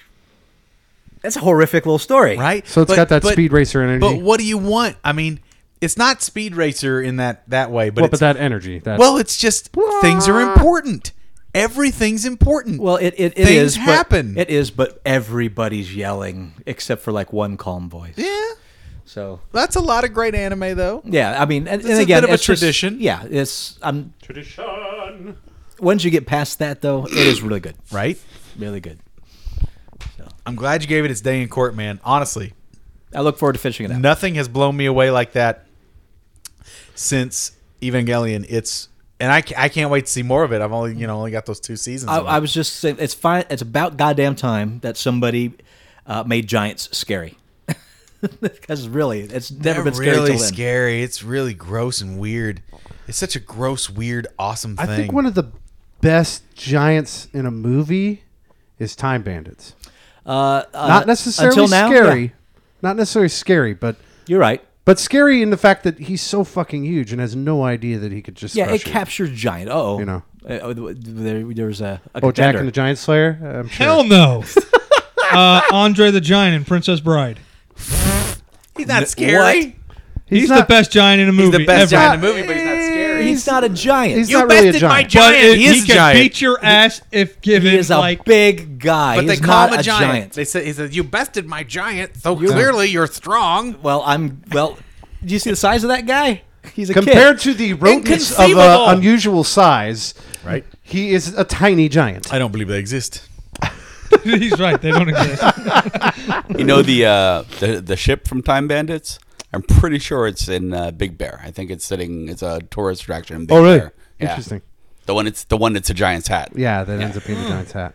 E: That's a horrific little story,
F: right?
D: So it's
F: it's
D: got that speed racer energy.
F: But what do you want? I mean, it's not speed racer in that that way, but
D: well,
F: it's,
D: but that energy. That
F: well, it's just things are important. Everything's important.
E: Well, it it, it
F: Things
E: is, but-
F: happen.
E: it is, but everybody's yelling except for like one calm voice.
F: yeah,
E: So
F: that's a lot of great anime though.
E: yeah, I mean, and, and
F: It's a
E: again,
F: bit of a
E: it's just-
F: tradition.
E: yeah, it's I'm tradition. Once you get past that, though, it is really good,
F: Right?
E: really good.
F: I'm glad you gave it its day in court, man. Honestly,
E: I look forward to finishing it out.
F: nothing has blown me away like that since Evangelion. It's and I, ca- I can't wait to see more of it. I've only you know only got those two seasons.
E: I,
F: of it.
E: I was just saying, it's fine. It's about goddamn time that somebody uh, made giants scary. Because really, it's never
F: They're
E: been scary
F: really
E: till then.
F: scary. It's really gross and weird. It's such a gross, weird, awesome
D: I
F: thing.
D: think one of the best giants in a movie is Time Bandits.
E: Uh, uh,
D: Not necessarily
E: until now,
D: scary.
E: yeah.
D: Not necessarily scary, but
E: you're right.
D: but scary in the fact that he's so fucking huge and has no idea that he could just
E: Yeah,
D: crush
E: it captures giant. Oh,
D: You know.
E: there, there was a, a
D: Oh, Jack and
E: contender.
D: the Giant Slayer. I'm sure.
G: Hell no. uh, Andre the Giant and Princess Bride.
F: he's not scary.
G: He's, the
D: not-
G: best giant in a
F: He's
G: movie.
F: the best
G: ever.
F: guy in the movie, but he's not scary.
E: He's not a giant.
D: He's
E: He's
D: not really a
F: bested my
D: giant.
G: But
F: giant.
G: it-
F: he is
G: he
F: a
G: can
F: uh, giant.
G: beat your ass if given
E: he is a
G: like
E: big guy.
F: but they
E: He's
F: call
E: not
F: him a giant.
E: giant.
F: They said he said you bested my giant, so clearly you're strong.
E: Well, I'm. Well, do you see the size of that guy? He's a
D: Compared
E: kid.
D: to the rodents of uh,
E: Inconceivable.
D: unusual size,
F: Right.
D: He is a tiny giant.
F: I don't believe they exist.
G: he's right. They don't exist.
H: You know the uh, the the ship from Time Bandits. I'm pretty sure it's in uh, Big Bear. I think it's sitting. It's a tourist attraction in Big
D: Oh, really?
H: Bear. Yeah.
D: Interesting.
H: The one it's the one that's a giant's hat.
D: Yeah, that ends up being the giant's hat.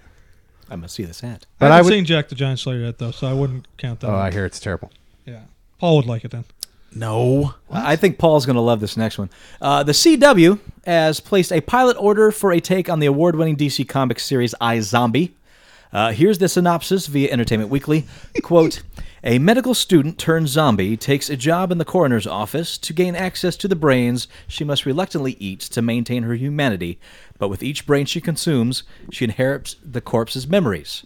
E: I must see this hat.
D: But
G: I
D: I
G: haven't
D: would.
G: seen Jack the Giant Slayer yet though, so I wouldn't count that.
D: oh,
G: one.
D: I hear it's terrible.
G: Yeah, Paul would like it then.
F: No.
E: I think Paul's going to love this next one. Uh, the CW has placed a pilot order for a take on the award winning DC comic series I Zombie. Uh, here's the synopsis via Entertainment Weekly. Quote A medical student turned zombie takes a job in the coroner's office to gain access to the brains she must reluctantly eat to maintain her humanity, but with each brain she consumes, she inherits the corpse's memories.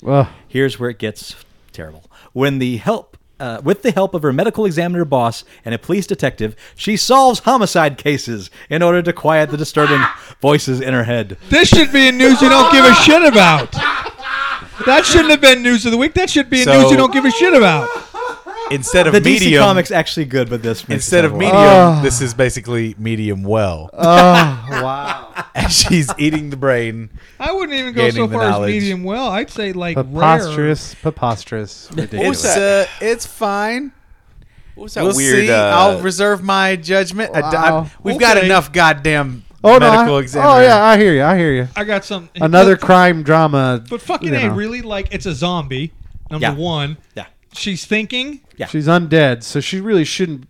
E: Here's where it gets terrible. When the help uh, with the help of her medical examiner boss and a police detective, she solves homicide cases in order to quiet the disturbing voices in her head.
G: This should be in news you don't give a shit about. That shouldn't have been news of the week. That should be in
F: So-
G: news you don't give a shit about.
F: Instead of
E: The DC
F: medium,
E: comics actually good, but this makes it
F: instead of
E: sound worse.
F: medium,
D: Ah.
F: this is basically medium well.
D: Wow.
F: and she's eating the brain.
G: I wouldn't even go
F: Gaining
G: so
F: the
G: far as
F: knowledge.
G: medium well. I'd say like rare.
D: Preposterous. Preposterous.
H: was
F: It's
D: Ridiculous.
H: that?
F: uh, it's fine.
H: What was that
F: we'll
H: weird?
F: see.
H: uh,
F: I'll reserve my judgment. I- I-
D: Wow.
F: we've got
G: Okay.
F: enough goddamn
D: Oh, no.
F: medical
D: I,
F: examiner.
D: oh, yeah. I hear you. I hear you.
G: I got something.
D: Another
G: But,
D: crime drama.
G: but fucking
D: you
G: a
D: know.
G: really like it's a zombie. Number
E: Yeah.
G: one,
E: Yeah.
G: she's thinking.
E: Yeah.
D: She's undead, so she really shouldn't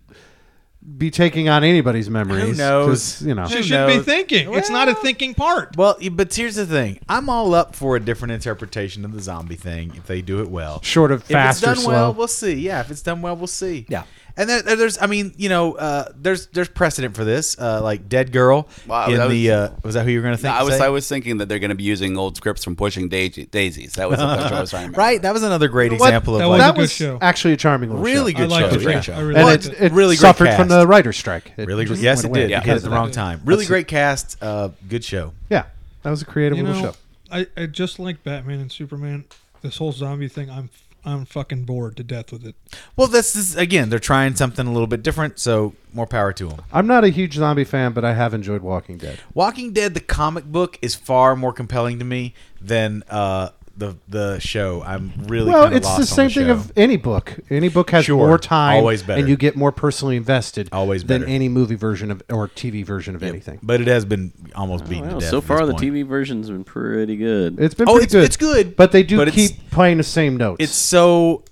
D: be taking on anybody's memories. 'cause,
F: knows?
D: You know.
G: She
F: Who
G: should be
F: knows?
G: thinking. it's not a thinking part.
F: Well, y- but here's the thing. I'm all up for a different interpretation of the zombie thing if they do it well.
D: Short of
F: If it's
D: fast or
F: done
D: slow.
F: well, we'll see. Yeah, if it's done well, we'll see.
E: Yeah.
F: And there, there- there's, I mean, you know, uh, there's there's precedent for this, uh, like Dead Girl
H: Wow,
F: in
H: that was-
F: the uh, was that who you were gonna think?
H: No, I was
F: say?
H: I was thinking that they're going to be using old scripts from Pushing Daisy, Daisies. That was that's what I was trying to remember.
F: right. That was another great example
G: That
F: of
G: was
F: like
G: a good show.
D: actually a charming little
F: really
D: show.
F: good
G: I liked
F: show.
G: it.
H: Great
G: Yeah.
H: show.
G: I really
D: And
G: liked
D: it,
G: it.
D: it
F: Really great
D: suffered from
F: cast.
D: the writer's strike. It
F: Really great.
D: just
F: Yes,
D: went
F: it
D: away
F: did. It
H: Yeah.
F: hit
D: because
F: at the
D: of
F: wrong
D: that.
F: time. Really great cast. Uh, good show.
D: Yeah, that was a creative
G: You
D: little
G: know,
D: show.
G: I, I just like Batman and Superman. This whole zombie thing, I'm I'm fucking bored to death with it.
F: Well, this is again. They're trying something a little bit different, so more power to them.
D: I'm not a huge zombie fan, but I have enjoyed Walking Dead.
F: Walking Dead, the comic book, is far more compelling to me than uh, the the show. I'm really
D: well,
F: kinda
D: it's the
F: lost on
D: same thing
F: show.
D: of any book. Any book has
F: Sure.
D: more time,
F: Always better.
D: and you get more personally invested,
F: Always
D: than
F: better.
D: any movie version of or TV version of anything.
F: but it has been almost beaten
C: Oh,
F: to
C: Well,
F: death.
C: so
F: at
C: far
F: this
C: the
F: point.
C: TV version's been pretty good.
D: It's been
F: Oh,
D: pretty
F: it's-
D: good.
F: it's good,
D: but they do
F: but it's-
D: keep playing the same notes.
F: It's so.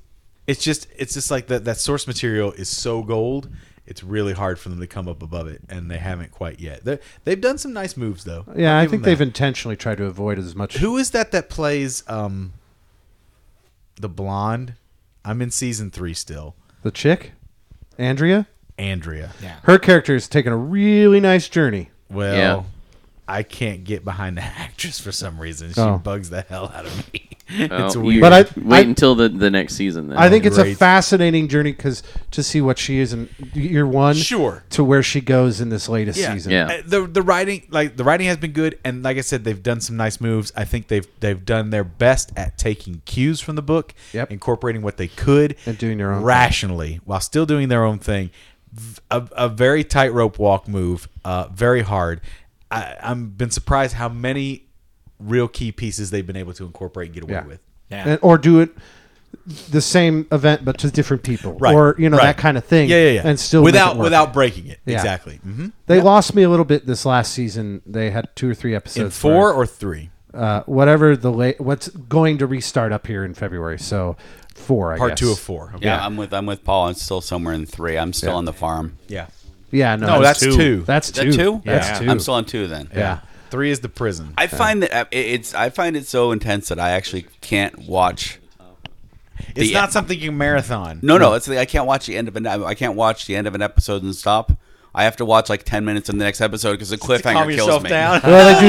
F: It's just. It's just like that. That source material is so gold. It's really hard for them to come up above it, and they haven't quite yet. They're, they've done some nice moves though.
D: yeah,
F: I'll
D: I think
F: give them that.
D: they've intentionally tried to avoid as much.
F: Who is that that plays um the blonde? I'm in season three still.
D: the chick, Andrea,
F: Andrea. Yeah.
D: her character is taking a really nice journey.
F: Well,
C: Yeah.
F: I can't get behind the actress for some reason. She
D: Oh.
F: bugs the hell out of me.
C: Oh,
F: it's
C: you
F: weird.
D: But I-
C: wait until the, the next season.
F: Oh,
C: Then
D: I think it's a
F: Right.
D: fascinating journey because to see what she is in year one,
F: Sure.
D: to where she goes in this latest
F: yeah.
D: season.
C: Yeah.
F: Uh, The the writing like the writing has been good and like I said they've done some nice moves. I think they've they've done their best at taking cues from the book,
D: Yep.
F: incorporating what they could
D: And doing their own thing.
F: rationally while still doing their own thing. V- A, a very tightrope walk move, uh, very hard. I, I'm been surprised how many real key pieces they've been able to incorporate and get away
D: Yeah.
F: with.
D: And- or do it the same event but to different people,
F: Right.
D: or you know
F: right.
D: that kind of thing.
F: Yeah, yeah, yeah.
D: And still make
F: without
D: it work.
F: without breaking it.
D: Yeah.
F: Exactly. hmm
D: They lost me a little bit this last season. They had two or three episodes.
F: In four or three.
D: where, uh, whatever the late, what's going to restart up here in February. So four, I
F: Part
D: guess.
F: two of four. Okay.
H: Yeah, I'm with I'm with Paul. I'm still somewhere in three. I'm still on the farm.
F: Yeah.
D: Yeah, no,
F: No, that's, two.
D: that's
H: Is that two?
D: That's two.
H: I'm still on two then.
D: yeah.
F: Three is the prison.
H: I find that uh, it- it's I find it so intense that I actually can't watch.
F: It's
H: The-
F: not something you can marathon.
H: No, no, it's the, I can't watch the end of an I can't watch the end of an episode and stop. I have to watch like ten minutes in the next episode because the cliffhanger
F: calm
H: kills
F: yourself
H: me.
F: down.
D: Well,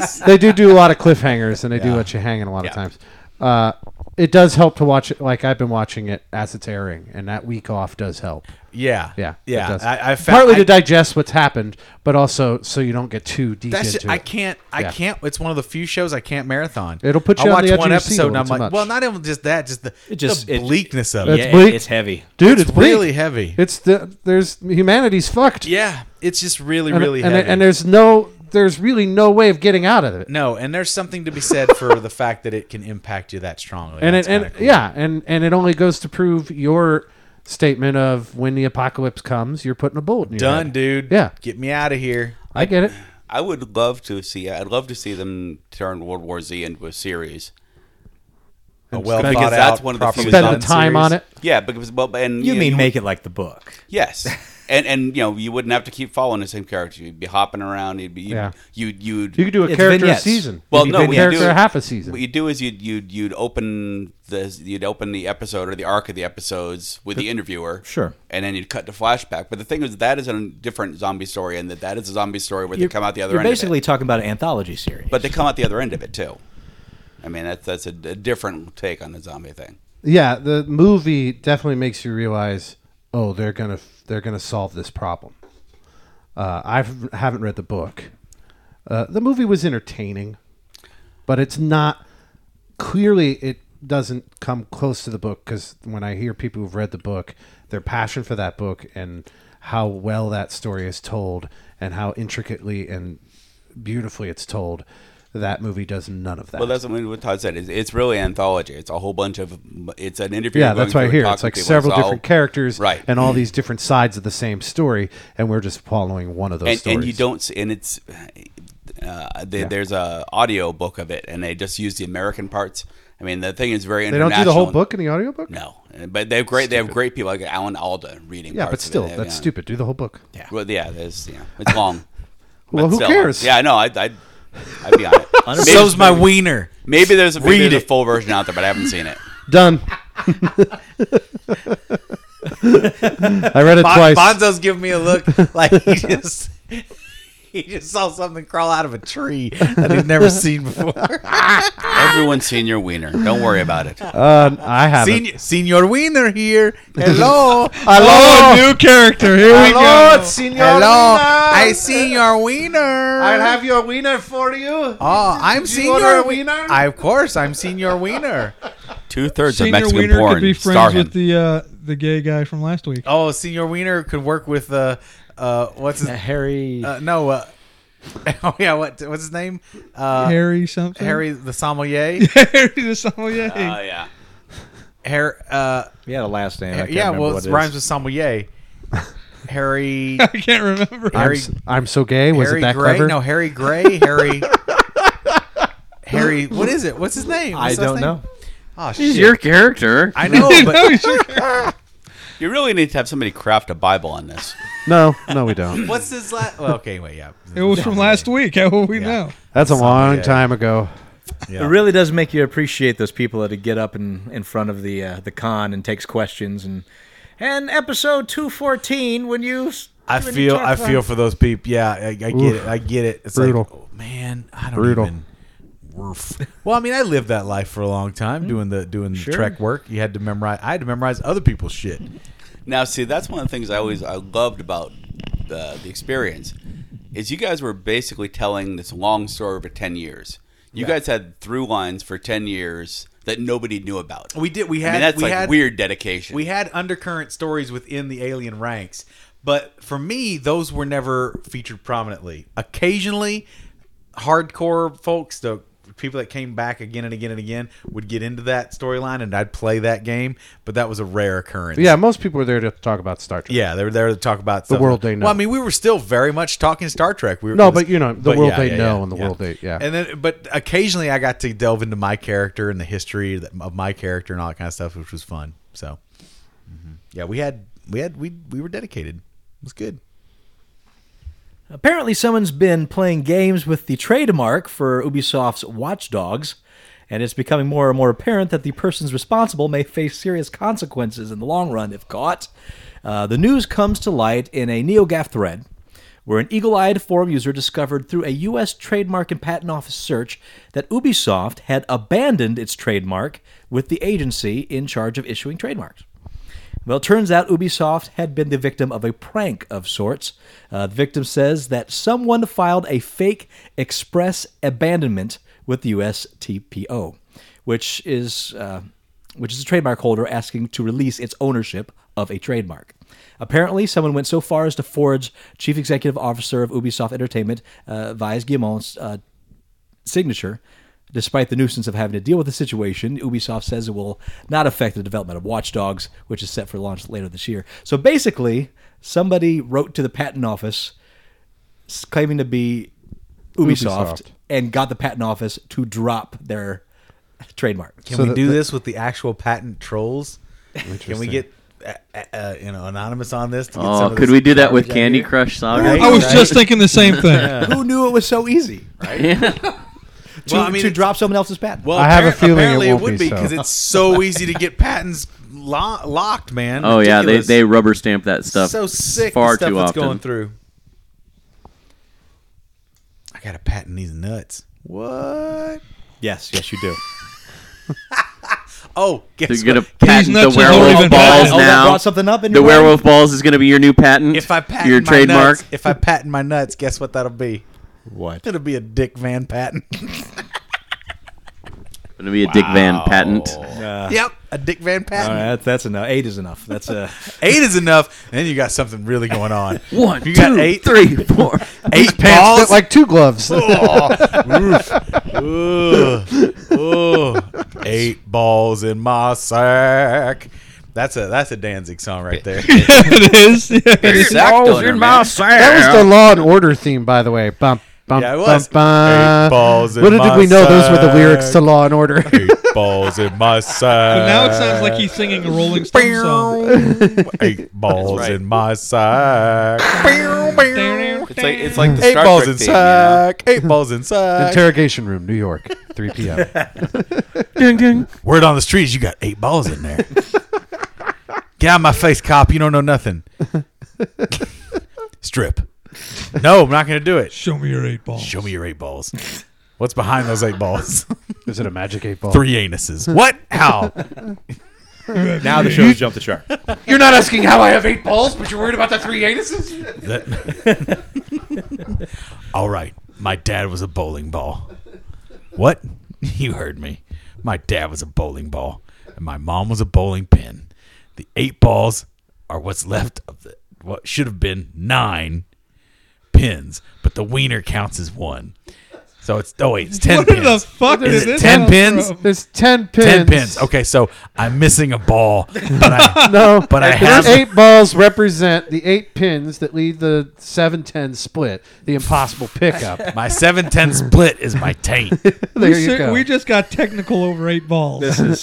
D: they do. they do do a lot of cliffhangers, and they do let you hanging a lot of times. Uh, it does help to watch it. Like I've been watching it as it's airing, and that week off does help.
F: Yeah,
D: Yeah, it
F: yeah.
D: does.
F: I, I found
D: partly
F: I,
D: to digest what's happened, but also so you don't get too deep
F: That's
D: into
F: ju- I
D: it.
F: can't. I
D: Yeah.
F: can't. It's one of the few shows I can't marathon.
D: It'll put you
F: I
D: on
F: watch
D: the edge of
F: one
D: your seat a
F: episode and
D: little
F: I'm
D: too
F: like,
D: much.
F: well, not even just that. Just the
E: just-
F: the
E: it-
F: bleakness of
D: That's
F: it.
E: Yeah,
D: bleak.
E: it's heavy.
D: dude. It's,
F: It's
D: bleak.
F: really heavy.
D: It's the there's humanity's fucked.
F: Yeah, it's just really,
D: and,
F: really
D: and,
F: heavy.
D: and there's no there's really no way of getting out of it.
F: no, and there's something to be said for the fact that it can impact you that strongly.
D: and
F: That's
D: it, and
F: kinda cool.
D: yeah, and and it only goes to prove your statement of when the apocalypse comes, you're putting a bullet in your
F: done,
D: head.
F: dude.
D: Yeah.
F: get me out of here.
D: I get it.
H: I would love to see. I'd love to see them turn World War Z into a series.
F: A well
H: because
F: thought
H: that's
F: out,
H: one of the
F: properly
H: few
D: Spend
H: done
D: the time
F: series.
D: on it.
H: Yeah, because well, and
E: You mean make it like the book?
H: Yes, and and you know you wouldn't have to keep following the same character. You'd be hopping around. You'd be you'd,
D: Yeah.
H: you'd, you'd
D: You could do a
E: It's
D: character
E: vignettes.
D: a season.
H: Well,
D: You
H: no,
D: could do
H: we
D: a character
H: do-
D: a half a season.
H: What you do is you'd you'd you'd open the you'd open the episode or the arc of the episodes with the interviewer,
E: Sure.
H: and then you'd cut to flashback. But the thing is, that is a different zombie story, and that that is a zombie story where they come out the other
E: You're
H: end.
E: basically
H: of
E: talking about an anthology series.
H: it. but they come out the other end of it too. I mean, that's that's a, a different take on the zombie thing.
D: yeah, the movie definitely makes you realize, oh, they're gonna they're gonna solve this problem. Uh, I haven't read the book. Uh, the movie was entertaining, but it's not clearly it doesn't come close to the book because when I hear people who've read the book, their passion for that book and how well that story is told and how intricately and beautifully it's told, that movie does none of that.
H: Well, that's what, I mean, what Todd said. It's, it's really anthology. It's a whole bunch of. It's an interview.
D: yeah, that's why I hear it's like several different characters
H: Right.
D: and all these different sides of the same story, and we're just following one of those
H: and,
D: stories.
H: and you don't see and it's uh, the, there's a audio book of it and they just use the american parts i mean the thing is very
D: they
H: international
D: don't do the whole book in the audiobook?
H: no but they have great they have great people like alan alda reading
D: Yeah,
H: parts of
D: but
H: it.
D: still,
H: They have,
D: that's
H: yeah.
D: stupid. Do the whole book.
H: yeah well, yeah there's you know, it's long But
D: Well, who
H: still,
D: cares?
H: yeah i know i'd, I'd, I'd be on it maybe,
F: So's my wiener.
H: maybe there's, a, maybe
F: Read
H: there's a
F: it.
H: full version out there but i haven't seen it
D: Done. I read it
F: Bon-
D: twice.
F: Bonzo's giving me a look like he just he just saw something crawl out of a tree that he's never seen before.
H: everyone's seen your wiener don't worry about it
D: Uh, I haven't.
F: Senior, Senior Wiener here. Hello.
D: Hello, Oh!
F: new
D: character. Here
F: we go.
D: Senor
F: Hello. I
D: I
F: see your wiener.
D: will have your wiener for you.
F: Oh, I'm Senior
D: order a
F: Wi-
D: wiener?
F: I, of course, I'm Senior Wiener.
H: two-thirds of
G: Senior
H: mexican
G: Wiener
H: porn
G: could be friends
H: star him.
G: with the uh, the gay guy from last week.
F: Oh, Senior Wiener could work with uh, uh what's his
E: Harry.
F: uh, no uh, oh yeah, what what's his name? Uh,
G: Harry something.
F: Harry the sommelier.
G: Harry the sommelier.
F: Uh,
H: Oh yeah.
F: Harry. Uh,
E: He had a last name. I can't
F: yeah,
E: remember
F: well,
E: what
F: it
E: is.
F: rhymes with sommelier. Harry.
G: I can't remember.
D: I'm,
F: Harry-
D: s- I'm so gay. Was
F: Harry
D: it that
F: Gray?
D: clever?
F: No, Harry Gray. Harry. Harry. What is it? What's his name?
E: I
F: What's his
E: don't
F: name?
E: know.
F: Oh shit!
C: He's your character.
F: I know, but
H: You really need to have somebody craft a Bible on this.
D: no, no, we don't.
F: what's his last? Well, okay, wait, yeah.
G: It was from last week. How will we know?
D: That's a long
F: Sommelier.
D: time ago.
E: It really does make you appreciate those people that get up in, in front of the uh, the con and takes questions and and episode two fourteen when you s-
F: I
E: when you
F: feel
E: talk
F: I
E: about-
F: feel for those people. Yeah, I, I get
D: Oof.
F: it. I get it. It's
D: Brutal.
F: like, oh, man, I don't
D: Brutal.
F: even. Woof. Well, I mean, I lived that life for a long time doing the doing the trek work. You had to memorize. I had to memorize other people's shit.
H: Now, see, that's one of the things I always I loved about the, the experience is you guys were basically telling this long story over ten years. You guys had through lines for ten years that nobody knew about.
F: We did. We
H: I
F: had.
H: mean, that's
F: we
H: like
F: had,
H: weird dedication.
F: We had undercurrent stories within the alien ranks, but for me, those were never featured prominently. Occasionally, hardcore folks, the people that came back again and again and again, would get into that storyline, and I'd play that game. But that was a rare occurrence.
D: Yeah, most people were there to talk about Star Trek.
F: Yeah, they were there to talk about the
D: world they know.
F: Well, I mean, we were still very much talking Star Trek. We were,
D: No,
F: it was-
D: but, you know, the world they know and the
F: yeah.
D: world they- yeah.
F: And then, but occasionally I got to delve into my character and the history that- of my character and all that kind of stuff, which was fun. So, mhm. yeah, we had we had we we were dedicated. It was good.
E: Apparently, someone's been playing games with the trademark for Ubisoft's Watch Dogs, and it's becoming more and more apparent that the persons responsible may face serious consequences in the long run if caught. Uh, the news comes to light in a NeoGAF thread where an eagle eyed forum user discovered through a U.S. trademark and patent office search that Ubisoft had abandoned its trademark with the agency in charge of issuing trademarks. Well, it turns out Ubisoft had been the victim of a prank of sorts. Uh, the victim says that someone filed a fake express abandonment with the USTPO, which is uh, which is a trademark holder asking to release its ownership of a trademark. Apparently, someone went so far as to forge Chief Executive Officer of Ubisoft Entertainment, uh, Vise Guillemont's uh, signature. Despite the nuisance of having to deal with the situation, Ubisoft says it will not affect the development of Watch Dogs, which is set for launch later this year. So basically, somebody wrote to the patent office s- claiming to be Ubisoft,
D: Ubisoft.
E: and got the patent office to drop their trademark.
F: Can
D: So
F: we
D: that-
F: do
D: that-
F: this with the actual patent trolls? Can we get uh, uh, you know anonymous on this? To get some
C: Oh,
F: of
C: could
F: this
C: we do that with
F: garbage out
C: Candy
F: here?
C: Crush Saga?
F: Right?
G: I was just thinking the same thing.
E: Who knew it was so easy, right? to,
F: Well, I mean,
E: to
F: it-
E: drop someone else's patent.
F: Well,
D: I have a
F: appar-
D: feeling it
F: apparently
D: won't
F: it
D: be
F: would be
D: so.
F: because it's so easy to get patents lo- locked, man.
C: Oh yeah, they,
F: Ridiculous.
C: they rubber stamp that stuff
F: so sick
C: far
F: the stuff
C: too
F: that's
C: often.
F: going through. I gotta patent these nuts. What?
E: yes, yes, you do.
F: Oh, guess
C: You're gonna
F: what?
C: patent the
G: nuts are
C: werewolf
G: already
C: balls
G: patented.
E: oh, that
C: now.
E: brought something up in
C: The
E: your mind?
C: werewolf balls is gonna be your new patent.
F: If I patent
C: your
F: my
C: trademark,
F: nuts, if I patent my nuts, guess what that'll be?
E: What?
F: It'll be a Dick Van patent.
C: it's gonna be a Dick Van patent.
D: Uh.
F: yep, a Dick Van
E: All
F: patent.
E: right, that- that's enough. Eight is enough. That's a.
F: Eight is enough, and then you got something really going on.
C: One,
F: you got eight,
C: three, four.
F: eight
D: Pants
F: balls.
D: fit like two gloves.
F: Ooh, ooh. eight balls in my sack. That's a that's a Danzig song right there.
G: it is. Yeah, it is.
H: Balls in my
D: That was the Law and Order theme, by the way. Bump, bump,
F: Yeah, it was.
D: bump, bump.
F: Eight balls in
D: Little did
F: my
D: we know those were the
F: sack.
D: lyrics to Law and Order.
F: eight balls in my
G: But
F: sack.
G: now it sounds like he's singing a Rolling Stones song.
F: eight balls in my sack.
H: It's like it's like the
F: eight
H: Star
F: balls
H: Trek
F: in
H: theme, you know?
F: sack. Eight balls in sack.
D: Interrogation room, New York, 3 p.m.
F: Word on the street is you got eight balls in there. Get out of my face, cop. You don't know nothing. Strip. No, I'm not going to do it.
G: Show me your eight ball.
F: Show me your eight balls. What's behind those eight balls?
D: Is it a magic eight ball?
F: Three anuses. What? How?
E: Now the show's jumped the shark.
D: You're not asking how I have eight balls, but you're worried about the three anuses?
F: That- All right. My dad was a bowling ball. What? You heard me. My dad was a bowling ball, and my mom was a bowling pin. The eight balls are what's left of the what should have been nine pins, but the wiener counts as one. So it's oh wait, it's ten
G: What
F: pins.
G: the fuck
F: Is
G: did
F: it
G: this
F: ten
G: come
F: pins?
G: from?
D: There's ten pins.
F: Ten pins. Okay, so I'm missing a ball, but I,
D: No,
F: but I
D: The
F: have
D: eight balls represent the eight pins that lead the 7-10 split, the impossible pickup.
F: my seven ten split is my taint.
D: there
G: we,
D: you
G: ser-
D: go.
G: we just got technical over eight balls.
E: This is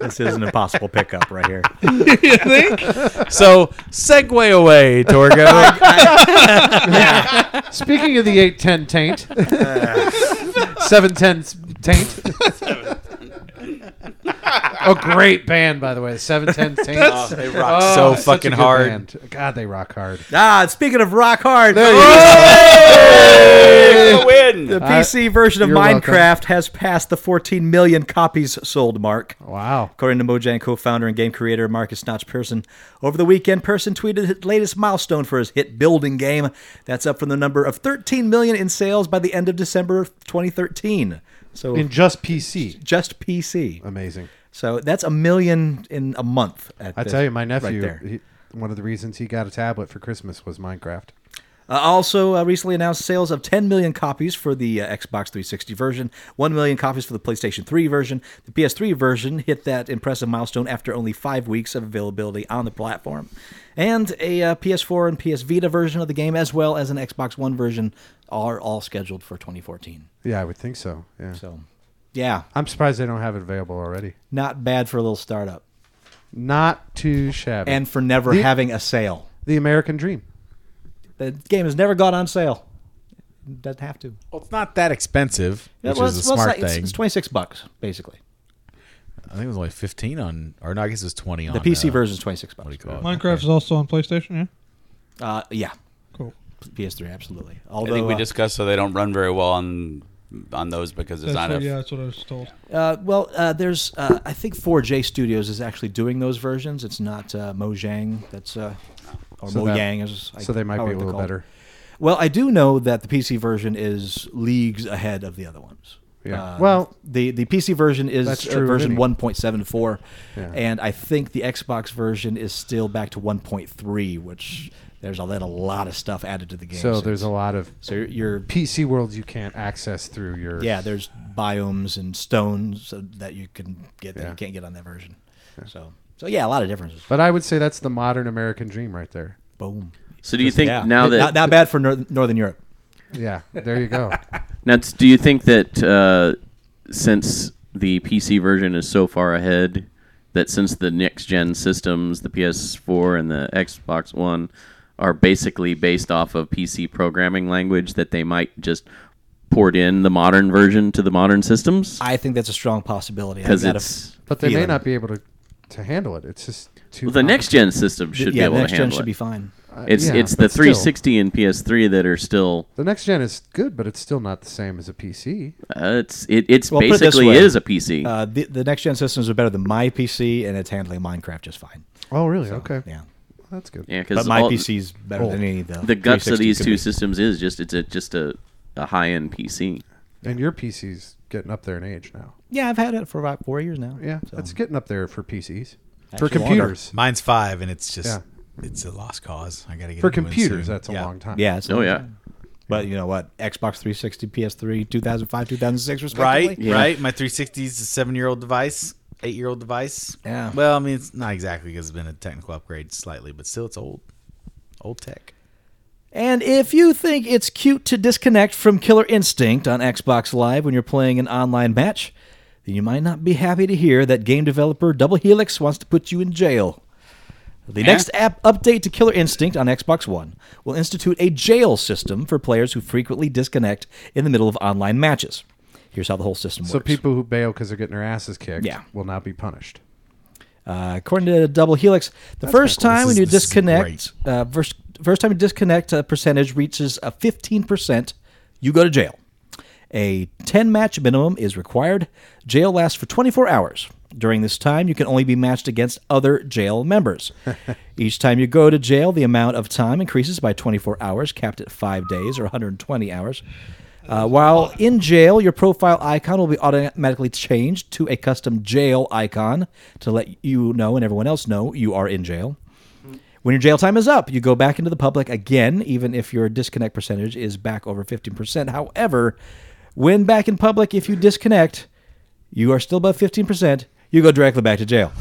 E: this is an impossible pickup right here.
G: you think?
F: So segue away, Torgo.
D: Speaking of the 8-10 taint, 7-10 taint. a great band, by the way. 7-10 taint.
H: They rock.
D: Oh,
F: so
D: it's such a
F: fucking
D: good
F: hard.
D: band. God, they rock hard.
E: Ah, and speaking of rock hard,
H: They win.
E: the PC version of
D: you're welcome.
E: Minecraft has passed the 14 million copies sold mark.
D: Wow.
E: According to Mojang co-founder and game creator Marcus Notch Pearson, over the weekend, Pearson tweeted his latest milestone for his hit building game. That's up from the number of 13 million in sales by the end of December 2013. So
D: In just PC.
E: just PC.
D: Amazing.
E: So that's a million in a month. At
D: I
E: the-
D: tell you, my
E: right
D: nephew,
E: there.
D: he, one of the reasons he got a tablet for Christmas was Minecraft.
E: Uh, also uh, recently announced sales of 10 million copies for the uh, Xbox 360 version, 1 million copies for the PlayStation 3 version. The PS3 version hit that impressive milestone after only five weeks of availability on the platform. And a uh, PS4 and PS Vita version of the game, as well as an Xbox One version, are all scheduled for 2014.
D: Yeah, I would think so. Yeah.
E: So, yeah,
D: I'm surprised they don't have it available already.
E: not bad for a little startup.
D: Not too shabby.
E: And for never
D: The-
E: having a sale.
D: the American Dream.
E: The game has never gone on sale. Doesn't have to.
F: Well, it's not that expensive, which
E: Well,
F: is a
E: it's- well, it's
F: smart
E: not- it's-
F: thing.
E: it's 26 bucks, basically.
F: I think it was only fifteen on, or no, I guess it was twenty on
D: Oh,
E: The PC
F: uh,
E: version is 26 bucks.
F: What do you call it?
G: Minecraft is also on PlayStation. Yeah.
E: Uh, yeah,
G: Cool.
E: PS3, absolutely.
H: I
E: Although,
H: think we
E: uh,
H: discussed so they don't run very well on on those because it's
G: That's
H: not
G: what,
H: a
G: yeah, that's what I was told.
E: uh, well, uh, there's, uh, I think 4J Studios is actually doing those versions. It's not uh, Mojang. That's uh, or
D: So that-
E: Mojang is. I-
D: so they might be
E: however
D: a
E: they're
D: little
E: called.
D: better.
E: Well, I do know that the PC version is leagues ahead of the other ones.
D: Yeah.
E: Uh,
D: Well-
E: the the PC version is
D: That's
E: uh,
D: true of
E: version
D: any.
E: 1.74,
D: Yeah.
E: and I think the Xbox version is still back to 1.3, which there's a, then a lot of stuff added to the game.
D: So
E: since.
D: there's a lot of
E: so you're
D: PC worlds you can't access through your.
E: Yeah, there's biomes and stones uh, that you can get that
D: Yeah.
E: you can't get on that version. So, so yeah, a lot of differences.
D: But I would say that's the modern American Dream right there.
E: Boom.
C: So do you think
E: Yeah.
C: now that
E: not, not bad for nor- Northern Europe.
D: Yeah, there you go.
C: Now, t- do you think that uh, since the PC version is so far ahead, that since the next gen systems, the PS4 and the Xbox One, are basically based off of PC programming language, that they might just port in the modern version to the modern systems?
E: I think that's a strong possibility. I
C: Because
E: think that
C: it's
D: But they may
E: Feeling.
D: not be able to to handle it. It's just too.
C: well, the next gen system
E: if-
C: should
E: yeah,
C: be
E: the
C: able
E: next
C: to
E: gen
C: handle
E: should
C: it.
E: be fine.
C: It's
D: Uh, yeah,
C: it's the
D: but still.
C: 360 and PS3 that are still
D: The next gen is good, but it's still not the same as a PC.
C: uh, it's it, it's
E: Well, put it this
C: basically
E: way.
C: is a PC.
E: Uh, the, the next gen systems are better than my PC, and it's handling Minecraft just fine.
D: Oh, really? okay,
E: Yeah,
D: that's good.
C: yeah, 'cause
E: but my
C: all-
E: PC's better than any of the.
C: the guts of
E: 360
C: these
E: could
C: two
E: be.
C: systems is just it's a just a, a high end PC.
D: And your PC's getting up there in age now.
E: Yeah, I've had it for about four years now.
D: Yeah,
E: So-
D: it's getting up there for PCs, for
E: Actually longer.
D: computers,
F: Mine's five, and it's just
D: Yeah.
F: it's a lost cause. I gotta get
D: for
F: a new one
D: computers.
F: soon.
D: That's a
F: Yeah.
D: long time.
E: yeah. It's
C: Oh yeah,
E: But you know what? Xbox 360, PS3, 2005, 2006, respectively.
F: right, right. My 360 is a seven-year-old device, eight-year-old device.
E: Yeah.
F: Well, I mean, it's not exactly because it's been a technical upgrade slightly, but still, it's old, old tech.
E: And if you think it's cute to disconnect from Killer Instinct on Xbox Live when you're playing an online match, then you might not be happy to hear that game developer Double Helix wants to put you in jail.
F: Eh?
E: The next app update to Killer Instinct on Xbox One will institute a jail system for players who frequently disconnect in the middle of online matches. Here's how the whole system
D: So
E: works.
D: people who bail because they're getting their asses kicked
E: Yeah.
D: will not be punished.
E: Uh, according to Double Helix, the first
F: kinda cool.
E: time
F: This
E: when you
F: is- this is
E: disconnect, uh, first, first time you disconnect uh, percentage reaches a 15%, you go to jail. A 10 match minimum is required. Jail lasts for 24 hours. During this time, you can only be matched against other jail members. Each time you go to jail, the amount of time increases by 24 hours, capped at five days or 120 hours. Uh, while in jail, your profile icon will be automatically changed to a custom jail icon to let you know and everyone else know you are in jail. When your jail time is up, you go back into the public again, even if your disconnect percentage is back over 15%. However, when back in public, if you disconnect, you are still above 15%, you go directly back to jail.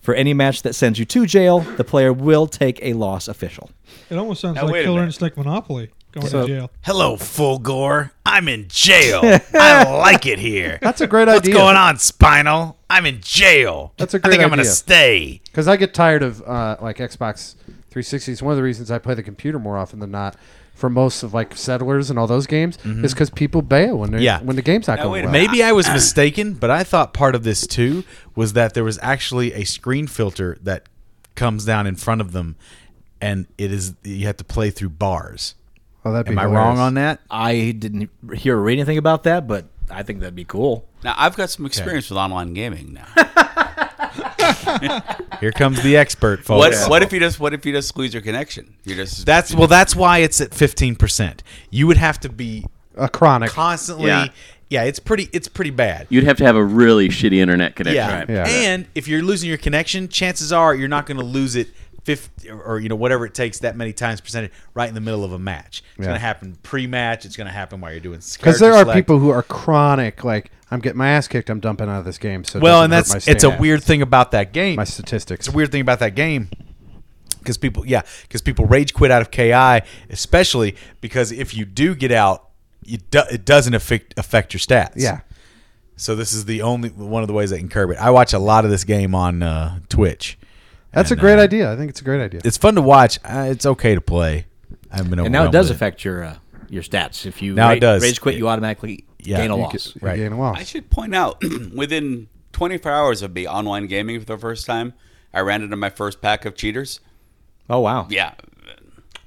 E: For any match that sends you to jail, the player will take a loss official.
G: It almost sounds
H: Now, wait
G: like
H: a
G: Killer
H: minute.
G: Instinct Monopoly going
E: So-
G: to jail.
F: Hello, Fulgore. I'm in jail. I like it here.
D: That's a great
F: What's
D: idea.
F: What's going on, Spinal? I'm in jail.
D: That's a
F: I think
D: great
F: I'm gonna
D: idea.
F: stay.
D: Because I get tired of uh, like Xbox 360. It's one of the reasons I play the computer more often than not. For most of like Settlers and all those games, is because people bail when they're
F: Yeah.
D: when the game's not going
H: wait a
D: well.
F: Maybe I was mistaken, but I thought part of this too was that there was actually a screen filter that comes down in front of them, and it is you have to play through bars.
D: Oh, that'd be
F: Am I
D: hilarious.
F: wrong on that?
E: I didn't hear or read anything about that, but I think that'd be cool.
H: Now I've got some experience with online gaming now.
F: Here comes the expert, folks.
H: What, what if you just what if you just lose your connection? You just
F: That's well. That's why it's at fifteen percent. You would have to be
D: A chronic.
F: constantly.
C: Yeah.
F: Yeah. it's pretty. It's pretty bad.
C: You'd have to have a really shitty internet connection.
F: yeah.
D: Yeah.
F: and if you're losing your connection, chances are you're not going to lose it fifty or, or, you know whatever it takes that many times percentage right in the middle of a match. It's
D: Yeah.
F: going to happen pre-match. It's going to happen while you're doing
D: Because there
F: character
D: are
F: select.
D: people who are chronic. Like I'm getting my ass kicked. I'm dumping out of this game. So it
F: Well,
D: doesn't
F: and
D: hurt
F: that's
D: my
F: it's a
D: stats.
F: weird thing about that game.
D: my statistics.
F: It's a weird thing about that game because people, yeah, because people rage quit out of KI, especially because if you do get out, it, do, it doesn't affect affect your stats.
D: Yeah.
F: So this is the only one of the ways they can curb it. I watch a lot of this game on uh, Twitch.
D: That's
F: And,
D: a great
F: uh,
D: idea. I think it's a great idea.
F: It's fun to watch. Uh, it's okay to play. I've been
I: And now it
F: overwhelmed
I: does
F: with
I: affect your uh, your stats. If you
F: Now it
I: ra-
F: does.
I: rage quit, you automatically
F: Yeah.
I: gain a
F: You
I: loss.
D: You're
F: right.
D: getting a loss.
H: I should point out within 24 hours of me online gaming for the first time, I ran into my first pack of cheaters.
E: Oh wow!
H: Yeah,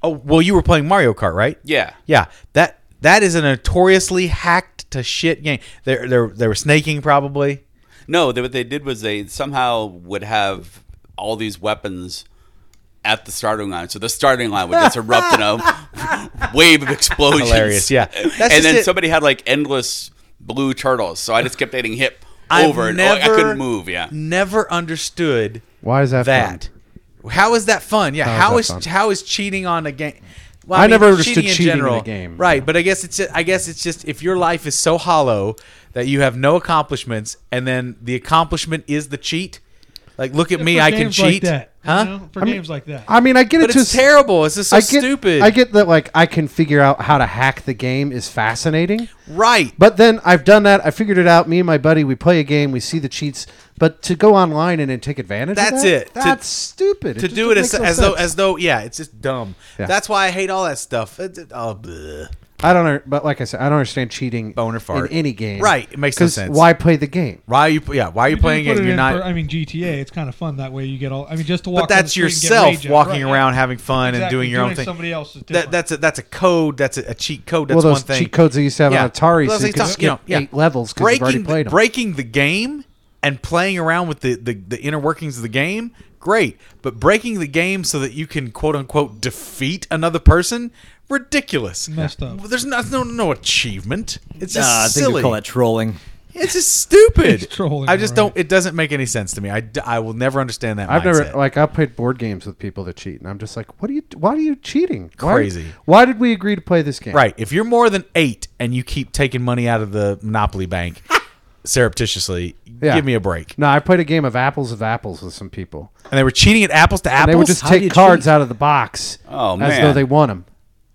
F: Oh well, you were playing Mario Kart, right?
H: yeah.
F: Yeah, that that is a notoriously hacked to shit game. There, there, they were snaking probably.
H: No, they, what they did was they somehow would have all these weapons at the starting line. So the starting line would just erupt in a wave of explosions.
F: Hilarious, yeah. That's just
H: and then
F: it.
H: somebody had like endless blue turtles. So I just kept hitting hip
F: I've
H: over and over. I couldn't move. Yeah.
F: never understood
D: Why is that
F: that.
D: fun?
F: How is that fun? Yeah,
D: How
F: how
D: is
F: is,
D: that fun?
F: how is cheating on a game? Well,
D: I never understood cheating in a game.
F: right? But I guess it's I guess it's just if your life is so hollow that you have no accomplishments, and then the accomplishment is the cheat. Like, look at me,
G: For
F: I can
G: games like
F: cheat,
G: that, you
F: huh?
G: know, For
D: mean-
G: games like that.
D: I mean, I get
F: But
D: it. to
F: it's
D: a s-
F: terrible. It's just so
D: I get,
F: stupid.
D: I get that. Like I can figure out how to hack the game is fascinating.
F: right,
D: But then I've done that. I figured it out. Me and my buddy, we play a game. We see the cheats. But to go online and then take advantage.
F: That's
D: of that,
F: it. To-
D: That's stupid.
F: to
D: just
F: do it
D: makes
F: as,
D: no
F: as though
D: sense.
F: as though yeah, it's just dumb.
D: Yeah.
F: That's why I hate all that stuff. It- it- oh, bleh.
D: I don't. un- But like I said, I don't understand cheating
F: Boner fart.
D: in any game.
F: Right, it makes no
D: 'Cause
F: sense.
D: Why play the game?
F: Why are you? Yeah, why are you,
G: You
F: playing
G: do put
F: it?
G: it
F: You're
G: in
F: not.
G: for- I mean, GTA. It's kind of fun that way. You get all. I mean, just to walk.
F: but
G: on the
F: that's
G: street and get
F: yourself
G: rage at.
F: walking
G: Right, yeah.
F: around having fun and
G: Exactly,
F: doing your own
G: it
F: thing.
G: Somebody else is
F: that,
G: different.
F: that's a that's a code. That's a, a cheat code. That's
D: well,
F: one
D: those
F: thing.
D: cheat codes that you used to have on Atari, so you
F: Those things
D: could
F: talk-
D: skip
F: you know, yeah.
D: eight levels because you've
F: breaking
D: already played them.
F: breaking the game and playing around with the, the the inner workings of the game. Great, but breaking the game so that you can quote unquote defeat another person. Ridiculous.
G: Messed up.
F: Well, There's no, no no achievement. It's just
E: Uh, I think
F: silly.
E: we call that trolling.
F: It's just stupid.
G: It's trolling,
F: I just
G: all
F: don't. It doesn't make any sense to me. I, d- I will never understand that.
D: I've never
F: mindset.
D: like I played board games with people that cheat, and I'm just like, what are you? Why are you cheating? Why-
F: Crazy.
D: Why, did we agree to play this game?
F: Right. If you're more than eight and you keep taking money out of the Monopoly Bank surreptitiously,
D: Yeah.
F: give me a break.
D: No, I played a game of apples of apples with some people,
F: And they were cheating at apples to apples.
D: and they would just
E: How do you
D: take cards
E: cheat?
D: out of the box
H: Oh,
D: as
H: man.
D: though they won them.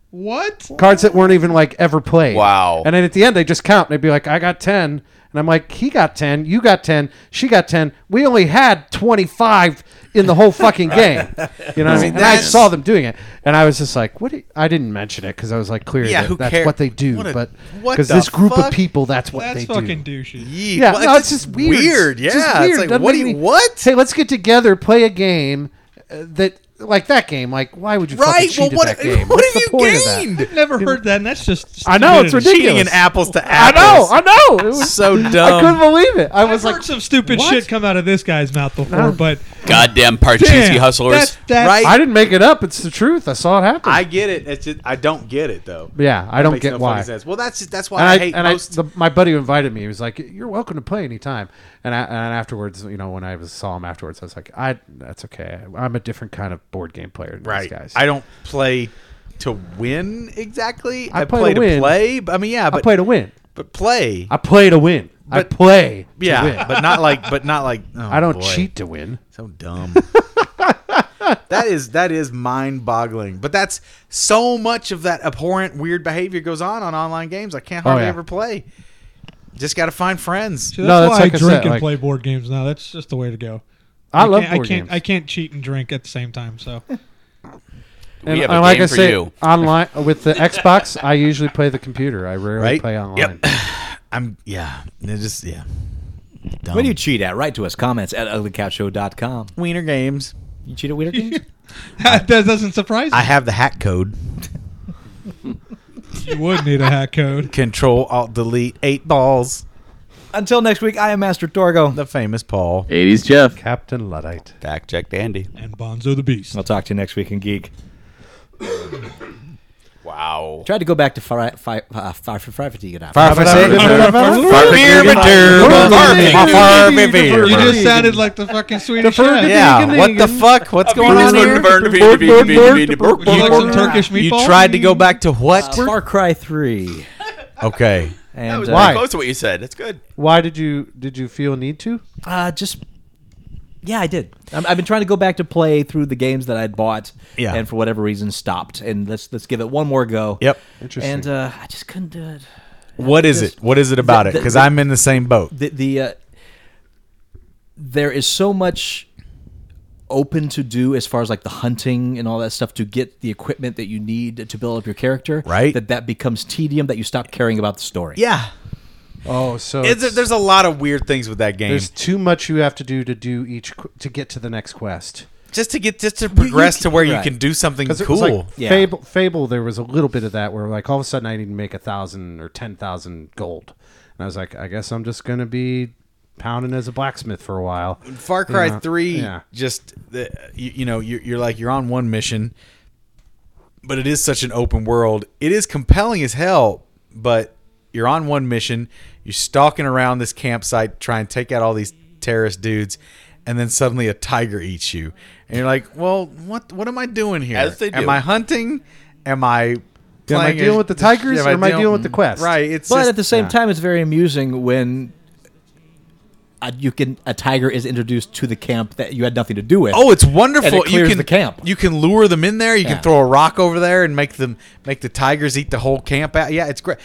G: what?
D: Cards that weren't even like ever played.
H: Wow.
D: And then at the end, they just count. And they'd be like, I got ten, and I'm like, he got ten, you got ten, she got ten. We only had twenty five in the whole fucking game. You know what I mean? And I
F: that's-
D: saw them doing it, and I was just like, what? do you- I didn't mention it because I was like, clear
F: Yeah,
D: that
F: who
D: that's
F: care-
D: what they do,
F: what a-
D: but
F: what
D: because
F: the
D: this group
F: fuck?
D: of people, that's what they
G: That's fucking
D: do.
G: douchey.
F: Yeesh.
D: Yeah,
F: Well,
D: no, it's just weird.
F: Yeah,
D: just
F: it's
D: weird.
F: like
D: Doesn't
F: what?
D: make
F: Do you,
D: any-
F: what?
D: Hey, let's get together, play a game uh, that like that game. Like, why would you fucking
F: Right.
D: cheat
F: Well,
D: at
F: what?
D: that game?
F: What
D: What's
F: have
D: the
F: you
D: point of that?
F: gained?
G: I've never heard that, and that's just.
D: I know, it's
G: stupidity.
F: Cheating in
D: Ridiculous.
F: apples to
D: I know,
F: apples.
D: I know. It was
F: So
D: I couldn't
F: dumb.
D: believe it. I
G: I've
D: was
G: heard
D: like,
G: some stupid
D: what?
G: shit come out of this guy's mouth before,
D: No.
G: but
H: goddamn Parcheesi
I: Damn,
H: hustlers.
I: that- that-
H: right?
D: I didn't make it up. It's the truth. I saw it happen.
F: I get it. It's just, I don't get it though.
D: Yeah, I
F: That
D: don't
F: makes
D: get
F: no
D: why.
F: fucking sense. Well, that's just, that's why
D: and
F: I,
D: I,
F: hate
D: and
F: most.
D: I, the, my buddy who invited me. He was like, "You're welcome to play anytime." And I, and afterwards, you know, when I was, saw him afterwards, I was like, "I that's okay. I'm a different kind of board game player than
F: right.
D: these guys.
F: I don't play to win exactly.
D: I
F: I,
D: play
F: play,
D: to
F: to
D: win.
F: play. but- I mean, yeah,
D: I
F: but
D: play to win.
F: but play.
D: I play to win. I
F: But-
D: play. to win.
F: yeah, but not like but not like. oh,
D: I don't
F: boy.
D: cheat to win.
F: So dumb. that is that is mind boggling. But that's so much of that abhorrent weird behavior goes on on online games. I can't hardly
D: Oh, yeah.
F: ever play. Just got to find friends.
I: See,
D: No,
I: that's
D: that's
I: why
D: like I
I: I drink
D: said,
I: and
D: like-
I: play board games now. That's just the way to go.
D: I, love
I: can't,
D: board
I: I can't,
D: games.
I: I can't cheat and drink at the same time. So
H: We have a
D: and like
H: game
D: I
H: for
D: said,
H: you.
D: online with the Xbox, I usually play the computer. I rarely
F: Right?
D: play online.
F: I'm yeah. It just yeah.
G: What do you cheat at? Write to us. Comments at uglycouchshow.com.
F: Wiener games.
G: You cheat at Wiener Games?
I: that doesn't surprise me.
F: I have the hack code.
I: you would need a hack code.
F: Control Alt Delete eight balls.
G: Until next week, I am Master Torgo.
F: The famous Paul.
C: 80s Jeff.
D: Captain Luddite.
H: Fact checked Andy.
I: And Bonzo the Beast.
G: I'll talk to you next week in Geek.
H: Wow.
E: Tried to go back to fire, fire, uh, fire, fire fatigue. and I-
I: You just sounded like the fucking Swedish chef.
F: Yeah, what the fuck? What's going on here?
I: You like some Turkish
F: You
I: meatball?
F: tried to go back to
G: Uh,
F: what?
G: Far Cry 3.
F: Okay.
G: And,
H: That was
G: uh,
H: pretty close to what you said. That's good.
D: Why did you did you feel need to?
E: Uh, just yeah, I did. I'm, I've been trying to go back to play through the games that I'd bought,
F: Yeah.
E: and for whatever reason stopped. And let's let's give it one more go.
F: Yep.
D: Interesting.
E: And uh, I just couldn't do it.
F: What is it? What is it about it?
E: the-
F: Because
E: the-
F: I'm in the same boat.
E: The the uh, there is so much open to do as far as like the hunting and all that stuff to get the equipment that you need to build up your character.
F: Right.
E: That that becomes tedium that you stop caring about the story.
F: Yeah.
D: oh, so
F: It's,
D: it's-
F: there's a lot of weird things with that game.
D: There's too much you have to do to do each qu- to get to the next quest.
F: just to get just to progress to where you
E: right.
F: can do something
D: Because
F: cool.
D: like
E: Yeah.
D: Fable, Fable, there was a little bit of that where like all of a sudden I need to make a thousand or ten thousand gold, and I was like, I guess I'm just gonna be pounding as a blacksmith for a while.
F: Far Cry
D: Yeah.
F: Three,
D: Yeah.
F: just the, you, you know, you're, you're like you're on one mission, but it is such an open world. It is compelling as hell, but you're on one mission. You're stalking around this campsite, trying to take out all these terrorist dudes, and then suddenly a tiger eats you, and you're like, "Well, what? What am I doing here?
H: As they do.
F: Am I hunting? Am I?"
D: Am I
F: playing
D: dealing
F: a-
D: with the tigers, or am I dealing with the quest?
F: Right. It's
E: But
F: just-
E: at the same time, it's very amusing when a, you can a tiger is introduced to the camp that you had nothing to do with.
F: Oh, it's wonderful.
E: And it
F: you
E: clears
F: can
E: the camp.
F: You can lure them in there. You
E: Yeah.
F: can throw a rock over there and make them make the tigers eat the whole camp out. Yeah, it's great.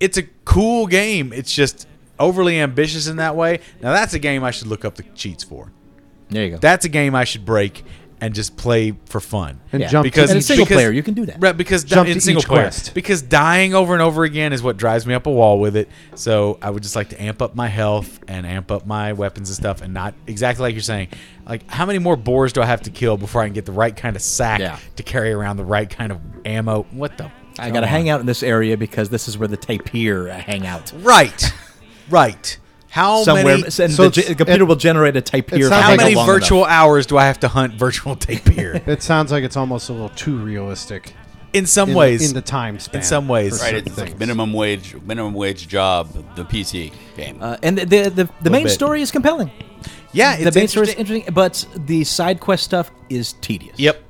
F: It's a cool game. It's just overly ambitious in that way. Now that's a game I should look up the cheats for.
E: there you go.
F: That's a game I should break and just play for fun.
D: And
E: Yeah.
D: jump
F: Because-
E: and
D: to
E: in
D: each-
E: single
F: because-
E: player, you can do that.
F: Right, because di-
D: Jump to
F: in single
D: each
F: player.
D: quest.
F: Because dying over and over again is what drives me up a wall with it. So I would just like to amp up my health and amp up my weapons and stuff, and not exactly like you're saying. Like, how many more boars do I have to kill before I can get the right kind of sack
E: Yeah.
F: to carry around the right kind of ammo? What the?
E: I
F: Oh.
E: got to hang out in this area because this is where the tapir hang out.
F: Right, right. How
E: Somewhere,
F: many?
E: and the,
D: it's-
E: ge- the computer
D: it-
E: will generate a tapir.
D: sounds
F: How
D: like
F: many
D: a
F: virtual hours do I have to hunt virtual tape here?
D: It sounds like it's almost a little too realistic
F: in some
D: in,
F: ways,
D: in the time span.
F: some ways.
D: for
H: Right,
D: certain
H: it's like
D: things.
H: minimum wage, minimum wage job, the PC game.
E: Uh, and the the, the, the main
F: bit.
E: story is compelling.
F: yeah,
E: the
F: it's
E: main story is
F: interesting.
E: interesting, but the side quest stuff is tedious.
F: Yep.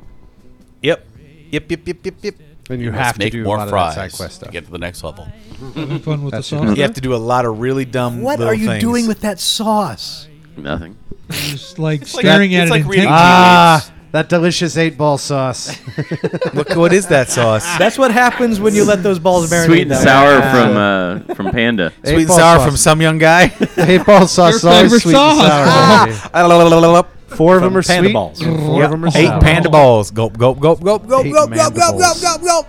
F: Yep. Yep. Yep. Yep. Yep. Yep.
D: Then you,
H: Let's
D: have to
H: make
D: do a
H: more
D: lot
H: fries
D: of that side quest
H: to
D: stuff.
H: get to the next level.
I: Having fun with
D: That's
I: the
D: it.
I: sauce.
F: You have to do a lot of really dumb.
E: What
F: little
E: are you
F: things.
E: doing with that sauce?
C: Nothing.
I: Just like
H: like-
I: staring at
H: it's
I: it.
H: like reading-
I: intently.
D: Ah, that delicious eight ball sauce.
F: Look, what is that sauce?
E: That's what happens when you let those balls marinate.
C: Sweet and
E: that way.
C: sour from uh, from Panda.
F: Sweet
D: Eight
F: and
D: ball
F: sour
D: sauce.
F: from some young guy.
D: eight ball sauce.
I: Your
D: is always
I: favorite
D: sweet and
I: sauce.
D: sour,
I: Ah.
D: baby.
F: Eight
D: Four of them are
E: Panda
D: sweet.
E: balls.
D: and Four of them are sour.
F: panda balls. Gulp, gulp, gulp, gulp, gulp,
D: Eight
F: gulp, gulp,
D: panda
F: gulp, gulp,
D: balls.
F: gulp, gulp.